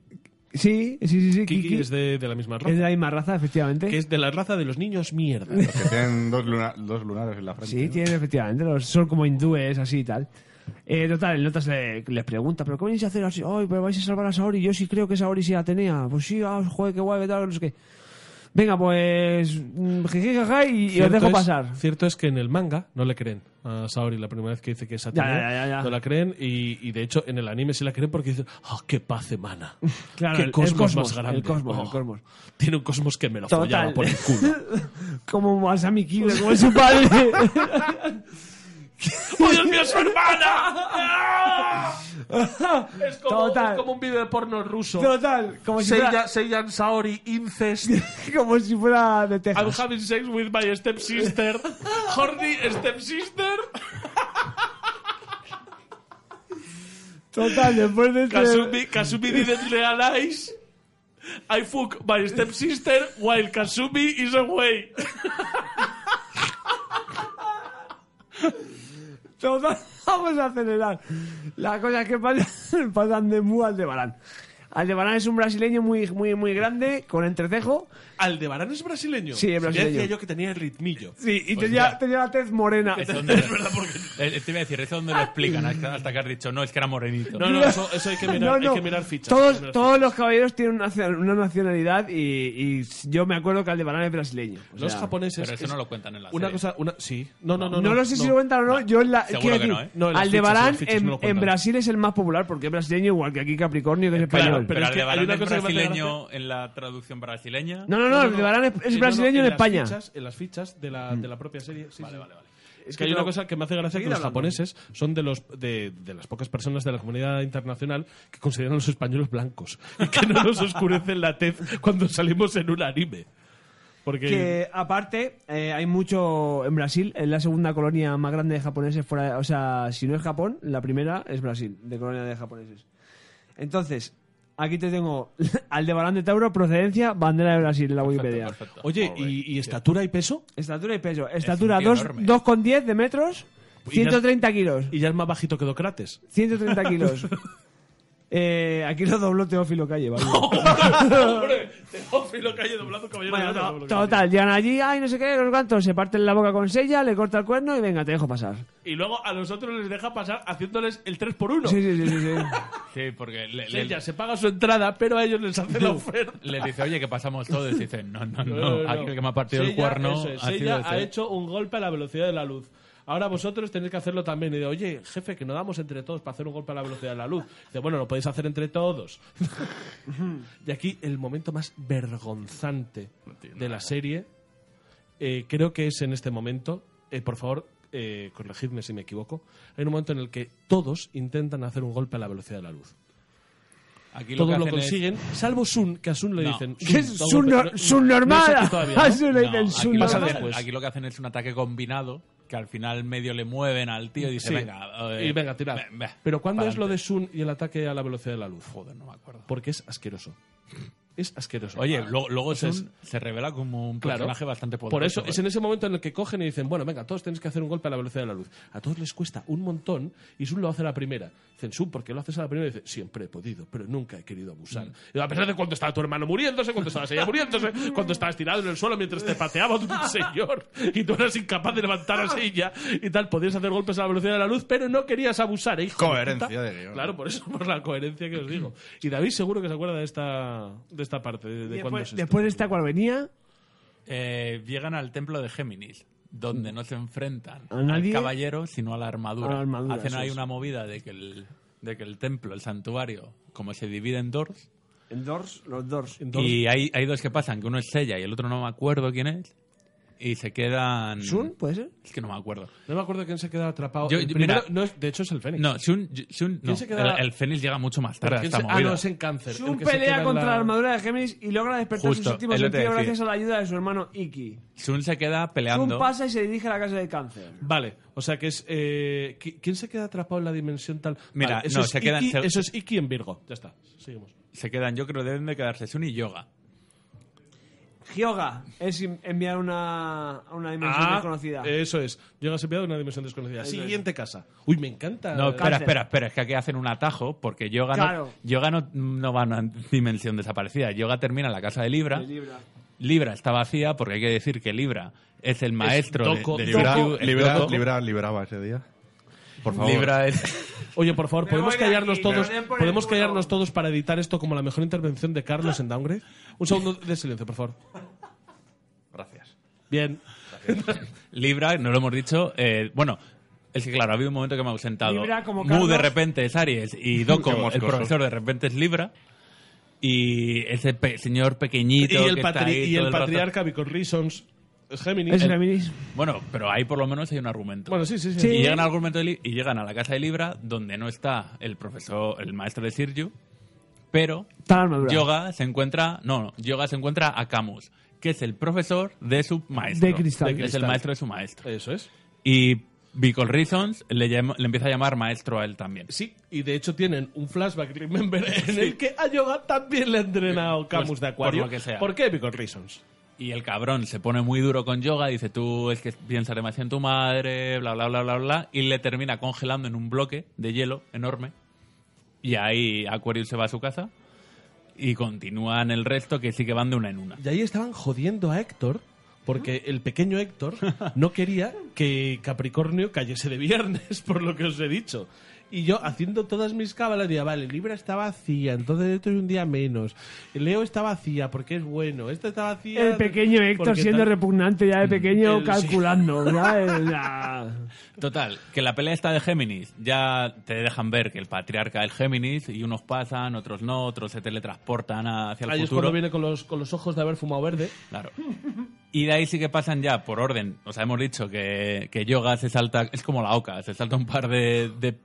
Sí, sí, sí, sí.
Kiki,
Kiki.
es de, de la misma
Es de
raza.
la misma raza, efectivamente.
Que es de la raza de los niños mierda.
Que tienen dos, luna- dos lunares en la frente.
Sí,
¿no?
tienen efectivamente. los- son como hindúes, así y tal. Eh, total, el Notas le- les pregunta, ¿pero qué venís a hacer así? Ay, pero vais a salvar a Saori. Yo sí creo que Saori sí la tenía. Pues sí, ah, joder, qué guay, qué tal, no sé qué. Venga, pues. mm, jiji, jaja, y, y os
Cierto
dejo
es-
pasar.
Cierto es que en el manga no le creen a Saori la primera vez que dice que es Atene.
Ya, ya, ya, ya.
No la creen y, y de hecho en el anime sí la creen porque dicen, ¡ah, qué paz emana!
Claro,
qué
el- el
cosmos,
cosmos,
más grande.
el cosmos, el
Oh,
cosmos".
Tiene un cosmos que me lo follaba por el culo.
como Masami Kido, como su padre.
¡Oh, Dios mío, su hermana! ¡Ah! es, como,
Total.
es como un vídeo de porno ruso.
Total, como si, fuera,
Seiya, Seiyan Saori incest.
como si fuera de
I'm
Texas.
having sex with my stepsister. Horny stepsister.
Total, después de este...
Kasumi, Kasumi didn't realize I fuck my stepsister while Kasumi is away.
Total, vamos a acelerar. La cosa es que pasan, pasan de Mu al de Barán. Aldebarán es un brasileño muy, muy, muy grande, con entrecejo.
¿Aldebarán es brasileño?
Sí, es brasileño.
Ya decía yo que tenía el ritmillo.
Sí, y
Pues
tenía,
ya.
tenía la tez morena.
Es donde- Eh, Te iba a decir, eso donde lo explican, hasta hasta que has dicho, no, es que era morenito.
No, no, eso, eso hay que mirar,
No, no.
Hay que mirar fichas. hay que
Todos,
mirar
todos los caballeros tienen una, nacio- una nacionalidad y, y yo me acuerdo que Aldebarán es brasileño. O
fichas. Los
sea,
japoneses...
Pero eso no lo eh. cuentan en la
Una
serie.
cosa... Una, sí. No, no, no.
No,
No,
lo sé si lo cuentan o no. Yo en la,
Seguro
quiero
que
decir,
no, ¿eh?
No, en las
Aldebarán
fichas, en las fichas
en,
no lo cuentan.
en Brasil es el más popular porque es brasileño igual que aquí Capricornio, que es
Claro, pero
español.
pero
es que hay
Aldebarán
una
es
cosa que me hace
brasileño en la traducción brasileña.
No, no, no, Aldebarán es, es
Sí, no, no,
brasileño en
las
España.
fichas- en las fichas de la, de la propia serie. Sí, sí. Es
que
que hay una
no-
cosa que me hace gracia que
Seguid
los
hablando.
japoneses son de los de, de las pocas personas de la comunidad internacional que consideran a los españoles blancos y que no nos oscurecen la tez cuando salimos en un anime. Porque
Que aparte eh, hay mucho en Brasil, es la segunda colonia más grande de japoneses fuera, o sea, si no es Japón, la primera es Brasil, de colonia de japoneses. Entonces, aquí te tengo Aldebarán de Tauro, procedencia, bandera de Brasil en la Wikipedia.
Perfecto.
oye, ¿y, y estatura y peso?
Estatura y peso. Estatura
un tío
2
enorme.
2,10 de metros,
Y
130 kilos.
Y ya es más bajito que Docrates.
130 kilos. Eh, aquí lo dobló Teófilo Calle, ¿vale?
¡Hombre! Teófilo Calle doblado, caballero
Bueno,
de oro,
to-
doblado, caballero.
total, llegan allí, ay, no sé qué, los gantos se parten la boca con sella, le corta el cuerno y venga, te dejo pasar.
Y luego a los otros les deja pasar haciéndoles el 3 por 1
Sí, sí, sí, sí. sí.
Sí, porque le, le-
Ella se paga su entrada, pero a ellos les hace la oferta.
le dice, oye, que pasamos todos. Y dice, no, no,
No,
no,
no.
aquí el que me ha partido el
Sella,
cuerno
eso es,
ha sido este".
Sella ha
ese".
hecho un golpe a la velocidad de la luz. Ahora vosotros tenéis que hacerlo también. Y de, oye, jefe, que no damos entre todos para hacer un golpe a la velocidad de la luz. Dice, bueno, lo podéis hacer entre todos. y aquí el momento más vergonzante de la serie, eh, creo que es en este momento, eh, por favor, eh, corregidme si me equivoco, hay un momento en el que todos intentan hacer un golpe a la velocidad de la luz.
Aquí
todos lo,
hacen es-
consiguen, salvo Sun, que a Sun le
No.
dicen...
¿Qué es
da un
Sun
golpe".
nor-
No- no-
Sun
no es aquí
normada?
todavía,
Ah,
¿no?
Sun
No,
le dicen
aquí,
Sun
lo que
pasa
normada.
hacen,
después.
aquí lo que hacen es un ataque combinado que al final medio le mueven al tío y dice,
Sí.
venga, eh,
y venga, tirad.
ve- ve,
Pero ¿cuándo es lo de
pa'lante".
Sun y el ataque a la velocidad de la luz?
Joder, no me acuerdo.
Porque es asqueroso. es asqueroso. Ah,
Oye, lo- luego es
Entonces-
un- se revela como un
Claro.
personaje bastante poderoso. ¿eh?
Por eso
pero-
es en ese momento en el que cogen y dicen, bueno, venga, todos tenéis que hacer un golpe a la velocidad de la luz. A todos les cuesta un montón y Sun lo hace a la primera. Dicen, Sun, ¿por qué lo haces a la primera? Y dice, siempre he podido, pero nunca he querido abusar.
Mm.
Y a pesar de cuando estaba tu hermano muriéndose, cuando estabas ella muriéndose, cuando estabas tirado en el suelo mientras te pateaba un señor y tú eras incapaz de levantar a silla y tal, podías hacer golpes a la velocidad de la luz, pero no querías abusar, ¿eh, hijo. de
Coherencia
puta?
de guión.
Claro, pues, por eso, por la coherencia que os digo. Y David seguro que se acuerda de esta, de esta parte, de, de cuándo es
Después,
esto.
después de esta cual venía,
Eh, llegan al templo de Géminis, donde no se enfrentan
¿A nadie?
al caballero, sino a la armadura.
A la armadura,
Hacen
eso
ahí
es.
una movida de que, el, de que el templo, el santuario, como se divide en dos,
en Dors, los Dors.
y hay, hay dos que pasan, que uno es Sella y el otro no me acuerdo quién es, y se quedan...
¿Sun? ¿Puede ser?
Es que no me acuerdo.
No me acuerdo quién se queda atrapado.
Yo-
El
yo-
primero-
mira.
no es- de hecho, es el Fénix.
No, Shun, Shun- no,
se queda-
el, el Fénix llega mucho más
Pero
tarde. a
¿quién
esta
se- ah,
movida.
no, es en cáncer.
Sun
el que se queda
pelea
en
contra la...
la-
armadura de Géminis y logra despertar
Justo,
su séptimo
es lo que te
sentido
decía.
gracias a la ayuda de su hermano Iki.
Shun se queda
Sun
peleando.
pasa y se dirige a la casa del cáncer.
Vale, o sea que es. eh, ¿qui- ¿Quién se queda atrapado en la dimensión tal?
Mira,
Vale, eso,
no,
es
se quedan-
Iki,
se-
eso es Iki en Virgo. Ya está, seguimos.
Se quedan, yo creo, deben de quedarse Shun y Yoga.
Hyoga es im- enviar una, a una dimensión
Ah,
desconocida.
Eso es. Llegas enviado a una dimensión desconocida.
Eso
Siguiente casa. Uy, me encanta.
No, espera,
Cáncer.
espera, espera, es que aquí hacen un atajo porque Yoga,
Claro.
no, Yoga no, no va a una dimensión desaparecida. Yoga termina en la casa de Libra.
De Libra.
Libra está vacía porque hay que decir que Libra es el maestro
Doco,
de, del
Doco.
Libra,
Virtue- el
Libra,
Doco.
Libra libraba ese día. Por favor.
Libra es...
Oye, por favor,
Me
¿podemos
voy de
callarnos
aquí,
todos?
me den por el
¿Podemos
culo.
callarnos todos para editar esto como la mejor intervención de Carlos en Downgrade? Un segundo de silencio, por favor.
Gracias.
Bien.
Libra, no lo hemos dicho. eh, bueno, es que claro, ha habido un momento que me ha ausentado.
Libra, como
Mu de
Carlos.
repente es Aries y Doco, el
moscoso.
profesor, de repente es Libra. Y ese pe- señor
Y
pequeñito.
el,
que está
patri-
ahí
y
todo
el
el rato-
patriarca Vicor Reasons es Géminis.
Es
El-
Géminis.
Bueno, pero ahí por lo menos hay un argumento.
Bueno, sí, sí, sí.
Sí.
Y llegan al argumento de Li- y llegan a la casa de Libra, donde no está el profesor, el maestro de Sirju, pero
Está la armadura.
Yoga se encuentra, no, no, Yoga se encuentra a Camus, que es el profesor de su maestro.
De cristal. De
Es el
cristal.
maestro de su maestro.
Eso es.
Y Bicol Reasons le, llama- le empieza a llamar maestro a él también.
Sí, y de hecho tienen un flashback, remember, en el que a Yoga también le ha entrenado Camus
Pues,
de Acuario.
por lo que sea.
¿Por qué? Because reasons.
Y el cabrón se pone muy duro con Yoga, dice tú es que piensas demasiado en tu madre, bla, bla, bla, bla, bla, y le termina congelando en un bloque de hielo enorme. Y ahí Aquarius se va a su casa y continúan el resto que sí que van de una en una.
Y ahí estaban jodiendo a Héctor, porque el pequeño Héctor no quería que Capricornio cayese de viernes, por lo que os he dicho. Y yo, haciendo todas mis cábalas, decía, vale, Libra está vacía, entonces esto es un día menos. Leo está vacía porque es bueno, esto está vacía...
El pequeño Héctor
porque
siendo
tal".
repugnante ya de pequeño
El- sí.
calculando, ¿verdad? El- la-
Total, que la pelea está de Géminis. Ya te dejan ver que el patriarca es Géminis y unos pasan, otros no, otros se teletransportan hacia el
Ahí es
futuro.
cuando viene con los, con los ojos de haber fumado verde.
Claro. Y de ahí sí que pasan ya por orden. O sea, hemos dicho que, que Yoga se salta, es como la oca, se salta un par de, de,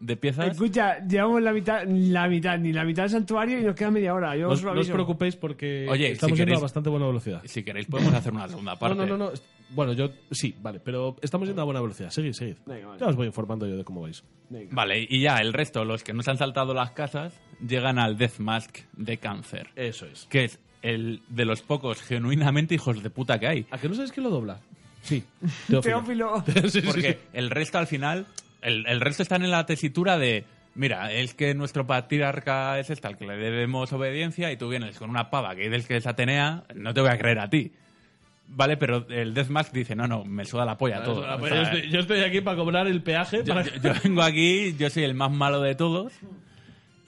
de piezas.
Escucha, llevamos la mitad, la mitad, ni la mitad del santuario y nos queda media hora. Yo
No
os
os,
lo
no os
aviso.
preocupéis porque
Oye, si
estamos yendo
queréis-
a bastante buena velocidad.
Si queréis podemos hacer una segunda parte.
No, no, no, no. Bueno, yo sí, vale, pero estamos yendo a buena velocidad. Seguid, seguid.
Venga, vale.
Ya os voy informando yo de cómo vais.
Vale, y ya el resto, los que no se han saltado las casas, llegan al Death Mask de Cáncer,
Eso es.
que es el de los pocos genuinamente hijos de puta que hay.
¿A que no sabes quién lo dobla? Sí, Teófilo.
Teófilo.
Sí, sí, sí.
Porque el resto al final, el, el resto están en la tesitura de, mira, es que nuestro patriarca es este al que le debemos obediencia y tú vienes con una pava que es que es Atenea, no te voy a creer a ti. Vale, pero el Death Mask dice, no, no, me suda la polla todo.
Ah,
O
pues
sea,
yo, estoy, yo estoy aquí para cobrar el peaje.
yo,
para-
yo- yo vengo aquí, yo soy el más malo de todos.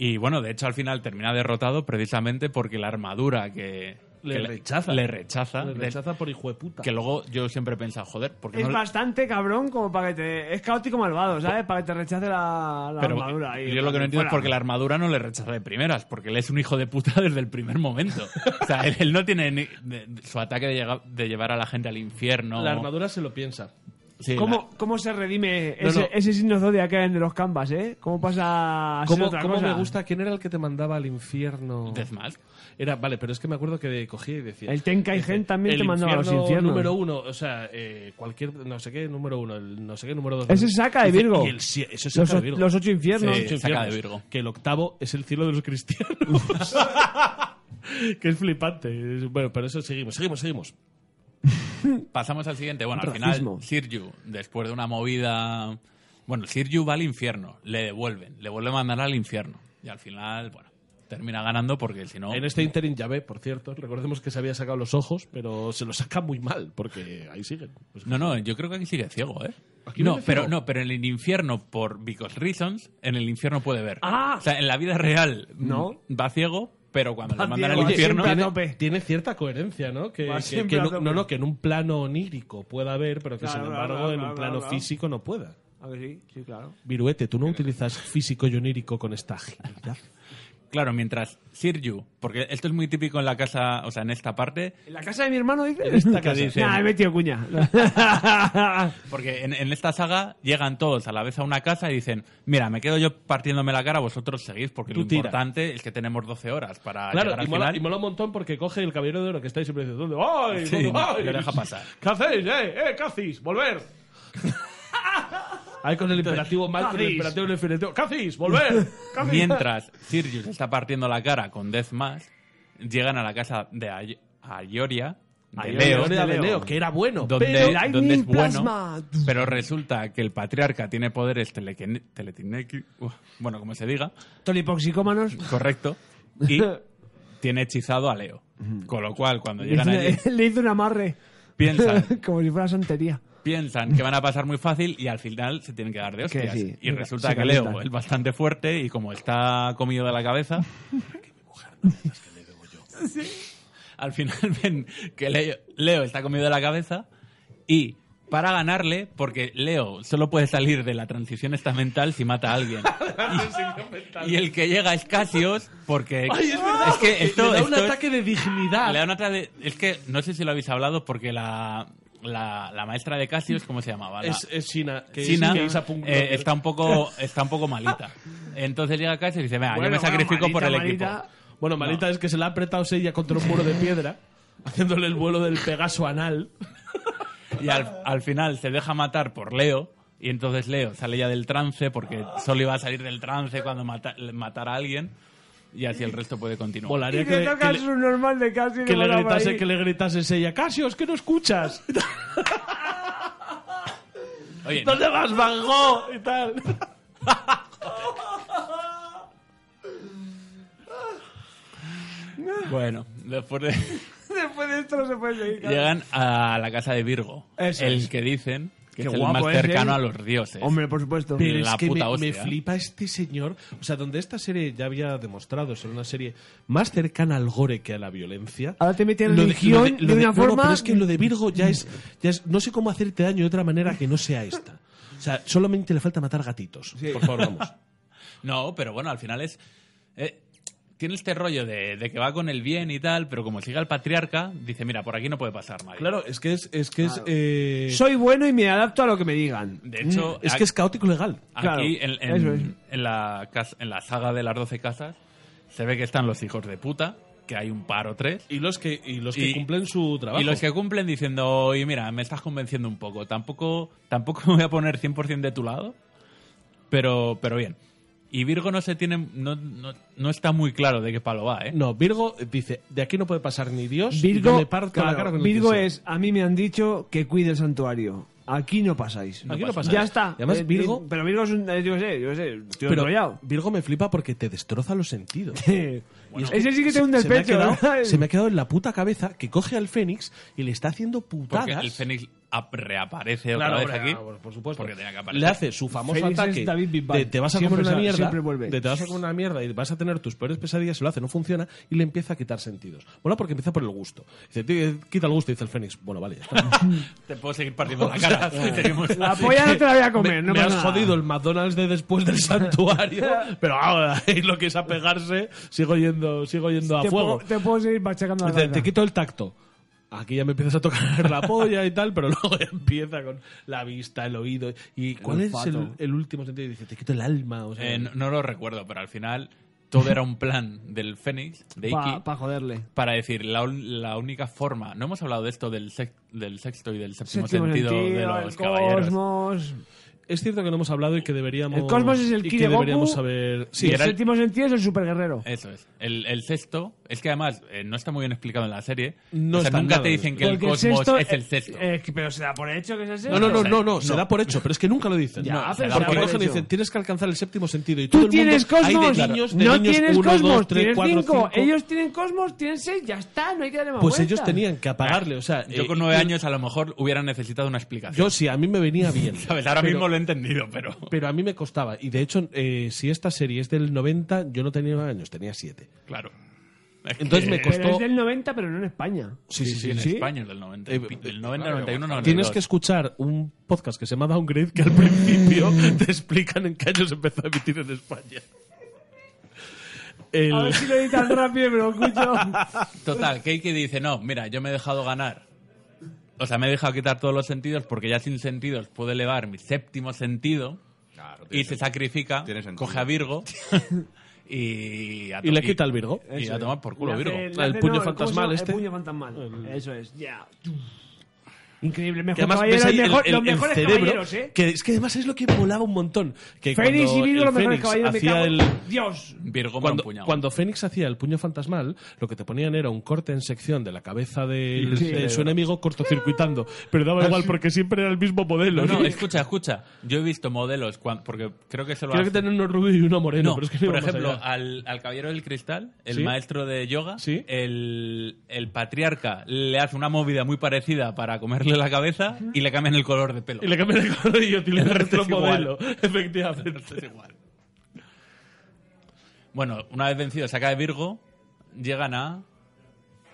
Y bueno, de hecho al final termina derrotado precisamente porque la armadura que...
Le
que
rechaza.
Le rechaza.
Le
de-
rechaza por hijo de puta.
Que luego yo siempre he pensado, joder, porque
Es
no,
bastante cabrón como para que te... Es caótico malvado, ¿sabes? Para que te rechace la, la
Pero
armadura. ahí,
yo lo que no
fuera.
entiendo es por qué la armadura no le rechaza de primeras, porque él es un hijo de puta desde el primer momento. o sea, él, él no tiene ni- de- de- su ataque de, llega- de llevar a la gente al infierno.
La armadura se lo piensa.
Sí, la-
¿Cómo, ¿Cómo se redime
No,
ese,
no.
ese signo zodiacal de los canvas, eh? ¿Cómo pasa a ser
¿Cómo,
otra
cómo
cosa?
me gusta? ¿Quién era el que te mandaba al infierno?
Death Mask.
Era, vale, pero es que me acuerdo que cogía y decía.
El Tenkai
dice,
Gen también
el
te mandaba a los
infierno
infiernos.
número uno, o sea, eh, cualquier, no sé qué número uno, el no sé qué número dos.
Ese saca de
Dice,
Virgo.
y el si- eso saca
Los,
de
o-
Virgo.
los ocho infiernos.
Sí.
Ocho
saca
infiernos,
de Virgo.
Que el octavo es el cielo de los cristianos. que es flipante. Es- Bueno, pero eso seguimos, seguimos, seguimos.
Pasamos al siguiente. Bueno, al
Racismo.
final, Sirju, después de una movida. Bueno, Sirju va al infierno, le devuelven, le vuelven a mandar al infierno. Y al final, bueno, termina ganando porque si no.
En este interim ya ve, por cierto, recordemos que se había sacado los ojos, pero se los saca muy mal, porque ahí siguen. Pues-
No, no, yo creo que aquí sigue ciego, ¿eh?
Aquí
No,
viene
pero
ciego.
no, pero en el infierno, por because reasons, en el infierno puede ver.
Ah.
O sea, en la vida real mm,
No.
va ciego, pero cuando
Va
le mandan al
ciego,
infierno.
siempre a
tiene,
tope.
tiene cierta coherencia, ¿no? Que,
Va
que-
siempre
que
a
no,
tope.
no, no, que en un plano onírico pueda haber, pero que
Claro,
sin
claro,
embargo
claro,
en un
claro,
plano
claro.
físico no pueda.
¿A que sí? Sí, claro.
Viruete, tú no utilizas físico y onírico con esta agilidad.
Claro, mientras Sirju, porque esto es muy típico en la casa, o sea, en esta parte,
¿En la casa de mi hermano dices? En
esta casa.
Dicen-
Nah, he metido cuña.
Porque en, en esta saga llegan todos a la vez a una casa y dicen, mira, me quedo yo partiéndome la cara, vosotros seguís, porque
Tú
lo
tira.
importante es que tenemos 12 horas para llegar
Claro,
al
y mola,
final.
y mola un montón porque coge el caballero de oro que está ahí siempre dice, ¿dónde voy?
Sí,
¿Dónde
no,
voy?".
lo deja pasar.
¿Qué hacéis? ¿Eh? ¿Eh? ¿Qué hacéis? ¡Volver! Ahí con el imperativo mal, con el
"Hacéis".
imperativo del infinitivo. ¿Qué hacéis? ¡Volver! ¿Qué hacéis?".
Mientras Sirius está partiendo la cara con Death Mask, llegan a la casa de Ay- Ayoria, de
Ahí
Leo,
la de
Leo.
Leo, que era bueno.
donde,
pero-
Lightning
donde es bueno,
Plasma.
pero resulta que el patriarca tiene poderes telequine- telequinequi- uf, bueno, como se diga,
Tolipoxicómanos.
correcto, y tiene hechizado a Leo. Con lo cual, cuando
Le
llegan allí,
hizo- le hizo un amarre.
piensan
Como si fuera santería.
piensan que van a pasar muy fácil y al final se tienen que dar de hostias.
sí,
y
mira,
resulta
se
que
calientan.
Leo es bastante fuerte y como está comido de la cabeza... Al final ven que Leo, Leo está comido de la cabeza y para ganarle, porque Leo solo puede salir de la transición esta mental si mata a alguien. y, y el que llega es Casios porque
¡Ay, es verdad!
que esto,
le da un
esto es-
ataque de
Ah.
dignidad.
le da una otra de- Es que no sé si lo habéis hablado porque la, la, la maestra de Casius, ¿cómo se llamaba? La-
Es, es China, que
China
es, que es a punto-
eh, está, un poco, está un poco malita. Entonces llega Casius y dice, venga, yo
Bueno,
me
bueno,
sacrifico por el
malita, malita.
equipo.
Bueno, malita es que se la ha apretado ella contra un muro de piedra, haciéndole el vuelo del Pegaso anal.
Y al, al final se deja matar por Leo. Y entonces Leo sale ya del trance porque solo iba a salir del trance cuando mata- matara a alguien. Y así el resto puede continuar.
Molaría
Y
que,
le
le-
toca
que
el
le-
subnormal de casi.
que le gritase, que le gritases ella, Casios, que no escuchas.
Oye, no-
¿Dónde vas, Van Gogh? Y tal.
bueno, después de...
Después de esto no se puede seguir. claro.
Llegan a la casa de Virgo.
Eso
el
es.
que dicen que
Qué
es el
guapo
más
es,
cercano
¿eh?
a los dioses.
Hombre, por supuesto.
Pero
La
es que me-
puta
me,
hostia.
flipa este señor. O sea, donde esta serie ya había demostrado ser una serie más cercana al gore que a la violencia.
Ahora te meten
Lo de-
religión
lo
de,
de- lo de-
una
no, no,
forma.
pero es que lo de Virgo ya es, ya es- No sé cómo hacerte daño de otra manera que no sea esta. O sea, solamente le falta matar gatitos. Por favor, vamos.
No, pero bueno, al final es. eh, tiene este rollo de, de que va con el bien y tal, pero como siga el patriarca, dice: Mira, por aquí no puede pasar nadie.
Claro, es que es. Es que es. eh,
Soy bueno y me adapto a lo que me digan.
De hecho,
Mm, es
a-
que es caótico legal.
claro,
aquí en, en-
eso es.
en la cas- en la saga de las 12 casas se ve que están los hijos de puta, que hay un par o tres.
Y los que, y los que
Y-
cumplen su trabajo.
Y los que cumplen diciendo, oye, mira, me estás convenciendo un poco. Tampoco, tampoco me voy a poner 100% de tu lado, pero, pero bien. Y Virgo no se tiene, no, no, no está muy claro de qué palo va, ¿eh?
No, Virgo dice: de aquí no puede pasar ni Dios. y yo
Virgo,
me parto la
claro,
cara con el
Virgo
que sea.
es, a mí me han dicho que cuide el santuario. Aquí no pasáis.
Aquí no pasáis.
Ya está.
Y además,
Eh,
Virgo-
eh, Pero Virgo es un. eh, Yo qué sé, yo qué sé. Estoy
Pero
enrollado.
Virgo me flipa porque te destroza los sentidos.
Bueno, Ese sí que tiene un
Se me, ha
despecho.
quedado,
¿verdad?
se me ha quedado en la puta cabeza que coge al Fénix y le está haciendo
Porque
putadas.
el Fénix ap- reaparece otra
Claro,
vez
hombre,
aquí.
ah, bueno, por supuesto.
Porque tenía que aparecer.
Le hace su famoso
Fénix
ataque
es David Big Bang.
de te vas a
Siempre
comer una
sa-
mierda,
siempre vuelve.
de te vas a comer una mierda y vas a tener tus peores pesadillas, se lo hace, no funciona y le empieza a quitar sentidos. Bueno, porque empieza por el gusto. Dice, "Tío, quita el gusto, dice el Fénix. Bueno, vale, ya está.
Te puedo seguir partiendo la cara. Seguimos.
La polla no te la voy a comer.
me,
no
me
pasa
has
nada.
jodido el McDonald's de después del santuario, pero ahora y lo que es apegarse, sigo yendo, sigo yendo a
Te
fuego.
puedo, te puedo seguir machacando la
Dice,
cabeza.
te quito el tacto. Aquí ya me empiezas a tocar la polla y tal, pero luego empieza con la vista, el oído. ¿Y cuál es el,
olfato.
el último sentido? Dice, te quito el alma. O sea,
Eh, no, no lo recuerdo, pero al final todo era un plan del Fénix, de Iki,
Para joderle.
para decir la, un- la única forma. No hemos hablado de esto del, sec- del sexto y del séptimo,
Séptimo
sentido, de
sentido,
los
el
caballeros.
cosmos.
es cierto que no hemos hablado y que deberíamos.
El cosmos es el
y
ki
que
de Goku,
deberíamos saber. Sí,
y el
era-
séptimo sentido es el superguerrero.
Eso es. El, el sexto, es que además eh, no está muy bien explicado en la serie.
No
o sea,
está
nunca
nada
te
bien
dicen que el
Porque
cosmos
sexto-
es el sexto.
eh, eh, pero se da por hecho que es el sexto.
No, no, no, no, no, se da por hecho, pero es que nunca lo dicen.
Ya,
No, se
pero
da
se da
por
por
hecho.
hecho.
dicen, tienes que alcanzar el séptimo sentido. Y todo
Tú
el mundo,
tienes
Hay
cosmos.
de niños, de
no
niños
tienes
1,
cosmos.
2, 3,
tienes
4,
5.
5.
Ellos tienen cosmos, tienen 6, ya está. No hay que darle más
pues
vueltas.
ellos tenían que apagarle, o sea.
Yo
eh,
con nueve años a lo mejor hubiera necesitado una explicación.
Yo sí, a mí me venía bien.
¿Sabes? Ahora
Pero-
mismo lo he entendido, pero...
Pero a mí me costaba. Y de hecho, eh, si esta serie es del 90, yo no tenía 9 años, tenía 7.
Claro. Es que-
Entonces me
Eh, Pero es
costó.
del 90, pero no en España.
Sí, sí, sí.
En
sí.
España, del 90,
Eh,
del 90, 91, 92.
Tienes que escuchar un podcast que se llama Downgrade que al principio te explican en qué año se empezó a emitir en España. El-
A ver si lo di tan rápido, pero escucho.
Total, Keiki dice, no, mira, yo me he dejado ganar. O sea, me he dejado quitar todos los sentidos porque ya sin sentidos puedo elevar mi séptimo sentido
Claro, tiene
y se
sentido.
sacrifica,
Tiene sentido.
coge a Virgo y... a to-
y le quita el Virgo.
Y, y a tomar por
Le
culo
hace-
Virgo.
le
El
hace-
puño
¿cómo se
fantasmal
llama?
este.
El puño fantasmal. Eso es, ya. Increíble, mejor
Que además
caballero,
ves ahí
el mejor-
el,
los
el- el
mejores
cerebro.
caballeros, ¿eh?
Que es que además es lo que volaba un montón. Que
Fénix y
cuando
Virgo,
el
los mejores
Fénix
caballeros, me
hacía
cago en-
el-
Dios.
Virgo
Cuando,
me lo ha empuñado.
cuando Fénix hacía el puño fantasmal, lo que te ponían era un corte en sección de la cabeza del-
Sí,
de
sí.
su enemigo cortocircuitando. Pero daba igual porque siempre era el mismo modelo.
No, no,
¿no?
escucha, escucha. Yo he visto modelos, cuan- porque creo que se lo
Creo que
hace-
tener uno rubio y uno moreno.
No,
pero es que Eh, no
por
iba más
ejemplo,
allá.
al, al Caballero del Cristal, el
Sí.
maestro de yoga,
Sí.
el, el patriarca le hace una movida muy parecida para comerle la cabeza y le cambian el color de pelo.
Y le cambian el color y utilizan
El
el
resto
otro
es igual.
modelo.
El resto es
Efectivamente.
igual. Bueno, una vez vencido, saca de Virgo, llegan a...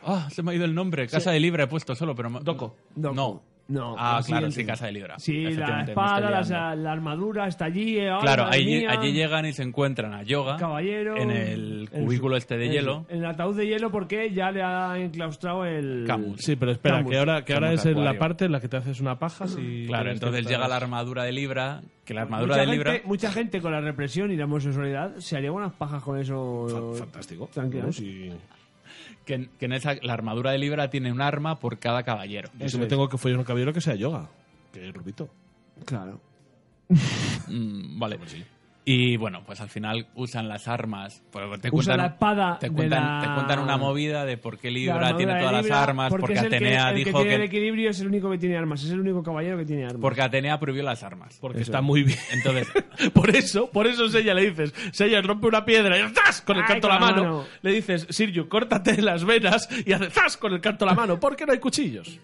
Ah, se me ha ido el nombre. Casa de Libra he puesto solo, pero... me-
Doco.
Doco.
No.
No,
Ah,
lo
claro,
siguiente.
sí, Casa de Libra.
Sí, la
Efectivamente, me
espada,
estoy
la,
liando.
la armadura está allí. eh, ay,
Claro,
madre
allí,
mía.
allí llegan y se encuentran a Yoga
Caballero.
en el cubículo este de
en-
hielo.
En el ataúd de hielo porque ya le ha enclaustrado el.
Camus.
Sí, pero espera,
Camus.
que ahora, que ahora
Camus
es en la
Acuario.
parte en la que te haces una paja. Si
Claro,
tienes
entonces
que
llega
estar-
la armadura de Libra, que la armadura
mucha,
de Libra...
gente, mucha gente con la represión y la homosexualidad se haría unas pajas con eso.
Fa- Fantástico.
Tranquilo.
No, sí.
Que, en- que en esa, la armadura de Libra tiene un arma por cada caballero.
Yo si me tengo que follar un caballero que sea yoga. Que es rubito.
Claro.
Mm, vale.
Pues
Y bueno, pues al final usan las armas. pues te
Usan
cuentan,
la espada
Te
de
cuentan,
la-
te cuentan una movida de por qué Libra
La
tiene
armadura de
todas
Libra,
las armas, porque,
es el que-
Atenea
el que
dijo
tiene el
que.
equilibrio es el único que tiene armas, es el único caballero que tiene armas.
Porque Atenea prohibió las armas.
Porque está muy bien.
Entonces,
Por eso, por eso Sella le dices, Sella rompe una piedra y ¡zas! con el
Ay,
canto a la
con la
mano.
mano.
Le dices, Sirju, córtate las venas y hace ¡zas! con el canto a la mano. ¿Por qué no hay cuchillos?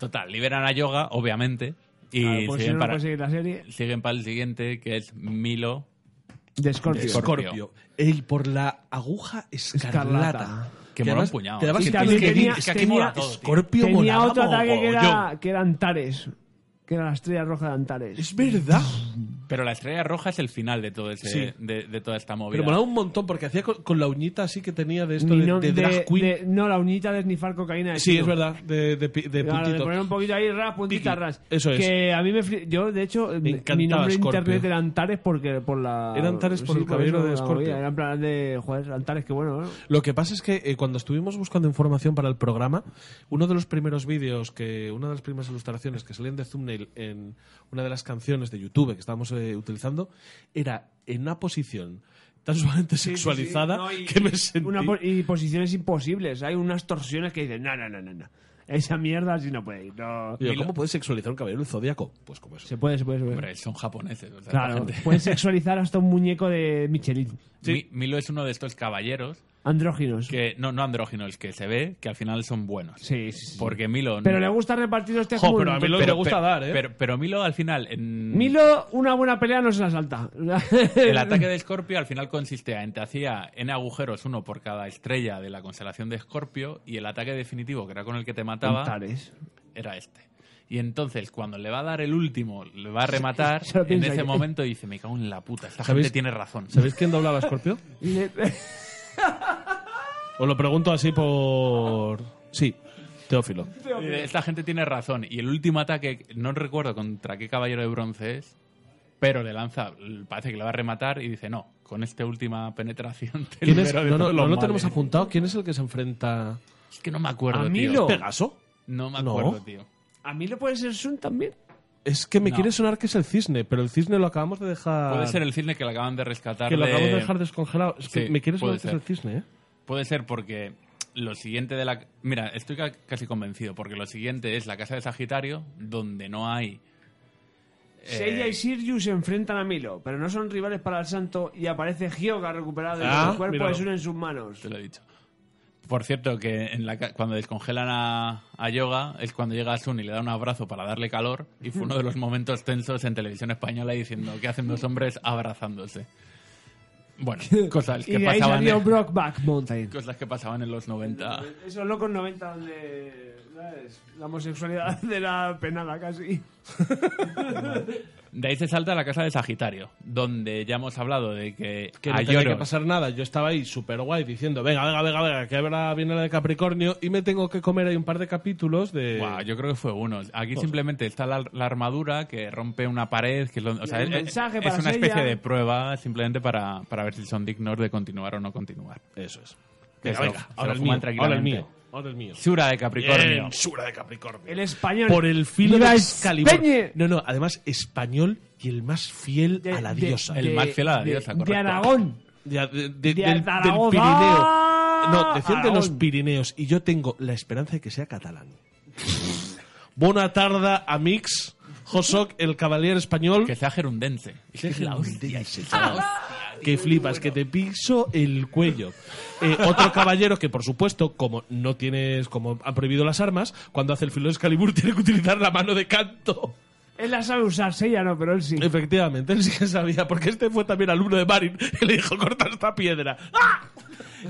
total, liberan a Yoga, obviamente. Y
Claro, porque si no, pues
siguen,
no
para,
puede seguir la serie
siguen para el siguiente, que es Milo.
de Scorpio.
De Scorpio.
Scorpio. El por la aguja escarlata.
Escarlata.
Que mola un puñado.
que además
Y
que
también
tiene-
tenía-
es que aquí
tenía-
mola todo, tío. Scorpio
Tenía
molaba
otro ataque que
mogollón.
era, que era Antares, que era la estrella roja de Antares.
Es verdad.
Pero la estrella roja es el final de todo ese,
Sí.
de, de toda esta movida.
Pero molaba un montón porque hacía con, con la uñita así que tenía de esto
Ni
de,
no-
de drag queen.
de- no, la uñita de snifar cocaína. de
sí,
chino.
es verdad. De, de, pi- de
Claro, de
puntito.
poner un poquito ahí, ras, puntita,
Piqui.
ras.
Eso es.
Que a mí me fli- Yo, de hecho, eh, mi
encantaba
nombre en
Scorpio.
internet era Antares porque por la...
Era Antares por el caballero
cabello
de Scorpio.
Era en plan de, joder, Antares, qué bueno, ¿no?
Lo que pasa es que eh, cuando estuvimos buscando información para el programa, uno de los primeros vídeos que, una de las primeras ilustraciones que salían de thumbnail en una de las canciones de YouTube que estábamos eh, utilizando, era en una posición tan sumamente sexualizada
sí, sí. No, y-
que me sentí.
Una po- y posiciones imposibles. Hay unas torsiones que dicen, no, no, no, no, no. Esa mierda así no puede ir. No.
Digo, ¿Cómo puedes sexualizar un caballero del zodíaco? Pues como eso.
Se puede, se puede, se puede.
Hombre, son japoneses. o sea,
claro,
esta gente-
puedes sexualizar hasta un muñeco de Michelin.
Mi- Milo es uno de estos caballeros
Andróginos.
que no, no andróginos, que se ve que al final son buenos.
Sí, sí, sí.
Porque Milo. no-
Pero le gusta repartir los tejos.
Jo, pero a Milo le gusta
pero-
dar, ¿eh?
Pero, pero Milo al final. En...
Milo, una buena pelea no se la salta.
El ataque de Escorpio al final consistía en te hacía n agujeros, uno por cada estrella de la constelación de Escorpio, y el ataque definitivo, que era con el que te mataba,
Antares.
era este. Y entonces, cuando le va a dar el último, le va a rematar,
Se lo
en
piensa
ese
que-
momento dice, me cago en la puta, esta
¿Sabéis-
gente tiene razón.
¿Sabéis quién doblaba a Scorpio?
Y le-
Os lo pregunto así por. Sí, Teófilo.
Eh, Esta gente tiene razón. Y el último ataque, no recuerdo contra qué caballero de bronce es, pero le lanza, parece que le va a rematar y dice, no, con esta última penetración te
¿Quién es?
libero de
No, no,
todos
no
los
lo tenemos
males".
apuntado. ¿Quién es el que se enfrenta
Es que no me acuerdo,
¿A
tío.
Milo?
Pegaso?
No me
No.
acuerdo, tío.
a Milo puede ser Sun también.
Es que me
No.
quiere sonar que es el cisne, pero el cisne lo acabamos de dejar.
Puede ser el cisne que le acaban de rescatar.
Que lo
de-
acabamos de dejar descongelado. Es que
Sí,
me quiere sonar
puede
que es el cisne, ¿eh?
Puede ser porque lo siguiente de la... Mira, estoy ca- casi convencido, porque lo siguiente es la casa de Sagitario, donde no hay... eh,
Seiya y Sirius se enfrentan a Milo, pero no son rivales para el santo y aparece Hyoga recuperado y
Ah,
su cuerpo
míralo.
es uno en sus manos.
Te lo he dicho. Por cierto, que en la ca- cuando descongelan a, a Yoga es cuando llega Sun y le da un abrazo para darle calor y fue uno de los momentos tensos en televisión española diciendo que hacen dos hombres abrazándose. Bueno, cosas
Y
que,
de ahí
pasaban
salió
en,
Brockback Mountain.
cosas que pasaban en los
Ah.
90.
Esos locos 90 donde ¿sabes? la homosexualidad era penada casi.
De ahí se salta a la casa de Sagitario, donde ya hemos hablado de que,
que
a
no tenía que
Lloros-
pasar nada. Yo estaba ahí súper guay diciendo, venga, venga, venga, venga, que ahora viene la de Capricornio y me tengo que comer ahí un par de capítulos de...
Guau, yo creo que fue uno. Aquí simplemente está la, la armadura que rompe una pared. Que es lo- o sea,
hay un
es,
mensaje
es
para
una especie
Seiya.
de prueba simplemente para, para ver si son dignos de continuar o no continuar.
Eso es.
Que
Venga,
se lo-
venga,
se lo
ahora el
fuman
mío, ahora el
tranquilamente.
mío, ahora el mío.
Sura de Capricornio.
Bien, Sura de Capricornio.
El español.
Por el filo
¡Viva
de Excalibur.
España!
No, no, además español y el más fiel
De-
a la
de-
diosa.
El
de-
más fiel a la
de-
diosa,
De
correcto.
Aragón.
Ya, de- de- del,
de
del
Zaragoza.
Pirineo. No, decían de los
Aragón.
Pirineos. Y yo tengo la esperanza de que sea catalán. Buena tarda, amix. Josoc, el caballero español.
Que sea gerundense. Es que es la hostia.
Dice, chaval, Que flipas, que te piso el cuello. Eh, otro caballero que, por supuesto, como no tienes, como han prohibido las armas, cuando hace el filo de Excalibur tiene que utilizar la mano de canto.
Él la sabe usar, Seiya no, pero él sí.
Efectivamente, él sí que sabía, porque este fue también alumno de Marin y le dijo, corta esta piedra. ¡Ah!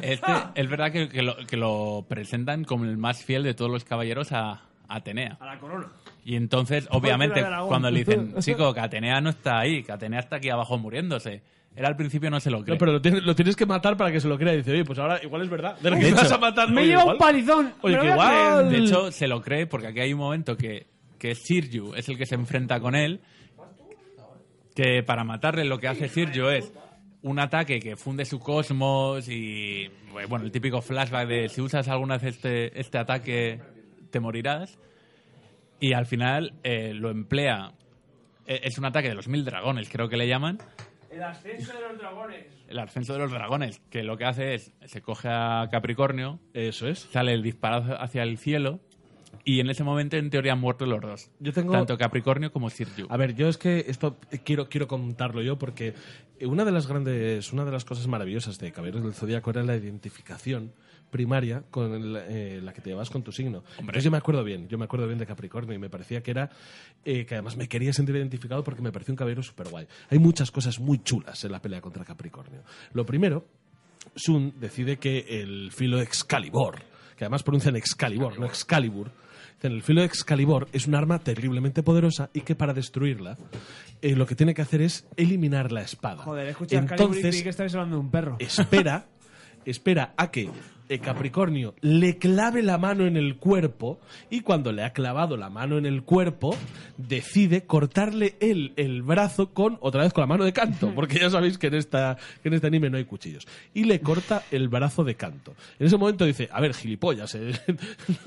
Este,
Ah.
es verdad que, que lo, que lo presentan como el más fiel de todos los caballeros a a Atenea.
A la corona.
Y entonces,
Porque
obviamente,
era de Aragón.
cuando le dicen, chico, que Atenea no está ahí, que Atenea está aquí abajo muriéndose. Él al principio no se lo cree.
No, pero lo tienes, lo tienes que matar para que se lo crea. Y dice, oye, pues ahora igual es verdad. De lo que
De
vas
hecho,
a matar,
Me
oye,
lleva
igual.
un palizón.
Oye,
me
que
lo voy a
igual-
creer.
De hecho, se lo cree porque aquí hay un momento que, que Sirju es el que se enfrenta con él. Que para matarle lo que hace Sirju es un ataque que funde su cosmos y eh, bueno, el típico flashback de si usas alguna vez este, este ataque te morirás. Y al final eh, lo emplea. Eh, Es un ataque de los mil dragones, creo que le llaman.
El ascenso de los dragones.
El ascenso de los dragones, que lo que hace es se coge a Capricornio,
Eso es.
sale el disparo hacia el cielo y en ese momento en teoría han muerto los dos.
Yo tengo-
Tanto Capricornio como Sirju.
A ver, yo es que esto eh, quiero, quiero contarlo yo porque eh, una de las grandes, una de las cosas maravillosas de Caballeros del Zodíaco era la identificación primaria con el, eh, la que te llevabas con tu signo. Entonces yo me acuerdo bien, yo me acuerdo bien de Capricornio y me parecía que era, eh, que además me quería sentir identificado porque me parecía un caballero súper guay. Hay muchas cosas muy chulas en la pelea contra Capricornio. Lo primero, Sun decide que el filo Excalibur, que además pronuncian Excalibur, no Excalibur, dicen el filo Excalibur es un arma terriblemente poderosa y que para destruirla eh, lo que tiene que hacer es eliminar la espada.
Joder, escucha Excalibur y creí
Entonces
que estabais hablando de un perro.
espera, espera a que el Capricornio le clave la mano en el cuerpo y cuando le ha clavado la mano en el cuerpo decide cortarle él el brazo con otra vez con la mano de canto porque ya sabéis que en esta que en este anime no hay cuchillos y le corta el brazo de canto en ese momento dice a ver gilipollas eh,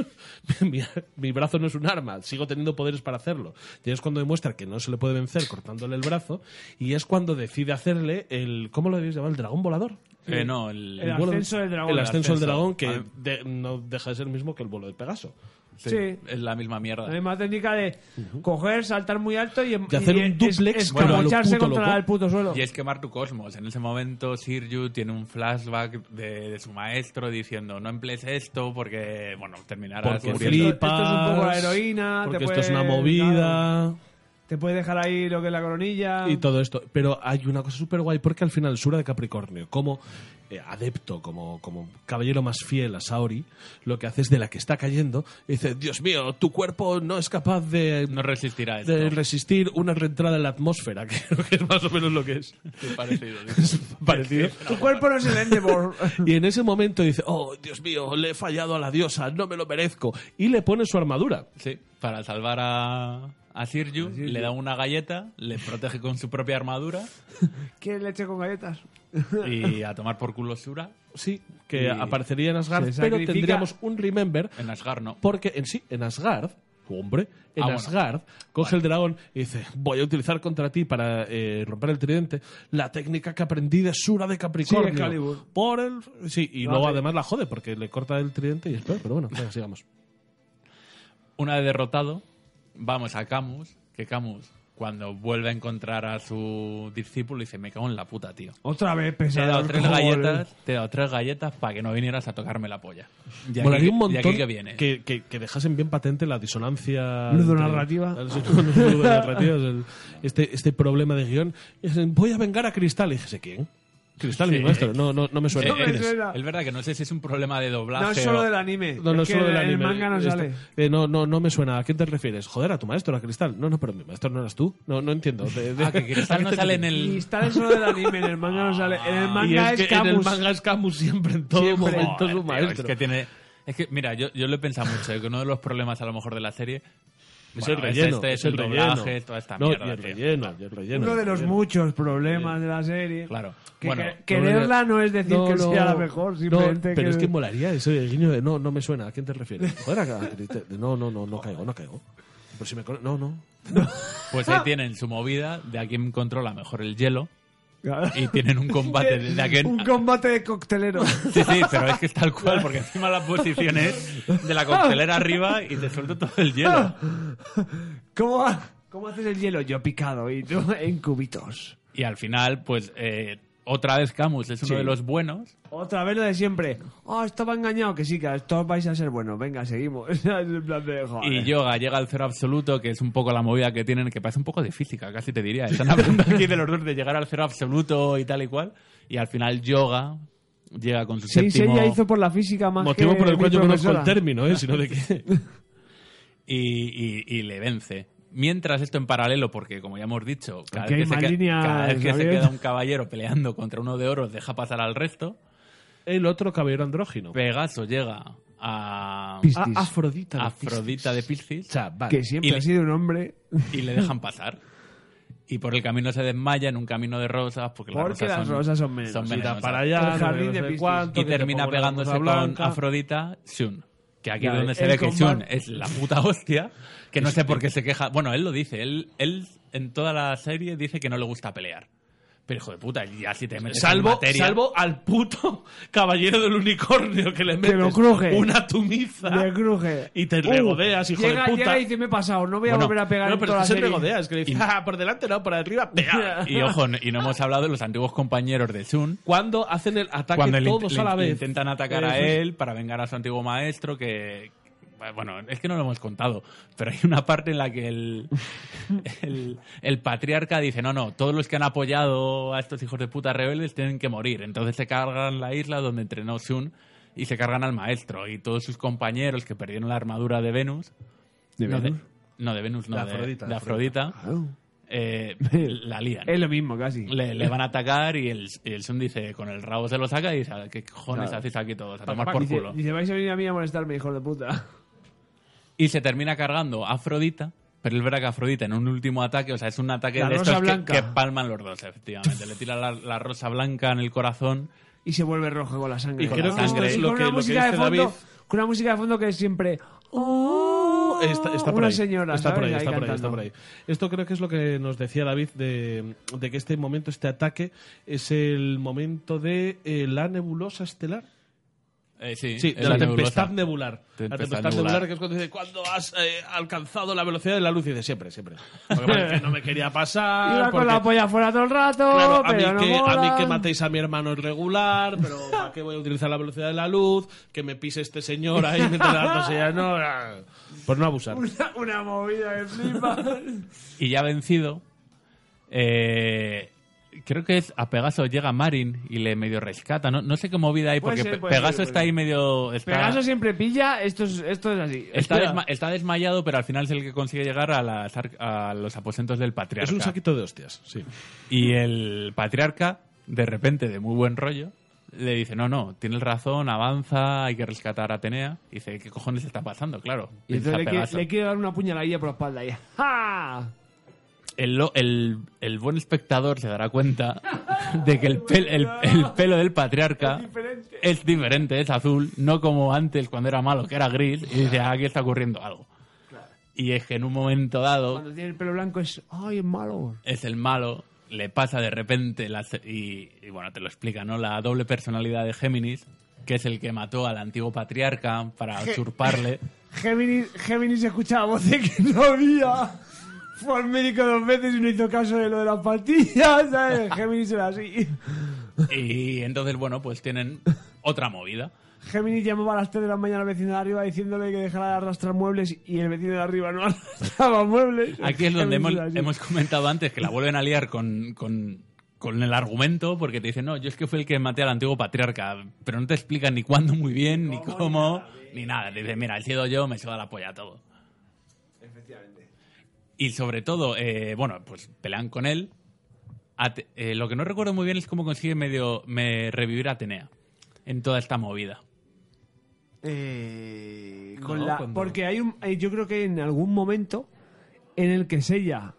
mi, mi brazo no es un arma sigo teniendo poderes para hacerlo y es cuando demuestra que no se le puede vencer cortándole el brazo y es cuando decide hacerle el cómo lo debéis llamar el dragón volador
Eh, no, el,
El
vuelo
ascenso del dragón.
El ascenso del dragón, que
Ah.
de- no deja de ser el mismo que el vuelo de Pegaso.
sí,
sí.
es la misma mierda.
La misma técnica de coger, saltar muy alto y, em-
De hacer
y
un dúplex,
es-
bueno, a lo
escapacharse
puto
contra
loco.
el puto suelo.
Y es quemar tu cosmos. En ese momento Sirju tiene un flashback de, de su maestro diciendo no emplees esto porque, bueno, terminarás
Porque
muriendo.
flip. esto es un poco la
flipas,
heroína,
Porque
te
esto es una
puede-
movida.
Te puedes dejar ahí lo que es la coronilla.
Y todo esto. Pero hay una cosa súper guay, porque al final Sura de Capricornio, como eh, adepto, como, como caballero más fiel a Saori, lo que hace es de la que está cayendo, y dice, Dios mío, tu cuerpo no es capaz de,
No resistirá esto.
de resistir una reentrada en la atmósfera, que creo que es más o menos lo que es.
Qué parecido, tío.
Es parecido.
Tu cuerpo no es el Endeavor.
Y en ese momento dice, oh, Dios mío, le he fallado a la diosa, no me lo merezco. Y le pone su armadura.
Sí, para salvar a, a Sirju, le da una galleta, le protege con su propia armadura
¿Quieres leche con galletas?
y a tomar por culo Sura.
Sí, que
Y
aparecería en Asgard,
se
pero
sacrifica-
tendríamos un remember,
En Asgard no.
porque en sí, en Asgard, Hombre, en
Ah, bueno.
Asgard coge el dragón y dice, voy a utilizar contra ti para eh, romper el tridente la técnica que aprendí de Sura de Capricornio.
Excalibur.
por el... Sí, y
Lo
luego
hace.
además la jode porque le corta el tridente y es peor, pero bueno, venga, sigamos.
Una vez derrotado, vamos a Camus, que Camus, cuando vuelve a encontrar a su discípulo, dice, me cago en la puta, tío.
Otra vez
Te he
pesado.
dado tres
joder.
galletas, te he dado tres galletas para que no vinieras a tocarme la polla. Y aquí-
Molaría un
y
montón
aquí que viene.
que, que- que dejasen bien patente la disonancia.
Ludonarrativa.
entre- Sí, no, no, ludonarrativa, es el- este, este problema de guión. Y dicen, voy a vengar a Cristal. Y dije, ¿quién? Cristal, mi
Sí.
maestro. No, no, no me suena.
Eh,
No me
¿Quién es?
suena.
Es verdad que no sé si es un problema de doblaje.
No es solo
o-
del anime.
No, no
es que
solo del
en
anime.
El manga no
Esto-
sale.
eh, no, no, no me suena. ¿A quién te refieres? Joder, a tu maestro, a Cristal. No, no, pero mi maestro no eras tú. No, no entiendo. De- de-
Ah, que Cristal no sale en
Y
el...
está en solo del anime, en el manga no sale. En el
Ah, Y
manga
es
es,
que en el
Camus.
manga es Camus siempre, en todo
Siempre.
momento es
Joder,
su
Eh, tío,
maestro.
Es que tiene... Es que, mira, yo, yo lo he pensado mucho, eh, que uno de los problemas a lo mejor de la serie...
Es
Bueno,
el relleno.
este,
es el
doblaje,
relleno.
toda esta
No,
mierda,
y el
tío.
relleno, y el relleno. Eh,
Uno de los muchos problemas de la serie.
Claro.
Que
bueno,
que- quererla no es decir
No,
que
no,
sea la mejor,
no,
simplemente
pero es que
que...
molaría eso el guiño de no, no me suena. ¿A quién te refieres? Joder, a- a- no, no, no, no caigo, no caigo. Por si me cono- no, no.
pues ahí tienen su movida de a quién controla mejor el hielo
Claro.
y tienen un combate de, de a quién...
Un combate de coctelero.
Sí, sí, pero es que es tal cual, porque encima la posición es de la coctelera arriba y te suelto todo el hielo.
¿Cómo, ha- ¿Cómo haces el hielo? Yo picado y tú en cubitos.
Y al final, pues, eh, otra vez Camus es uno de los buenos.
Otra vez lo de siempre. Oh, estaba engañado. Que sí, que todos vais a ser buenos. Venga, seguimos. Es el plan de, joder.
Y Yoga llega al cero absoluto, que es un poco la movida que tienen, que parece un poco de física, casi te diría. Están hablando aquí de los dos de llegar al cero absoluto y tal y cual. Y al final Yoga llega con su
Sí, sí,
séptimo
ella hizo por la física más
Motivo
que
por el
mi
cual yo conozco el
profesora.
término, ¿eh? Sino de que.
y, y- y le vence. Mientras esto en paralelo, porque como ya hemos dicho, cada
Aquí
vez
hay
que, se,
más
queda-
líneas,
cada vez que se
Javier.
queda un caballero peleando contra uno de oros, deja pasar al resto.
El otro caballero andrógino.
Pegaso llega a
A-
Ah, Piscis,
Afrodita. de
Afrodita de Piscis
Piscis. Chaval.
que siempre
Y le-
ha sido un hombre.
y le dejan pasar. Y por el camino se desmaya en un camino de rosas porque,
Porque las rosas
las rosas
son
son,
venenosas.
Mira,
venenosas.
para allá,
El jardín
no
de
sé
Piscis.
cuánto,
Y
que te
termina
pongo una
pegándose
cosa
con
blanca.
Afrodita Shun. Que aquí
Ya,
es donde se
el
ve que Shun
combate-
es la puta hostia. Que no sé por qué se queja. Bueno, él lo dice. Él, él en toda la serie dice que no le gusta pelear. Pero hijo de puta, ya si te metes en
Salvo,
materia...
salvo al puto caballero del unicornio que le metes
lo cruje.
una tumiza
Le cruje.
y te
Uh,
regodeas, Ah. hijo
llega-
de puta.
Llega y dice, me he pasado. No voy a
Bueno,
volver a pegar
no,
en
pero
toda
no
la
se
serie.
regodeas, que le dices, "Ah, por delante no, por arriba, pega.
Y ojo, y no hemos hablado de los antiguos compañeros de Shun.
cuando hacen el ataque
cuando le
todos
int-
a la
le
vez. eh,
intentan atacar a
Eso es.
él para vengar a su antiguo maestro que bueno, es que no lo hemos contado, pero hay una parte en la que el, el, el patriarca dice, no, no, todos los que han apoyado a estos hijos de puta rebeldes tienen que morir. Entonces se cargan la isla donde entrenó Shun y se cargan al maestro y todos sus compañeros que perdieron la armadura de Venus. no, de- no, de Venus, no,
De
de
Afrodita,
Afrodita.
de
De Afrodita
Claro.
eh, la lían
Es lo mismo, casi.
le, le van a atacar y el, y el Sun dice, con el rabo se lo saca y dice, ¿qué cojones
Claro.
hacéis aquí todos? A tomar por
dice,
culo.
dice, vais a venir a mí a molestarme, hijo de puta.
Y se termina cargando a Afrodita, pero es verdad que Afrodita en un último ataque, o sea, es un ataque
La
de
rosa
estos que,
blanca.
que palman los dos, efectivamente. le tira la, la rosa blanca en el corazón.
Y se vuelve rojo con la sangre.
Y
con
creo
la
que esto
sangre.
es
Y
lo
con
que,
una
lo que dice
música de fondo,
David.
Con una música de fondo que es siempre... Oh,
Está, está por
una
ahí.
señora,
está por
¿sabes?
ahí, está por ahí,
cantando.
está por ahí. Esto creo que es lo que nos decía David de, de que este momento, este ataque, es el momento de eh, la nebulosa estelar.
Eh, sí,
Sí,
es
de la, tempestad
nebulosa.
nebular. La
Tempestad
tempestad
nebular.
nebular, que es cuando dice, ¿cuándo has eh, alcanzado la velocidad de la luz? Y dice, siempre, siempre. Porque bueno, que no me quería pasar.
Iba
porque-
con la polla fuera todo el rato,
Claro, a mí,
pero no
que, a mí
mola.
que matéis a mi hermano es regular, pero ¿para qué voy a utilizar la velocidad de la luz? Que me pise este señor ahí mientras la otra señora no. ah, Por no abusar.
Una, una movida que flipa.
Y ya vencido, eh, creo que es a Pegaso llega Marin y le medio rescata. No, no sé qué movida hay,
Puede
porque
ser,
Pe-
puede ser,
Pegaso
puede
está
ser.
ahí medio... está-
Pegaso siempre pilla, esto es, esto es así.
Está,
Espera.
desma- está desmayado, pero al final es el que consigue llegar a, las ar- a los aposentos del patriarca.
Es un saquito de hostias, sí.
Y el patriarca, de repente, de muy buen rollo, le dice, no, no, tienes razón, avanza, hay que rescatar a Atenea. Y dice, ¿qué cojones está pasando? Claro.
Y
piensa
entonces le, quiere-
Pegaso.
le quiere dar una puñaladilla por la espalda. Y, ¡Ja!
el, lo- el- el buen espectador se dará cuenta de que el, pel- el- el pelo del patriarca es diferente. es azul, no como antes cuando era malo, que era gris, y dice, "Ah, aquí está ocurriendo algo. Y es que en un momento dado
Cuando tiene el pelo blanco es. ¡Ay, es malo!
es el malo, le pasa de repente la se- y, y bueno, te lo explica, ¿no? La doble personalidad de Géminis, que es el que mató al antiguo patriarca para usurparle.
Géminis, Géminis escuchaba voces que no había. Fue al médico dos veces y no hizo caso de lo de las pastillas, ¿sabes? Géminis era así.
Y entonces, bueno, pues tienen otra movida.
Géminis llamaba a las 3 de la mañana al vecino de arriba diciéndole que dejara de arrastrar muebles y el vecino de arriba no arrastraba muebles.
Aquí es donde hemos,
Géminis era así.
hemos comentado antes que la vuelven a liar con, con, con el argumento, porque te dicen, no, yo es que fui el que maté al antiguo patriarca, pero no te explican ni cuándo muy bien, ni cómo, ni nada. Te dicen, mira, he sido yo, me suda la polla todo. Efectivamente. Y sobre todo, eh, bueno, pues pelean con él. Ate- eh, lo que no recuerdo muy bien es cómo consigue medio me revivir a Atenea en toda esta movida.
Eh,
Con
no,
la-
cuando-
Porque hay un, hay- yo creo que en algún momento en el que Sella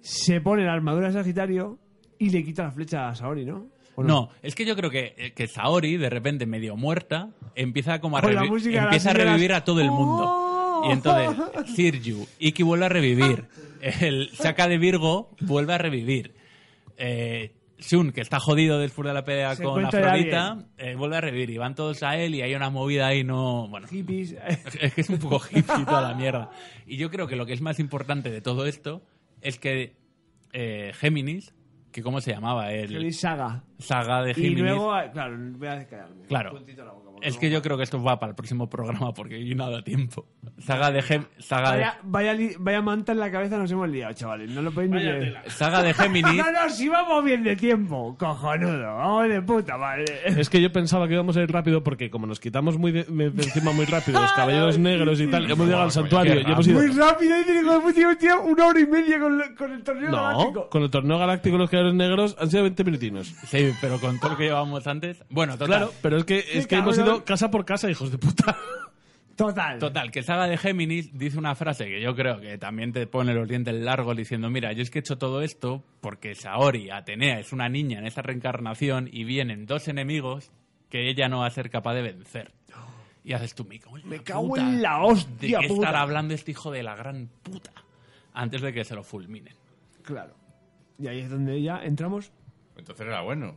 se pone la armadura de Sagitario y le quita la flecha a Saori, ¿no? ¿O
No, es que yo creo que, eh, que Saori, de repente medio muerta, empieza como a,
Con la
revi-
música de las
empieza a
señoras.
revivir a todo el mundo.
¡Oh!
Y entonces, Sirju, Iki vuelve a revivir. El saca de Virgo vuelve a revivir. Eh, Shun, que está jodido después de la pelea
Se
con
encuentra
Afrodita, eh, vuelve a revivir. Y van todos a él y hay una movida ahí, no. Bueno,
Hippies. eh,
es que es un poco hippie toda la mierda. Y yo creo que lo que es más importante de todo esto es que eh, Géminis, que ¿cómo se llamaba? El
Géminis Saga.
saga de
Y
Géminis.
luego, ah, claro, voy a callarme.
Claro.
Puntito a la boca, porque
Es
no-
que yo creo que esto va para el próximo programa porque aquí no da tiempo. Saga de, Gem- saga
Vaya,
de,
vaya, li- vaya manta en la cabeza nos hemos liado, chavales. No lo podéis ni creer.
saga de Géminis.
No, no, si vamos bien de tiempo, cojonudo. Vamos de puta madre.
Es que yo pensaba que íbamos a ir rápido porque como nos quitamos muy de, me- de encima muy rápido los caballeros negros y tal, hemos llegado al santuario y hemos ido...
Muy rápido, y digo, hemos tenido tío, una hora y media con, con el torneo
No,
galáctico.
con el torneo galáctico y los caballeros negros han sido 20 minutinos.
Sí, pero con todo lo que llevamos antes. Bueno, total.
Claro, pero es que, es que hemos
cabrón.
ido casa por casa, hijos de puta.
Total.
Total, que Saga de Géminis dice una frase que yo creo que también te pone los dientes largos diciendo, mira, yo es que he hecho todo esto porque Saori, Atenea, es una niña en esa reencarnación y vienen dos enemigos que ella no va a ser capaz de vencer. Y haces tú, me cago en la,
Me cago
puta.
en la
¿De
hostia,
qué
puta.
estará hablando este hijo de la gran puta? Antes de que se lo fulminen.
Claro. Y ahí es donde ya entramos.
Entonces era bueno.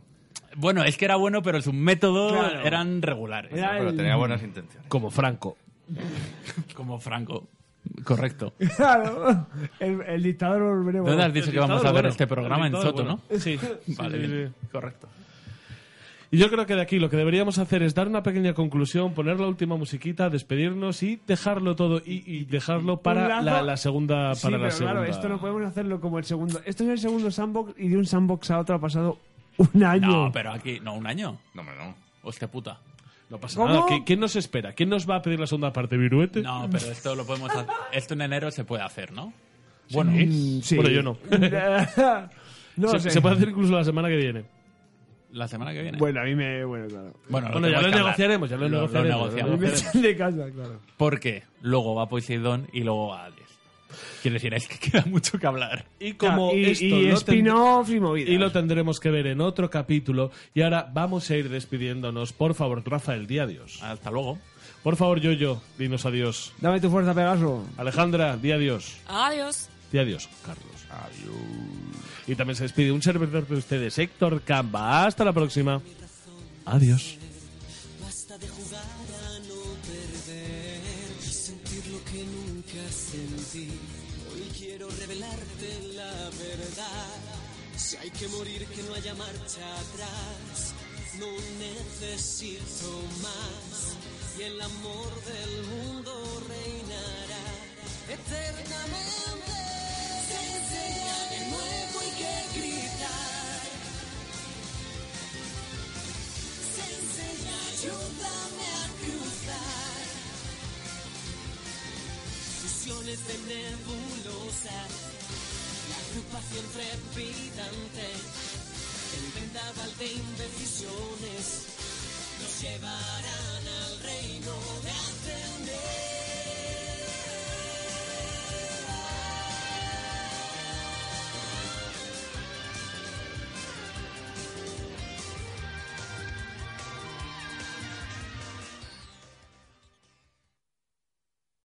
Bueno, es que era bueno, pero sus métodos
Claro.
eran regulares.
Era
Pero
el-
tenía buenas intenciones.
Como Franco.
Como Franco. Correcto.
Claro. El, el dictador volveremos.
¿Dónde has dicho que vamos a ver este programa en Soto, no?
Sí.
Vale,
Sí, sí,
bien.
sí.
correcto.
Y yo creo que de aquí lo que deberíamos hacer es dar una pequeña conclusión, poner la última musiquita, despedirnos y dejarlo todo y, y dejarlo
Un
para
lazo.
la, la segunda. Para la
Sí, pero claro,
segunda.
esto no podemos hacerlo como el segundo. Esto es el segundo sandbox y de un sandbox a otro ha pasado un año.
No, pero aquí, no, un año.
No, hombre, no.
Hostia puta.
No pasa
¿Cómo?
nada. ¿Qui- ¿Quién nos espera? ¿Quién nos va a pedir la segunda parte, Viruete?
No, pero esto lo podemos hacer. Esto en enero se puede hacer, ¿no?
Bueno,
Mm, sí.
bueno, yo no.
no
se,
lo sé.
se puede hacer incluso la semana que viene.
La semana que viene.
Bueno, a mí me. Bueno, claro.
Bueno,
Bueno, ya
tenemos
lo
que hablar.
negociaremos, ya lo negociaremos, lo
A mí
negociamos.
me echan de casa, claro.
Porque luego va Poseidón y luego va Hades. Quiero decir, es que queda mucho que hablar.
Y como
y,
esto
y
lo tend-
spin-off y movidas.
y lo tendremos que ver en otro capítulo. Y ahora vamos a ir despidiéndonos. Por favor, Rafael, di adiós.
Hasta luego.
Por favor, Yoyo, dinos adiós.
Dame tu fuerza, Pegaso.
Alejandra, di adiós.
Adiós.
Di adiós, Carlos. Adiós. Y también se despide un servidor de ustedes, Héctor Camba. Hasta la próxima. Adiós.
Basta de jugar a no perder y sentir lo que nunca sentí. Hoy quiero revelarte la verdad. Si hay que morir, que no haya marcha atrás. No necesito más y el amor del mundo reinará eternamente. Se enseña de nuevo y que gritar. Enseña, ayúdame a cruzar Fusiones de nebulosa La agrupación trepidante El vendaval de indecisiones Nos llevarán al reino de Atenea